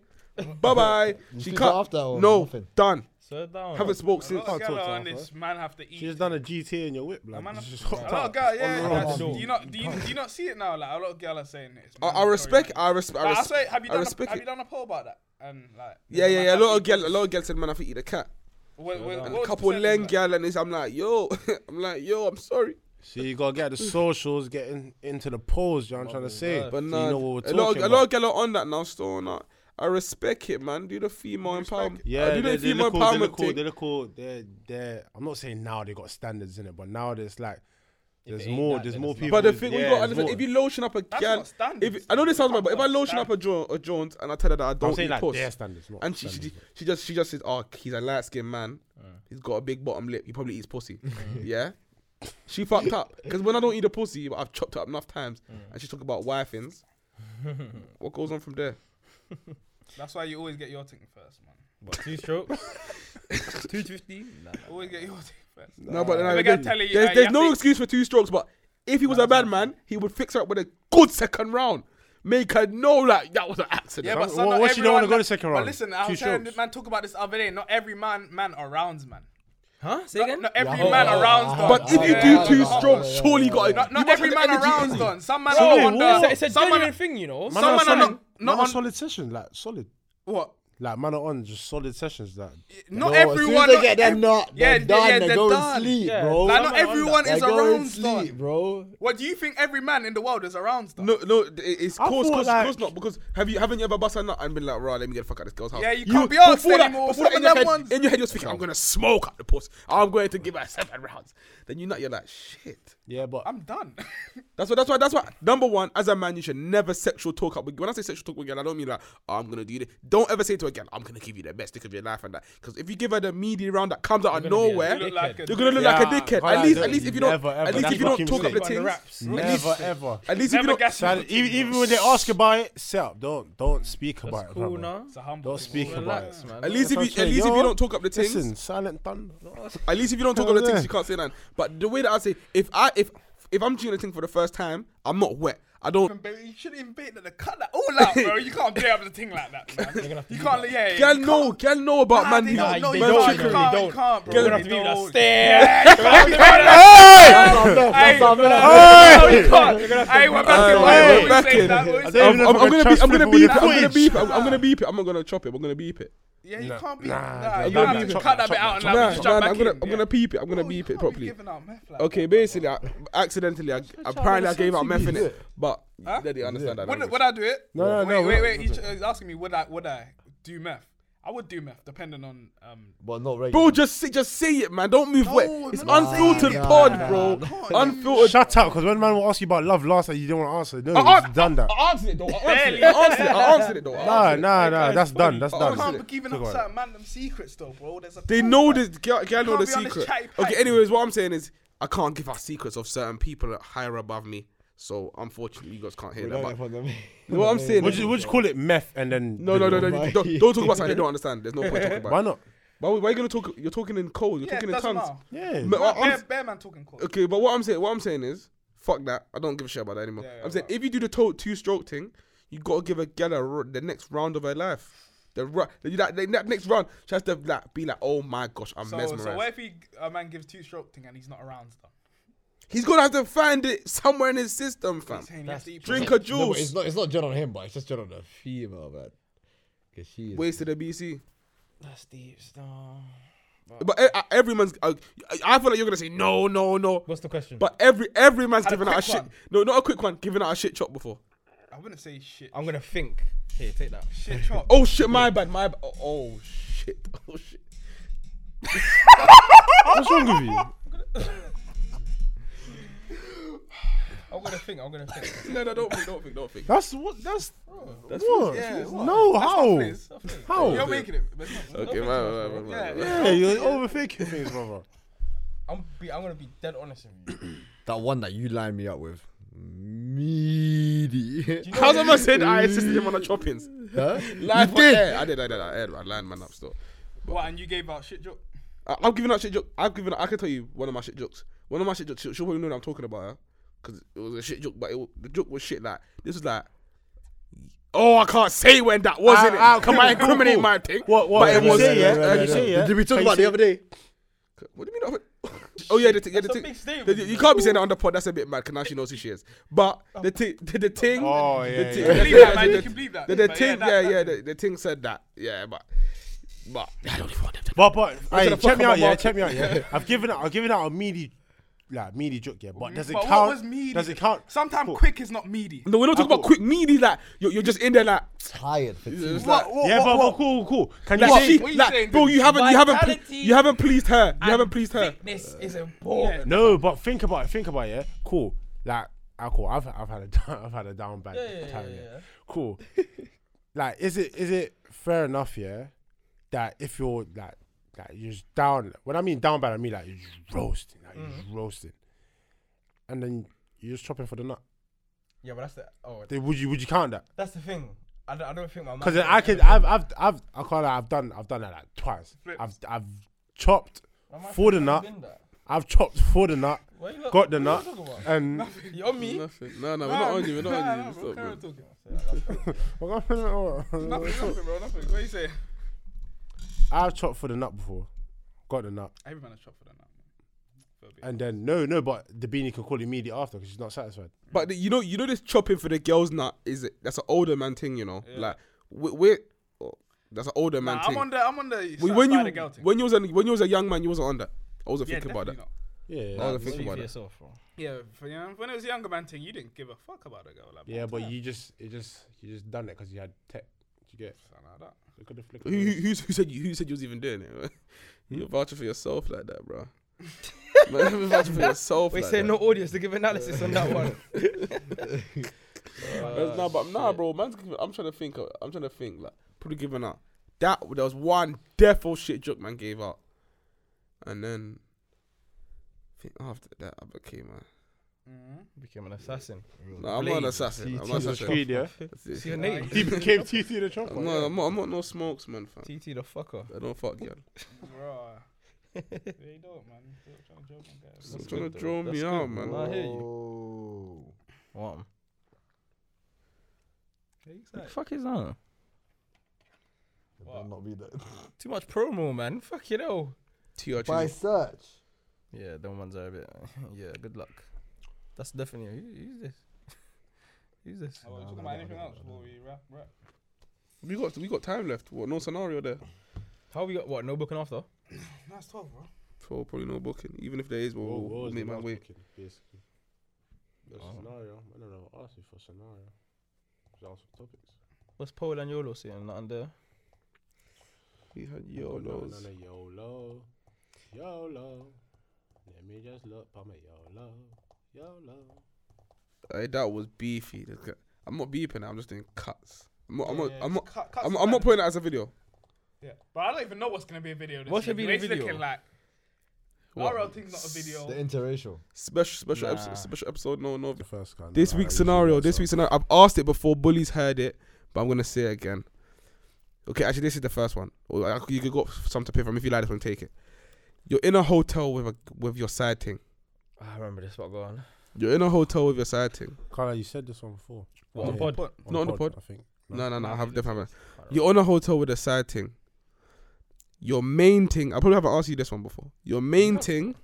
Bye bye. She She's cut. after or no. nothing? Done. So down. Haven't spoke since. Can't Girl talk to on her, this man have to eat. She just done a GT in your whip, A like. man just Oh, have- hopped a lot out. of girl, yeah. the yeah. road. Do you not do you, do you not see it now? Like a lot of girls are saying this. I, I respect. I respect. I, But I res- say, have you I done a, respect have it. you done a poll about that? And like, yeah, yeah, man yeah. A have lot to of eat girl, a pussy. lot of girl said, "Man, I eat a cat." What- what- And what a was couple the len percentage of girl, and this, I'm like, "Yo," I'm like, "Yo, I'm sorry." So you gotta get the socials, get in, into the polls. You know what I'm trying to say? Oh But So no, you know what we're a lot, talking of, a about. lot of girl are on that now. Still on that. I respect it, man. Do the female empowerment. Yeah, do they, the they female look cool. They empowerment look cool. They thing. look cool. They're they're. I'm not saying now they got standards in it, but now there's like there's ain't more. that, there's then more it's not. people. But the thing we yeah, got, there's listen, more. if you lotion up a girl, not standards, if I know this sounds though. bad, but if I That's not lotion up a Jones, a Jones, and I tell her that I I'm don't saying eat like puss, their standards, not and she, she standards. she just she just says, "Oh, he's a light skinned man. He's got a big bottom lip. He probably eats pussy." Mm. yeah, she fucked up because when I don't eat a pussy, but I've chopped it up enough times, Mm. and she talk about wifings. what goes on from there? That's why you always get your thing first, man. What, two strokes. Two fifty. Nah, nah. Always get your thing first. no, but then I- If a girl there's, tell you, uh, there's, you there's have no to- excuse for two strokes. But if he was a bad man, he would fix her up with a good second round, make her know like that was an accident. Yeah, Some- but some what- not what you don't wanna everyone that- go to second but round? listen, I Two was hearing strokes. this man talk about this the other day. Not every man man arounds man. Huh? Say Not, again. not every Yeah. man Oh, arounds. oh, done. But if you Yeah. do two yeah, strokes, yeah, surely you got. Not, not you must every have the man energy in arounds you. done. Some man So are wait, on what? the- It's a, it's a some man- genuine thing, you know. Man, are Someone are solid- not- not man are on- solid sessions, like solid. What? Like man are on just solid sessions. Like Not No, as soon as everyone. they not get that ev- nut, Yeah, they're yeah, done. yeah, they they're go done. to sleep, Yeah. bro. Like Some not are on everyone that. is They go to around sleep, done. bro. What do you think every man in the world is around done? No, no, it- it's I cause, thought, cause, like- cause not because have you haven't you ever bust a nut and been like, right, let me get the fuck out of this girl's house. Yeah, you can't be arsed anymore. Before Some that, of in your, them head, ones- in your head you're thinking, I'm gonna smoke up the puss. I'm going to give her seven rounds. Then you nut, you're like, shit. yeah, but I'm done. That's why. That's why. That's why. Number one, as a man, you should never sexual talk up. With, when I say sexual talk with a girl, I don't mean like, oh, I'm gonna do this. Don't ever say to a girl, I'm gonna give you the best dick of your life and that. Because if you give her the media round that comes out of gonna be a nowhere, dickhead. you're Look like a gonna look Yeah, like a dickhead. At like, least, don't- at least if you don't, never, ever. at least That's if you don't fucking talk up the On sick. the things, wraps. at least- never ever. at least if you Never don't. guess. So even, even when they ask about it, set up. Don't don't speak about it. Cool, brother. no. It's a humble. Don't thing. speak about Relax, it. man. At least if That's you, what I'm at saying. least if Yo, you don't talk up the things, Oh, Listen, silent thunder. At least if you don't talk Hell about the yeah. things, you can't say that. But the way that I say, if I if if I'm doing a thing for the first time, I'm not wet. I don't. But you shouldn't even bait that. They cut that all out, bro. You can't blame the thing like that, man. you can't. Yeah, yeah. Girl know, girl know about man. they Nah, don't. No, they you don't. can't. They You can't. don't. You can't, bro. You're gonna have to They be like, don't. stare. That's our man. Hey, we're Hey, back in. we're back in. back I'm, I'm, I'm gonna beep. I'm gonna beep. I'm gonna footage. beep. I'm, I'm gonna beep it. I'm not gonna chop it. I'm gonna beep it. Yeah, you can't be. Nah, Nah, nah, you nah, have nah, to chop cut that that, bit chop out and now that, Nah, we just nah, jump I'm back gonna in. I'm Yeah. gonna peep it. I'm gonna Bro, Oh, you beep it can't be properly. giving out meth like Okay, that, bro. basically, I, accidentally, I, apparently I gave out meth in it, but they didn't understand that. Would, language. would I do it? No, no, wait, no, Wait, we- wait. He's, he's asking me, would I, would I do meth? I would do meth, depending on. Um, But not regular. Bro, just say, just say it, man. Don't move No, wet. no, It's no, no, unfiltered no, no, pod, no, bro. no, Unfiltered. Shut up, because when man will ask you about love last, you didn't want to answer. No, I it's done that. I answered it though. I answered it. I answered it. Uh, I answered it though. I Nah, answered it. nah, nah. That's done. That's I you done. can't be it. giving Talk up about certain random secrets, though, bro. There's a They code, know man. this. Girl, girl know can't the be on this secret. chatty patty. Okay. Anyways, what I'm saying is, I can't give out secrets of certain people that higher above me. So unfortunately, you guys can't hear that. But what I'm saying Would is, you, would you call it meth and then? no, no, no, no. Why? Don't, don't talk about something they don't understand. There's no point talking about. Why not? Why, why are you gonna talk? You're talking in code. You're Yeah, talking in doesn't tongues. matter. Yeah. Ma- Bear, I'm- bear, bear man talking cold. Okay, but what I'm saying, what I'm saying is, fuck that. I don't give a shit about that anymore. Yeah, yeah, I'm saying right. if you do the to- two-stroke thing, you gotta give a gal a ro- the next round of her life. The ru- the- that, the- that next round, she has to like, be like, oh my gosh, I'm So, mesmerized. so what if he, a man gives two stroke thing and he's not around stuff? He's gonna have to find it somewhere in his system, fam. Saying you have to eat Drink a No, but it's juice. not. It's not gen on him, but it's just gen on the female, man. Cause she is. Wasted a BC. That's deep stuff. But e- uh, every man's. Uh, I feel like you're gonna say no, no, no. What's the question? But every every man's And a giving out a quick shit. one. No, not a quick one. Giving out a shit chop before. I wouldn't say shit. I'm gonna think. Here, take that. Shit chop. Oh shit, my bad, my bad. Oh, oh shit, oh shit. What's wrong with you? I'm gonna think. I'm gonna think. No, no, don't think, don't think, don't think. That's what. That's what? No, how? How? You're making it. but it's not- Oh. Okay, man, man, man, man, man. Yeah, you're overthinking things, brother. I'm be. I'm gonna be dead honest with you. that one that you lined me up with. Meaty. How's I said I assisted him on the choppings? Huh? Live You on did. air. I did, I did, I did. I lined man up still. What, and you gave out shit joke? I, I'm giving out shit jokes. I've given. I can tell you one of my shit jokes. One of my shit jokes. She'll, she'll probably know what I'm talking about, yeah? Cause it was a shit joke, but it, wa- the joke was shit. Like this was like. Oh, I can't say when that was, Ah, innit? ah, Come cool, on, cool, incriminate cool. my thing. What? But it What? You was- say yeah, yeah, yeah. You yeah. say yeah. Did we Can talk you about say- the other day? What do you mean? I- Oh yeah, the thing. Yeah, the That's a thing. big statement, The- You can't be saying that on the pod. That's a bit mad. Cause now she knows who she is. But Oh. the thing, the, the thing. Oh The yeah. thing- the yeah. Believe thing- that, man, the- you can believe that. The, the But yeah, thing, that- yeah, that- yeah, the, the thing said that, yeah, but, but I don't even want them to. But but hey, fuck check me up my out, yeah. market. Check me out, yeah. I've given out. I've given out a meaty, like meaty joke, yeah. But does it But count? what was meaty? Does it count? Sometimes Cool. quick is not meaty. No, we're not talking about quick meaty. Like you're, you're just in there, like, Tired. Fatigued. it's like- What, what, Yeah, what, but, what? but cool, cool. Can like, you she, say? what are you like, saying, bro, you haven't, you haven't, ple- Vitality you haven't pleased her. You haven't pleased her. Fitness is important. No, but think about it. Think about it. Yeah, cool. Like, ah, cool. I've I've had a down, I've had a down bad Yeah, yeah, time. yeah, Yeah, yeah. cool. like, is it is it fair enough? Yeah, that if you're like like you're just down. When I mean down bad, I mean like you're just roasting, like Mm-hmm. you're just roasting, and then you're just chopping for the nut. Yeah, but that's the. Oh, Then Would you would you count that? that's the thing. I don't, I don't think my man. Because I could, I've, I've, I've, I can't lie, I've done, I've done that like twice. I've, I've chopped for the nut. I've chopped for the nut. What you lot- Got the what you nut. talking about? And You on me? Nothing. No, no, we're not on you. We're not on you. Stop, man. Nothing, bro, nothing. What you say? I've chopped for the nut before. Got the nut. Every man has chopped for that now. And then no, no, but the beanie could call immediately after because she's not satisfied. But the- you know, you know, this chopping for the girls nut is it? That's an older man thing, you know. Like we, we're oh, that's an older man Nah, thing. I'm on the, I'm on the. when, when side you of girl thing. when you was a, when you was a young man, you wasn't on that. I wasn't yeah, thinking about that. definitely Yeah, I yeah, wasn't thinking about that. yourself, bro. not. Yeah, for, you know, when it was a younger man thing, you didn't give a fuck about a girl. Like, yeah. But you just, it just, you just done it because you had tech. Did you get? something like that. Look at the flick. Who, who, who's- who said you, who said you was even doing it? You're vouching for yourself like that, bro. man, you're vouching for yourself. Wait, like say that. no audience to give analysis on that one. Man's- nah, but nah, bro. Man's giving, I'm trying to think. Of, I'm trying to think. Like, probably giving up. That there was one defo shit joke man gave up, and then I think after that I became a. Mm-hmm. Became an assassin. Nah, I'm not an assassin. I'm not an assassin. yeah. See your name. He became TT the chopper. I'm not, I'm, not, I'm not no smokes man, fam. TT the fucker. I don't fuck y'all. Bro. they don't, man. They're trying to joke on guys. Trying to draw me out, man. Oh. Nah, I hear you. What? weeks. What Like, the fuck is that? Better not be that. Too much promo, man. Fuck you know. TR By Chisel. search. Yeah, them ones are a bit. Yeah, good luck. That's definitely. Who, who's this? who's this? Um, oh, well, talking about anything else before we wrap, wrap. We got we got time left. What no scenario there? How we got what? No booking after. That's 12, bro. So probably no booking. Even if there is, we'll, What- what we'll was make the my last way. booking, Basically, There's Oh. scenario. I don't know. Ask me for scenario. Just ask for topics. What's Paul and Yolo saying? Nothing there. We had Oh, no, YOLOs. no, no, YOLO. YOLO. Let me just look at my YOLO. YOLO. I, that was beefy. This guy- I'm not beeping. I'm just doing cuts. I'm not. I'm not. I'm not. Cut, cut I'm, some I'm not time. putting it as a video. Yeah. But I don't even know what's going to be a video this What should year. be the It's video? looking like. What? RL thing's not a video. The interracial. Special special Nah. episode. Special episode. No no. The first kind. This week's scenario. This week's scenario. I've asked it before. Bullies heard it, but I'm gonna say it again. Okay, actually, this is the first one. Or I- you could go up some to pick from. If you like this one, take it. You're in a hotel with a with your side thing. I remember this. What going? You're in a hotel with your side thing. Carla, you said this one before. What Yeah. on pod? Not on the pod. I think. No, no, no. I have definitely. I don't know. You're on a hotel with a side thing. Your main thing. I probably haven't asked you this one before. Your main thing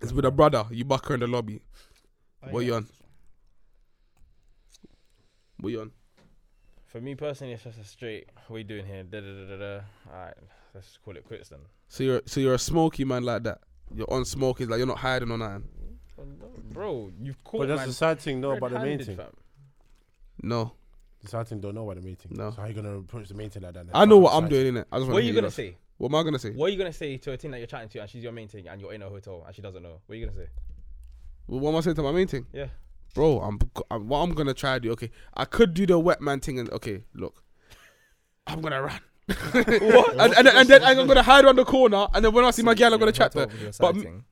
is with a brother. You buck her in the lobby. Oh, What you on? What you on? For me personally, it's just a straight. What you doing here? Da da da da da. All right, let's just call it quits then. So you're so you're a smoky man like that. You're on smokies like you're not hiding or nothing. Well, no, Bro, you've caught But that's man the sad thing, though, about the main red-handed, thing. fam. No, The sad thing, don't know about the main thing. No. So how you gonna approach the main thing like that? then? I know what Fucking I'm sad. doing innit? I just want What are you gonna say? say? What am I gonna say? What are you gonna say to a thing that you're chatting to and she's your main thing and you're in a hotel and she doesn't know? What are you gonna say? What am I saying to my main thing? Yeah. bro, I'm, I'm what I'm gonna try to do. Okay, I could do the wet man thing, and okay, look, I'm gonna run. and, and, and then I'm gonna hide around the corner, and then when I see my girl, I'm gonna chat to her. But But m-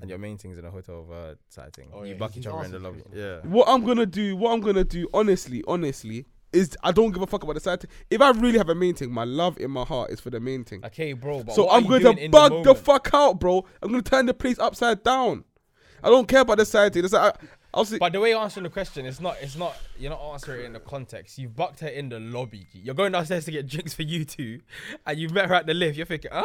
and your main thing's in a hotel of uh, a side thing. Oh, you yeah, buck he's each other in the asking lobby. Yeah. What I'm gonna do, what I'm gonna do, honestly, honestly, is I don't give a fuck about the side thing. If I really have a main thing, my love in my heart is for the main thing. Okay, bro. But So what are I'm you going doing to in bug the, moment? fuck out, bro. I'm gonna turn the place upside down. I don't care about the side thing. It's like, I, I'll see. But the way you're answering the question, it's not, it's not, you're not answering it in the context. You've bucked her in the lobby. You're going downstairs to get drinks for you two, and you've met her at the lift. You're thinking, huh?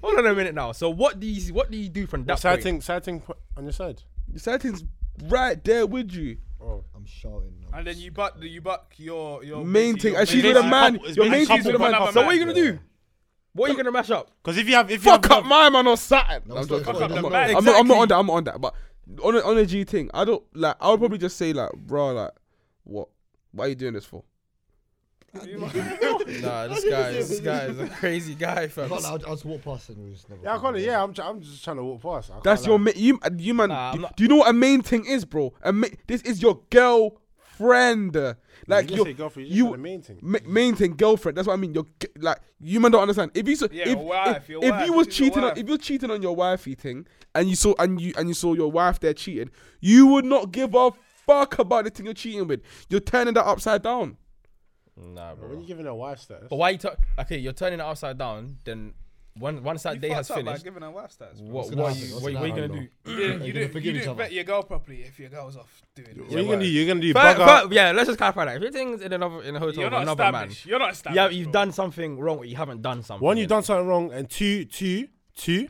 Hold on a minute now. So what do you, what do you do from that Sad point? thing. Sad thing po- on your side. The side thing's right there with you. I'm shouting. now. And then you buck, you buck your, your Main basically thing, your and she's with a main- man. couple- it's Your main basically thing's with a couple man. with So another what are you man. gonna do? What are you gonna mash up? Because if you have, if you fuck have, up my man on Saturn. No, I'm, it's not joking, fuck I'm up not, the I'm not. I'm not on that. I'm not on that. But on a, on a G thing, I don't like. I would probably just say like, bro, like, what? Why are you doing this for? Nah, this guy, this guy is a crazy guy, fam. Not now, I'll, I'll just walk past and we just never. yeah, I can't. Yeah, I'm. try- I'm just trying to walk past. I That's can't your lie. ma- you you man. Nah, I'm do, not- do you know what a main thing is, bro? A ma- this is your girlfriend. Like you, your say girlfriend, you, you- just said the main thing. ma- main thing, girlfriend. That's what I mean. Your g- like you man don't understand. If you so, Yeah, if, your wife, if, your if wife, you was she's your cheating on wife. if you're cheating on your wifey thing and you saw and you and you saw your wife there cheating, you would not give a fuck about the thing you're cheating with. You're turning that upside down. Nah, When bro. you giving a wife status, But why you? tur- okay, you're turning it upside down. Then when once that You day fucked has up by finished, giving her wife stats. bro. what gonna what, happen? you, What's what, gonna what you gonna happen, do? You didn't, you gonna didn't, forgive you each didn't other. vet your girl properly if your girl's off doing what it. are you gonna do? You're gonna do But, bug out. but, yeah, let's just clarify that. If your thing's in another in a hotel You're with not another man, established. You're not established. yeah, you've bro. done something wrong. or You haven't done something. One, you've innit? done something wrong, and two, two, two, you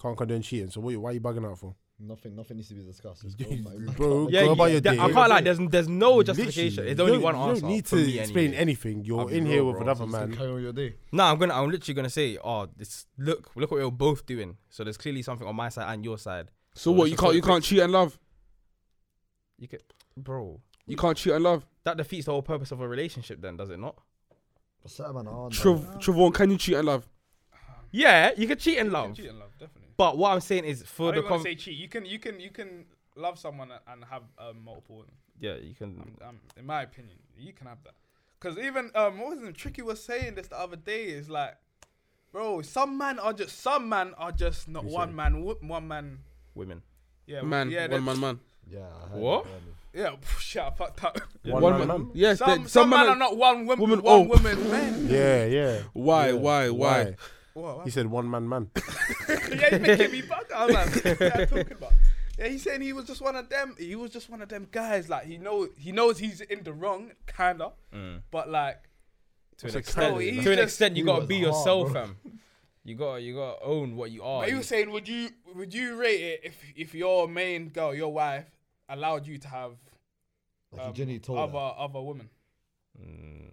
can't condone cheating. So what? You, why you bugging out for? Nothing. Nothing needs to be discussed. Just go, Dude, mate. bro, Yeah, go you- about your that- day. I can't lie. There's there's no justification. Literally, There's you only don't- one you answer. Don't need for to me explain anyway. anything. You're I'll be in real, here with bro. another Just go man. carry on your day. No, I'm gonna. I'm literally gonna say, oh, this look, look what you're both doing. So there's clearly something on my side and your side. So Well, what? let's You just can't say you can't cheat and love. You could, bro. You can't cheat and love. That defeats the whole purpose of a relationship, then, does it not? But certain man aren't. Trev- man. Trevon, can you cheat and love? Yeah, you could cheat in You can love, cheat in love, definitely. but what I'm saying is I for don't the even wanna con- say cheat. You can, you can, you can love someone a- and have um, multiple. women. yeah, you can. Um, um, in my opinion, you can have that. Because even um, what was it? Tricky was saying this the other day. Is like, bro, some men are just some men are just not one man, wo- one man. Women. Yeah, Man, yeah, one they're- man, man. Yeah. I heard What? that, man. Yeah, shit, I fucked up. One One man. man, man. Yes, Some, they- some, men are not one woman, woman- one oh. woman men. Yeah, yeah. Why, Yeah. why, why? What? He said one man, man. yeah, he's making me bug. I'm like, what are you talking about? Yeah, he's saying he was just one of them. He was just one of them guys. Like he know he knows he's in the wrong, kinda. But like, To an So extent, Mm. he to an just- extent, you he gotta was be hard, yourself, bro. fam. You gotta, you gotta own what you are. but he You- was saying, would you would you rate it if if your main girl, your wife, allowed you to have Like um, Jenny told other her. other women? Mm,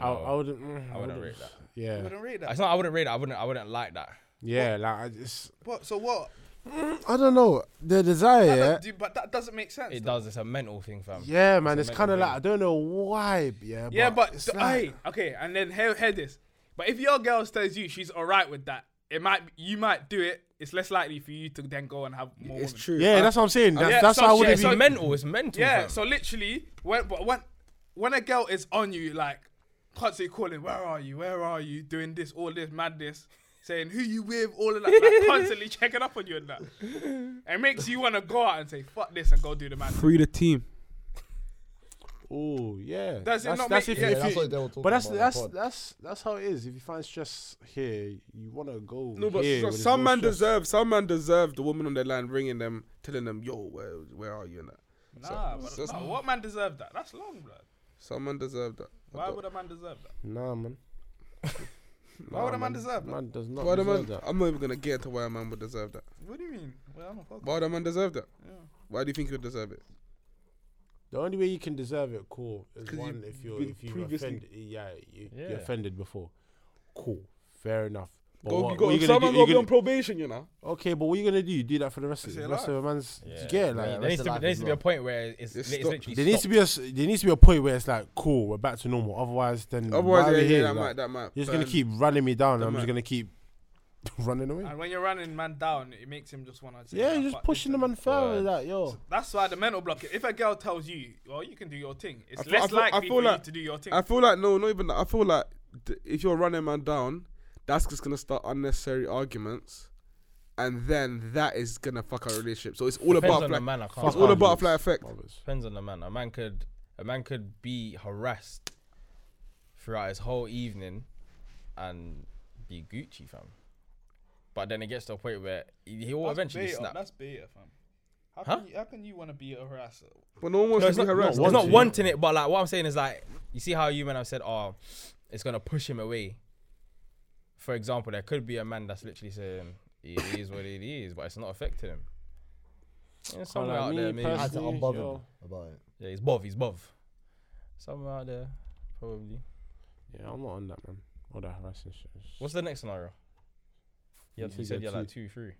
I, no. I wouldn't. mm, I wouldn't rate that. You Yeah, wouldn't rate It's that. not. I wouldn't rate that. I wouldn't. I wouldn't like that. yeah. Like I just, What? So what? I don't know the desire. That Yeah, does- do- but that doesn't make sense. It though. does. It's a mental thing, fam. yeah man. It's mental kind of like thing. I don't know why. Yeah, Yeah, but it's th- like- aye, okay, and then hear, hear this. But if your girl tells you she's all right with that, it might you might do it. It's less likely for you to then go and have more. It's women. true. yeah, I- that's what I'm saying. That's, yeah, that's so why I shit, wouldn't it's be. mental. It's mental. Yeah. fam. So literally, when but when when a girl is on you, like constantly calling, "Where are you? Where are you?" Doing this, all this madness, saying who you with, all of that, like, constantly checking up on you and that. It makes you want to go out and say, "Fuck this," and go do the madness. Free the team. Oh yeah. Does it that's, not that's make- if, yeah, if that's you, what they were talking But that's about on the that's pod. that's that's how it is. If you find stress here, you wanna go. No, but here so- where there's some no man stress. deserve. Some man deserve the woman on their line ringing them, telling them, "Yo, where, where are you?" And that. Nah, but, so- nah, what man deserved that? That's long, blood. Some man deserve that. I Why don't- would a man deserve that? Nah, man. Why would a man deserve that? Man does not why the deserve man? that. I'm not even gonna get into why a man would deserve that. What do you mean? Well, I'm a fuck. Why the man deserve that? Why do you think he would deserve it? The only way you can deserve it, cool, is 'Cause you- one if you're you if you previously- offended. Yeah, you, Yeah. you offended before. Cool, fair enough. But Go, what, you got, what you some gonna man do? gotta You be on gonna, probation, you know. okay, but what you gonna do? You do that for the rest of the rest of a man's yeah, like. there needs, to, of be- life there as needs to be a well. point where it's, It's it's stopped. literally There needs to be a s- there needs to be a point where it's like cool, we're back to normal. Otherwise, then Otherwise, why are yeah, we yeah, here? that Like, might, that might. You're just gonna burn. Ah, keep running me down. I'm man. just gonna keep running away. And when you're running man down, it makes him just want to. Yeah, you're just pushing them and further that, yo. That's why the mental block. If a girl tells you, "Well, you can do your thing," it's I feel- I less feel- I likely feel for like- you to do your thing. I feel like no, not even. that. I feel like th- if you're running man down, that's just gonna start unnecessary arguments, and then that is gonna fuck our relationship. So it's all Depends about on the like, man. I Fuck can't. it's all off. a butterfly effect. Others. Depends on the man. A man could a man could be harassed throughout his whole evening and be Gucci fam. But then it gets to a point where he he will eventually beta, snap. That's beta, fam. How Huh? can you, how can you want to be a harasser? but no one wants No, to it's be not, harassed. it's not wanting it, but like what I'm saying is like you see how you men have said, oh, it's gonna push him away. For example, there could be a man that's literally saying it is what it is, but it's not affecting him. Yeah, somewhere like out there, me maybe. I had to Honestly, unbother yo. him about it. Yeah, he's bov, he's bov. Somewhere out there, probably. Yeah, I'm not on that, man. All that harassing shit. is- What's the next scenario? You, had- You you said said you're you're like two, three.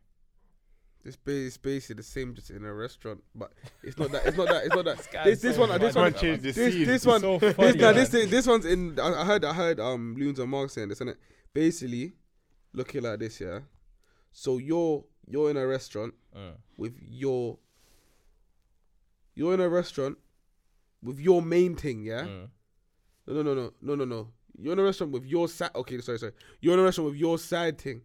It's ba- it's basically the same, just in a restaurant. But it's not that. It's not that. It's not that. guy this is this so one. This funny, one. man. changed this, This this one. so This, funny, now, this, man. thing, this one's in. I I heard, I heard, um, Loons and Mark saying this, and it basically looking like this, yeah. So you're you're in a restaurant Mm. with your. You're in a restaurant, with your main thing, yeah. Mm. No, no, no, no, no, no, no. You're in a restaurant with your side. Okay, sorry, sorry. You're in a restaurant with your side thing.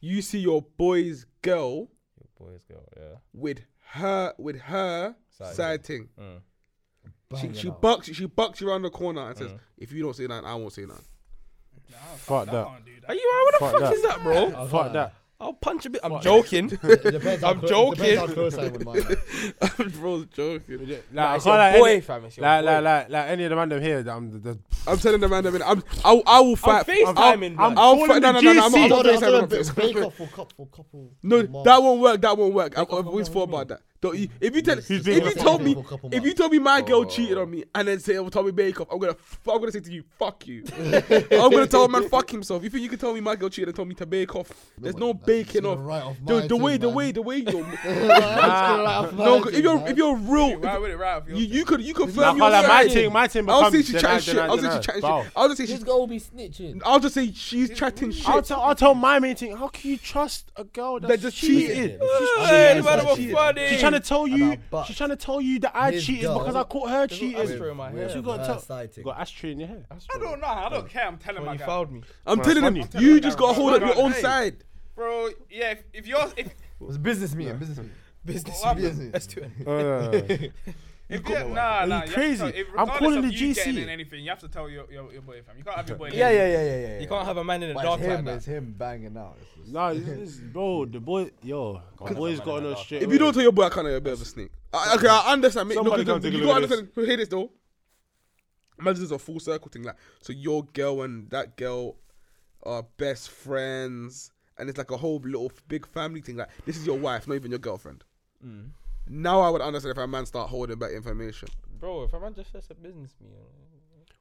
You see your boy's girl Your boys go, yeah. with her with her Side side, thing. Mm. She Banging she out. Uh. bucks she bucks you around the corner and says, "If you don't say that, I won't say that." Fuck that. Can't do that. Are you alright? What the Fuck fuck, that. is that, bro? I was Fuck like, that. I'll punch a bit. I'm joking. It depends how I'm clo- it joking. Depends how close I am with mine. Bro's joking. Like, I Like, it's can't your like boy, any- fam. It's your Like, boy. like, like, like any of the man them here, that I'm the, the I'm telling the man, I mean, I'm, I, I will fight. FaceTiming, I'm, man. I'm, I'll Calling fight. No, no, no, the no, I'm, GC. I'm No, not no, I'm doing a FaceTiming. bit- bake off for couple, couple. No, months. that won't work. That won't work. I've, I've always thought about that. Don't you, if you tell, if been you with told me me, for a couple if you months. Oh. told me my girl cheated on me and then say, "Oh, Tommy Bake Off," I'm gonna, f- I'm gonna say to you, "Fuck you." I'm gonna tell a man, "Fuck himself." You think you can tell me my girl cheated and tell me to bake off? There's no but that's baking gonna off. write off The, my the way, thing, the man. way, the way you're. no, No, if you're, if you're real, Why would it right off your you, you could, you confirm Nah, your can't lie, my side. team, my team. I'll becomes say she deny, chatting shit. deny, I'll say she deny. chatting Bow. shit. I'll just say she This girl will be snitching. I'll just say she's chatting I'll shit. tell, I'll tell my main thing. How can you trust a girl that's That just cheated. Hey, man, I'm a cheated. funny. She's trying to tell you. our butts. She's trying to tell you that I His cheated girl. because I caught her Astro cheating. in my We're hair. You gotta her tell- side thing. You got ashtray in your hair. I don't know. I don't care. I'm telling When my you guy. fouled me. I'm telling him, funny. you just gotta Bro, hold up your bro, own hey. side. Bro, yeah. If, if you're if It was a business meeting. Business meeting. Oh, what happened? Business. Let's do it. If you, nah, you nah, you have to crazy? tell- if- I'm regardless calling of the you getting GC. in anything, you have to tell your, your, your boy fam. You can't have your boy. Yeah, yeah, yeah, yeah, yeah. You can't have a man in the But dark it's him, like it's that. him banging out. It's just- Nah, this is- bro, the boy, yo, the boy's got on a straight. If you don't tell your boy, I can't have a bit of a snake. I, okay, I understand. Mate, look, Somebody you come take a you look gotta at this. understand. Hear this though. Imagine it's a full circle thing. Like, so your girl and that girl are best friends, and it's like a whole little f- big family thing. Like, this is your wife, not even your girlfriend. Mm. Now I would understand if a man start holding back information. Bro, if a man just says a business meal,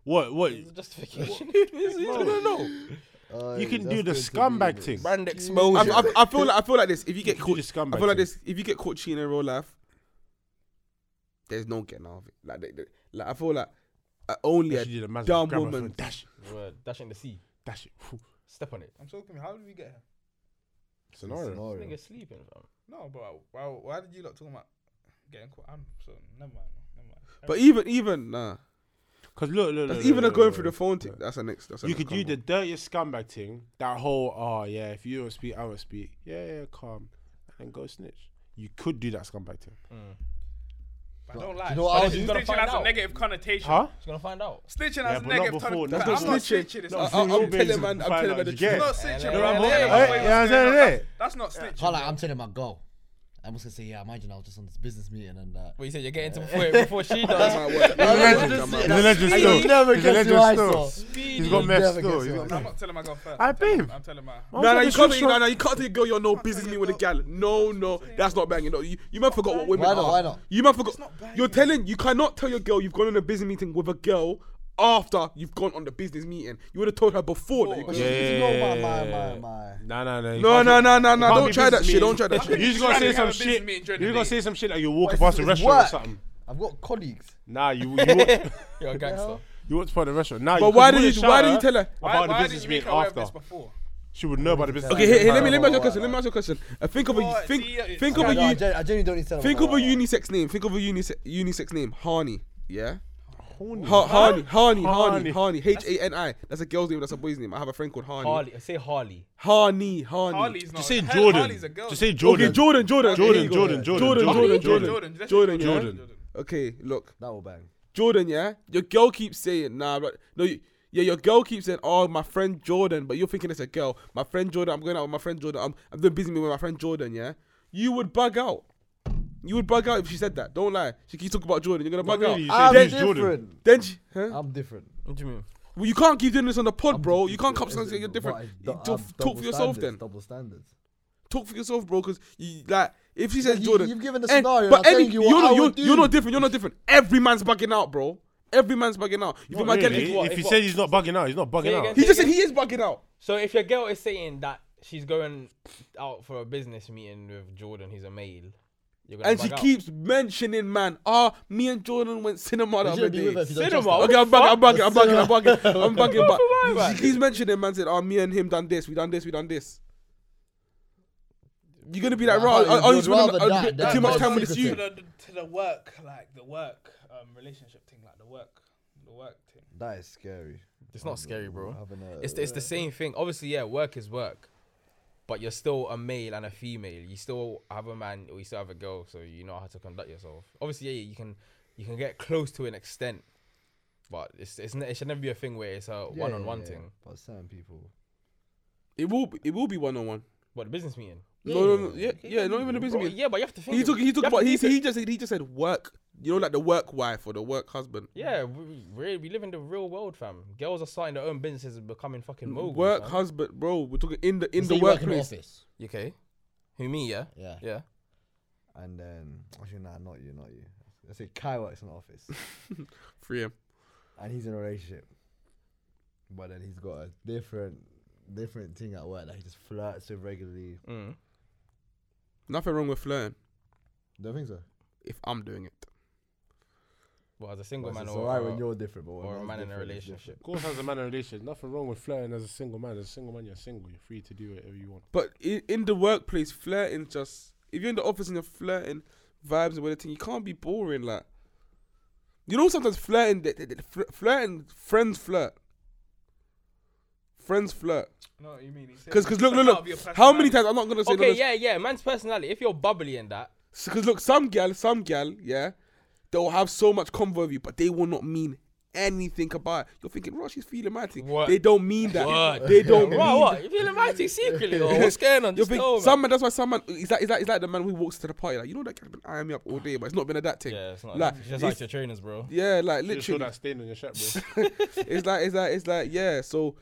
what, what? it's a justification. No, no, no. Uh, You can that's do the good to scumbag do thing. Brand I, exposure. I, I feel like I feel like this. If you get You caught, do the scumbag I feel like thing. this. If you get caught cheating in real life, there's no getting out of it. Like, they, they, like I feel like uh, only Yeah, a she did a massive dumb grab her woman. phone, Dash, Word, dash in the sea. dash it. phew. Step on it. I'm talking. How did we get here? Scenario. This Scenario. nigga sleeping, fam. No, but why, why did you lot talking about getting caught? I'm so never mind. Never mind. But even even nah, Cause look, look, that's look, even a look, going look, through the look. phone thing. That's a next. That's a You next could do combo. the dirtiest scumbag thing. That whole, oh yeah, if you don't speak, I won't speak. Yeah, yeah, calm, and go snitch. You could do that scumbag thing, But I don't lie. you know what But I was- She's gonna Snitching find has a out. negative connotation. huh? She's gonna find out. Snitching Yeah, has a but not negative before. connotation. That's I'm not not snitching. snitching. It's No, I, not- for I, real I'm telling basis, man. I'm find telling out man the you truth. get. it's not Yeah, snitching, yeah, bro. yeah, I'm telling yeah, you yeah, what yeah, it is. yeah, yeah. That's not snitching. Can't bro. lie, I'm telling my girl. I'm just gonna say, yeah, imagine I was just on this business meeting and uh, that. But you said you're getting to before, before she does. That's how it works. He's a legend You still. never He's a get legend your eyes still. off. He's got mess still. He's got I'm mess. not telling my girl first. Aye, I'm telling- babe. I'm telling my. No, no, you can't. Take, no, no, you can't take a girl. You're no business me with a gal. No, no, that's not banging. No, you, you might forgot what women Why not? are. Why not? You might forgot. You're telling. You cannot tell your girl you've gone on a business meeting with a girl after you've gone on the business meeting. You would have told her before. that you But got- she's- you know my, my, my, my. Nah, nah, nah. you No, can't no, no, do- no, no. can't Don't be try that business shit. Don't try meeting. that shit. You just gotta Trying to say have some a business shit. meeting You during just the gotta day. say some shit like you're walking it's- past a it's restaurant or work. something. I've got colleagues. Nah, you you walk, You're a gangster. you walked past the restaurant. Nah, But you why could did wouldn't you- shout why did you her tell her? about Why, the why did business you make meeting her aware of after? this before? She would know about the business. Okay, here, here, let me let me ask you a Alright, question. Let me ask you a question. Uh, think of Alright, a think see, it's- think Yeah, of No, a no, I uni- gen- I genuinely don't need to tell think them. of a unisex name. Think of a unisex unisex name. Harney. Yeah. Horny. Ha- Harney, Harney, Harney, Harney. Harney, H A N I. That's a girl's name. That's a boy's name. I have a friend called Harney. Harley. Say Harley. Harney, Harney. Harley's not. Just say Har- Jordan. Harley's a girl. Just say Okay, Jordan. Jordan, Jordan, Jordan, There you go. Jordan, Jordan, Jordan, Jordan, Jordan, Jordan. Let's say Jordan, yeah? Jordan. Okay, look, That will bang. Jordan, yeah. Your girl keeps saying, nah, but no, you, yeah, your girl keeps saying, oh, my friend Jordan, but you're thinking it's a girl. My friend Jordan, I'm going out with my friend Jordan. I'm, I'm doing business with my friend Jordan, yeah. You would bug out. You would bug out if she said that. Don't lie. She keeps talking about Jordan. You're gonna bug really, you out. said I'm Then, James Jordan. different. then she, huh? I'm different. What do you mean? Well, you can't keep doing this on the pod, I'm bro. different. Oh, You can't come It's- to something you're it's- but different. it's You do- talk, I'm talk for double yourself standards, then. Double standards. Talk for yourself, bro. Because you, like, if she says you- Jordan, you've given the and- scenario, but I'm telling you what are I not, you're, would do. you're not different. You're not different. Every man's bugging out, bro. Every man's bugging out. You think my Not girl- really. what- If if he what- said he's not bugging out, he's not Say bugging again. out. He just said he is bugging out. So if your girl is saying that she's going out for a business meeting with Jordan, who's a male, you're gonna And she bug out. keeps mentioning, man, ah, me and Jordan went cinema the You other shouldn't be with her day. if you don't Cinema? trust her. Okay, I'm bugging, I'm bugging, I'm bugging, I'm bugging, I'm bugging. Why, But man? she keeps mentioning, man, said, oh, me and him done this, we done this, we done this. You're gonna be like, Nah, right, I- I, I you'd just want rather that to than too much that time with this secrecy. you. To the, to the work, like the work um, relationship thing, like the work, the work thing. That is scary. It's not scary, bro. Having a- It's the, it's the same thing. Obviously, yeah, work is work, but you're still a male and a female. You still have a man or you still have a girl, so you know how to conduct yourself. Obviously, yeah, you can you can get close to an extent, but it's, it's ne- it should never be a thing where it's a Yeah, one on one yeah, yeah. thing. But certain people. It will, be- it will be one on one. But the business meeting, No, no, no, yeah, yeah, not even a business Bro, meeting. yeah, but you have to think. He took, he you took, have to about, he, keep it- he just, said- he just said work. You know, like the work wife or the work husband. Yeah, we, we, we live in the real world, fam. Girls are starting their own businesses and becoming fucking moguls. Mm, work fam. husband, bro. We're talking in the in Say the you work in the workplace. office. Okay. Who me? Yeah. Yeah. Yeah. And then actually, nah, not you, not you. I say Kai works in the office, Free him. and he's in a relationship. But then he's got a different, different thing at work that he just flirts with regularly. Mm. Nothing wrong with flirting Don't think so. if I'm doing it. Well, as a single But man it's or, alright or, when you're different, but when or a man's man in a different, it's relationship. Of course, as a man in a relationship, nothing wrong with flirting as a single man. As a single man, you're single. You're free to do whatever you want. But in, in the workplace, flirting just if you're in the office and you're flirting, vibes and everything, you can't be boring. Like you know, sometimes flirting, th- th- th- fl- flirting, friends flirt. Friends flirt. You know what you mean? He said Cause, cause look, it's look, part of your look. How personality. many times I'm not gonna say. no, Okay, no, yeah, yeah. Man's personality. If you're bubbly in that, Because look, some gal, some gal, yeah, They'll have so much convo with you, but they will not mean anything about it. You're thinking, Rosh is feeling mighty. What? They don't mean that. Word. They don't mean What? that. What? You feeling mighty secretly? Or what's going on? You're Just big, know, man. some man, that's why some man is that is that is like the man who walks to the party like you know that guy's been eyeing me up all day, but it's not been a that thing. Yeah, it's not. Like, it's just it's- like your trainers, bro. Yeah, like You saw literally, that stain on your shirt, bro. it's like it's like it's like yeah. So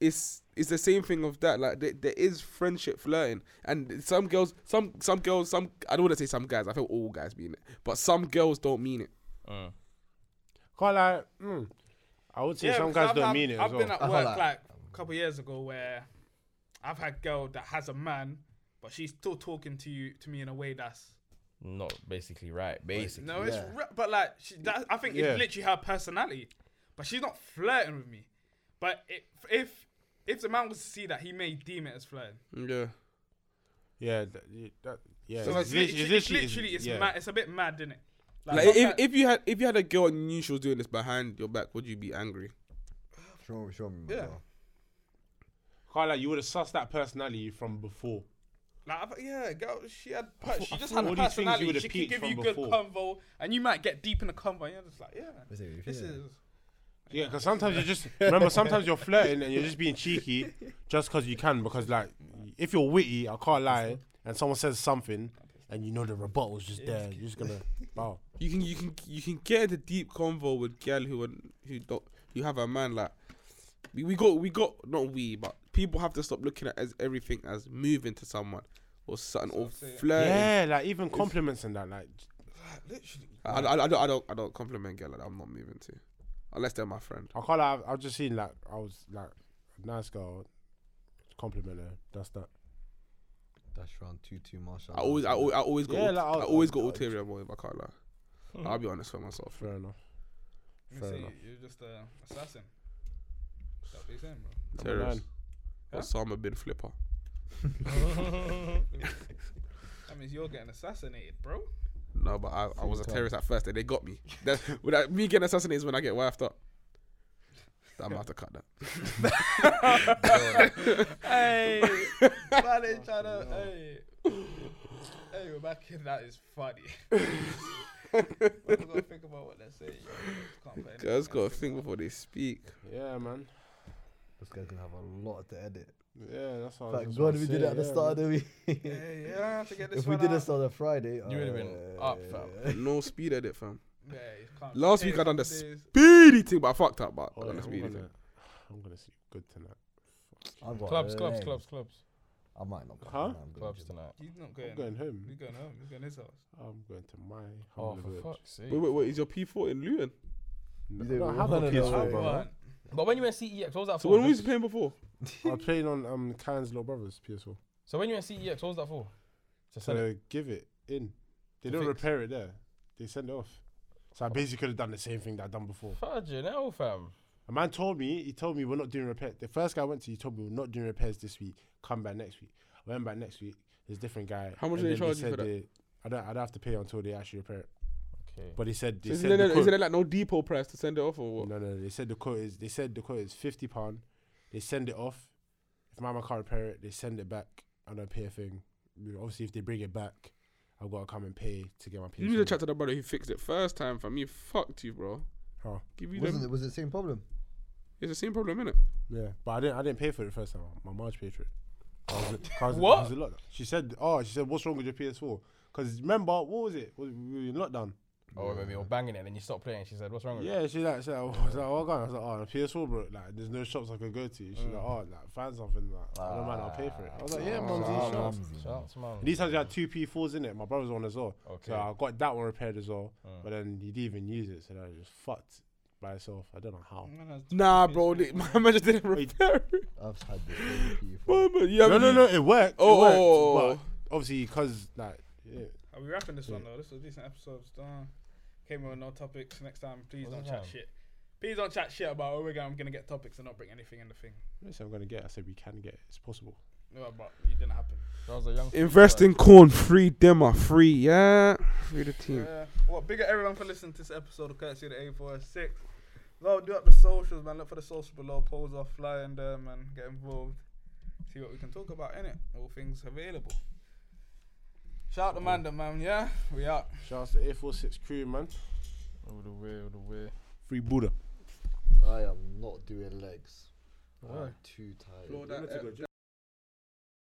it's it's the same thing of that. Like there, there is friendship flirting, and some girls, some some girls, some I don't want to say some guys. I feel all guys mean it, but some girls don't mean it. Mm. Can't lie. Mm, I would say some because guys I've- don't I've- mean it I've as well. been at work like a couple years ago where I've had girl that has a man, but she's still talking to you to me in a way that's Not basically right. Basically. no, it's Yeah. re- but like she, that, I think Yeah. it's literally her personality, but she's not flirting with me. But if if if the man was to see that, he may deem it as flirting. Yeah, Yeah, that, you- that, yeah. So it's, lit- literally, it's, literally- literally it's yeah. mad. It's a bit mad, isn't it? like if, if you had if you had a girl and you knew she was doing this behind your back, would you be angry? Show, show me. Yeah. Can't lie. You would have sussed that personality from before. Like, I thought- yeah, girl, she had. per- She thought- just I had thought all a these things you personality. would've She could peeped give from you good before. convo, and you might get deep in the convo. And you're just like, yeah, this is. Yeah, because sometimes you just remember. Sometimes you're flirting and you're just being cheeky, just because you can. Because like, if you're witty, I can't lie, and someone says something, and you know the rebuttal's just there, you're just gonna bow. You can you can you can get into deep convo with girl who are- who don't you have a man like we, we got we got not we but people have to stop looking at as everything as moving to someone or something or flirting. Yeah, like even compliments and that, like, I, I, I don't I don't I don't compliment girl like that I'm not moving to unless they're my friend. I can't lie. I've, I've just seen like I was like a nice girl, compliment her. That's that. That's round two, two, Marshall. I always I, al- I always got Yeah, ult- like, I'll- I always got I'll- ulterior motive. I can't lie. I'll be honest with myself. Fair enough. Fair enough. You're just a assassin. Is that what you're saying, bro? Number Terrorist. nine. Osama bin Flipper. That means you're getting assassinated, bro. No, but I, I was a terrorist at first and they got me. That's, without me getting assassinated is when I get wifed up. I'm gonna have to cut that. Hey, man, they tryna- Hey, hey, we're back in. That is funny. I've got to think about what they're saying. yo. Can't put Girls anything gotta else in. think before they speak. Yeah, man. This guy's gonna have a lot to edit. Yeah, that's what. I Thank was God we did it at the start of the week. Yeah, yeah, I have to get this if we one did out. this on a Friday, uh, You would've been up, fam. No speed edit, fam. Yeah, you can't- Last Hey, week I done the some days- speedy thing, but I fucked up. But I done I'm, the speedy gonna, thing. I'm gonna sleep good tonight. I've got Clubs, clubs, legs. clubs, clubs, I might not. go, Huh? man, I'm going clubs to- tonight. He's not I'm going. going We're home. going home. We're going to his house. I'm going to my Oh, humble for village. fuck's sake. Wait, wait, wait. Is your P4 in Luton? No, You I don't do have a one of PS4, those. bro. Right. But when you went CEX, what was that for? So when we was playing before? I was playing on um Khan's little brother's PS4. so when you went CEX, what was that for? To So sell it. they give it in. They To don't fix. repair it there. They send it off. So I basically could have done the same thing that I done before. Fudging hell, fam. A man told me, he told me we're not doing repairs. The first guy I went to, he told me we're not doing repairs this week. Come back next week. I went back next week. There's a different guy. How much and do they then charge you said for that? They, I don't. I'd have to pay until they actually repair it. Okay. But he said they Isn't said the there, quote- isn't there like no depot price to send it off or what? No, no, they said the quote is they said the quote is fifty pound. They send it off. If my man can't repair it, they send it back. I don't pay a thing. You know, Obviously, if they bring it back, I've got to come and pay to get my You need to PS. chat to the brother who fixed it first time, fam. You fucked you, bro. Huh. Give you Wasn't them. it? Was it the same problem? It's the same problem, innit? Yeah, but I didn't. I didn't pay for it the first time. My marge paid for it. I was- 'cause I was- I What? was in lockdown. She said, "Oh, she said, what's wrong with your PS4? Because remember, what was it? Was- We were in lockdown. Oh, maybe you're banging it and then you stop playing. She said, What's wrong with it? Yeah, she like, she like, I was like, oh, God. I was like, oh, the PS4, bro. Like, there's no shops I could go to. She's Mm. like, oh, like, find something. Like, I don't mind. I'll pay for it. I was like, yeah, mumsy, Ah, sure. mumsy. Shouts, man. And these times you had two P4s in it. My brother's one as well. Okay. So I got that one repaired as well. But then he didn't even use it. So that was just fucked by itself. I don't know how. Nah, bro. they- My man just didn't repair it. I've had this. with people. My man, yeah, No, no, no. It worked. Oh. Oh. It worked. But obviously, because, like, yeah. Are we wrapping this one though? This was a decent episode. Damn. Came in with no topics. Next time, please What's don't the chat time? shit. Please don't chat shit about Oregon. I'm gonna get topics and not bring anything in the thing. Listen, I'm going to get it. I said, we can get it. It's possible. No, but it didn't happen. That was a young Invest in corn. Free demo. Free, yeah. Free the team. Yeah. Uh, Well, big at everyone for listening to this episode of Courtesy of the A46. Well, do up the socials, man. Look for the socials below. Polls are flying there, man. Get involved. See what we can talk about, innit? All things available. Shout out to Manda, man. Yeah, we out. Shout out to the A46 crew, man. All the way, all the way. Free Buddha. I am not doing legs. Why? I'm too tired. Floor that, meant to go uh, gym.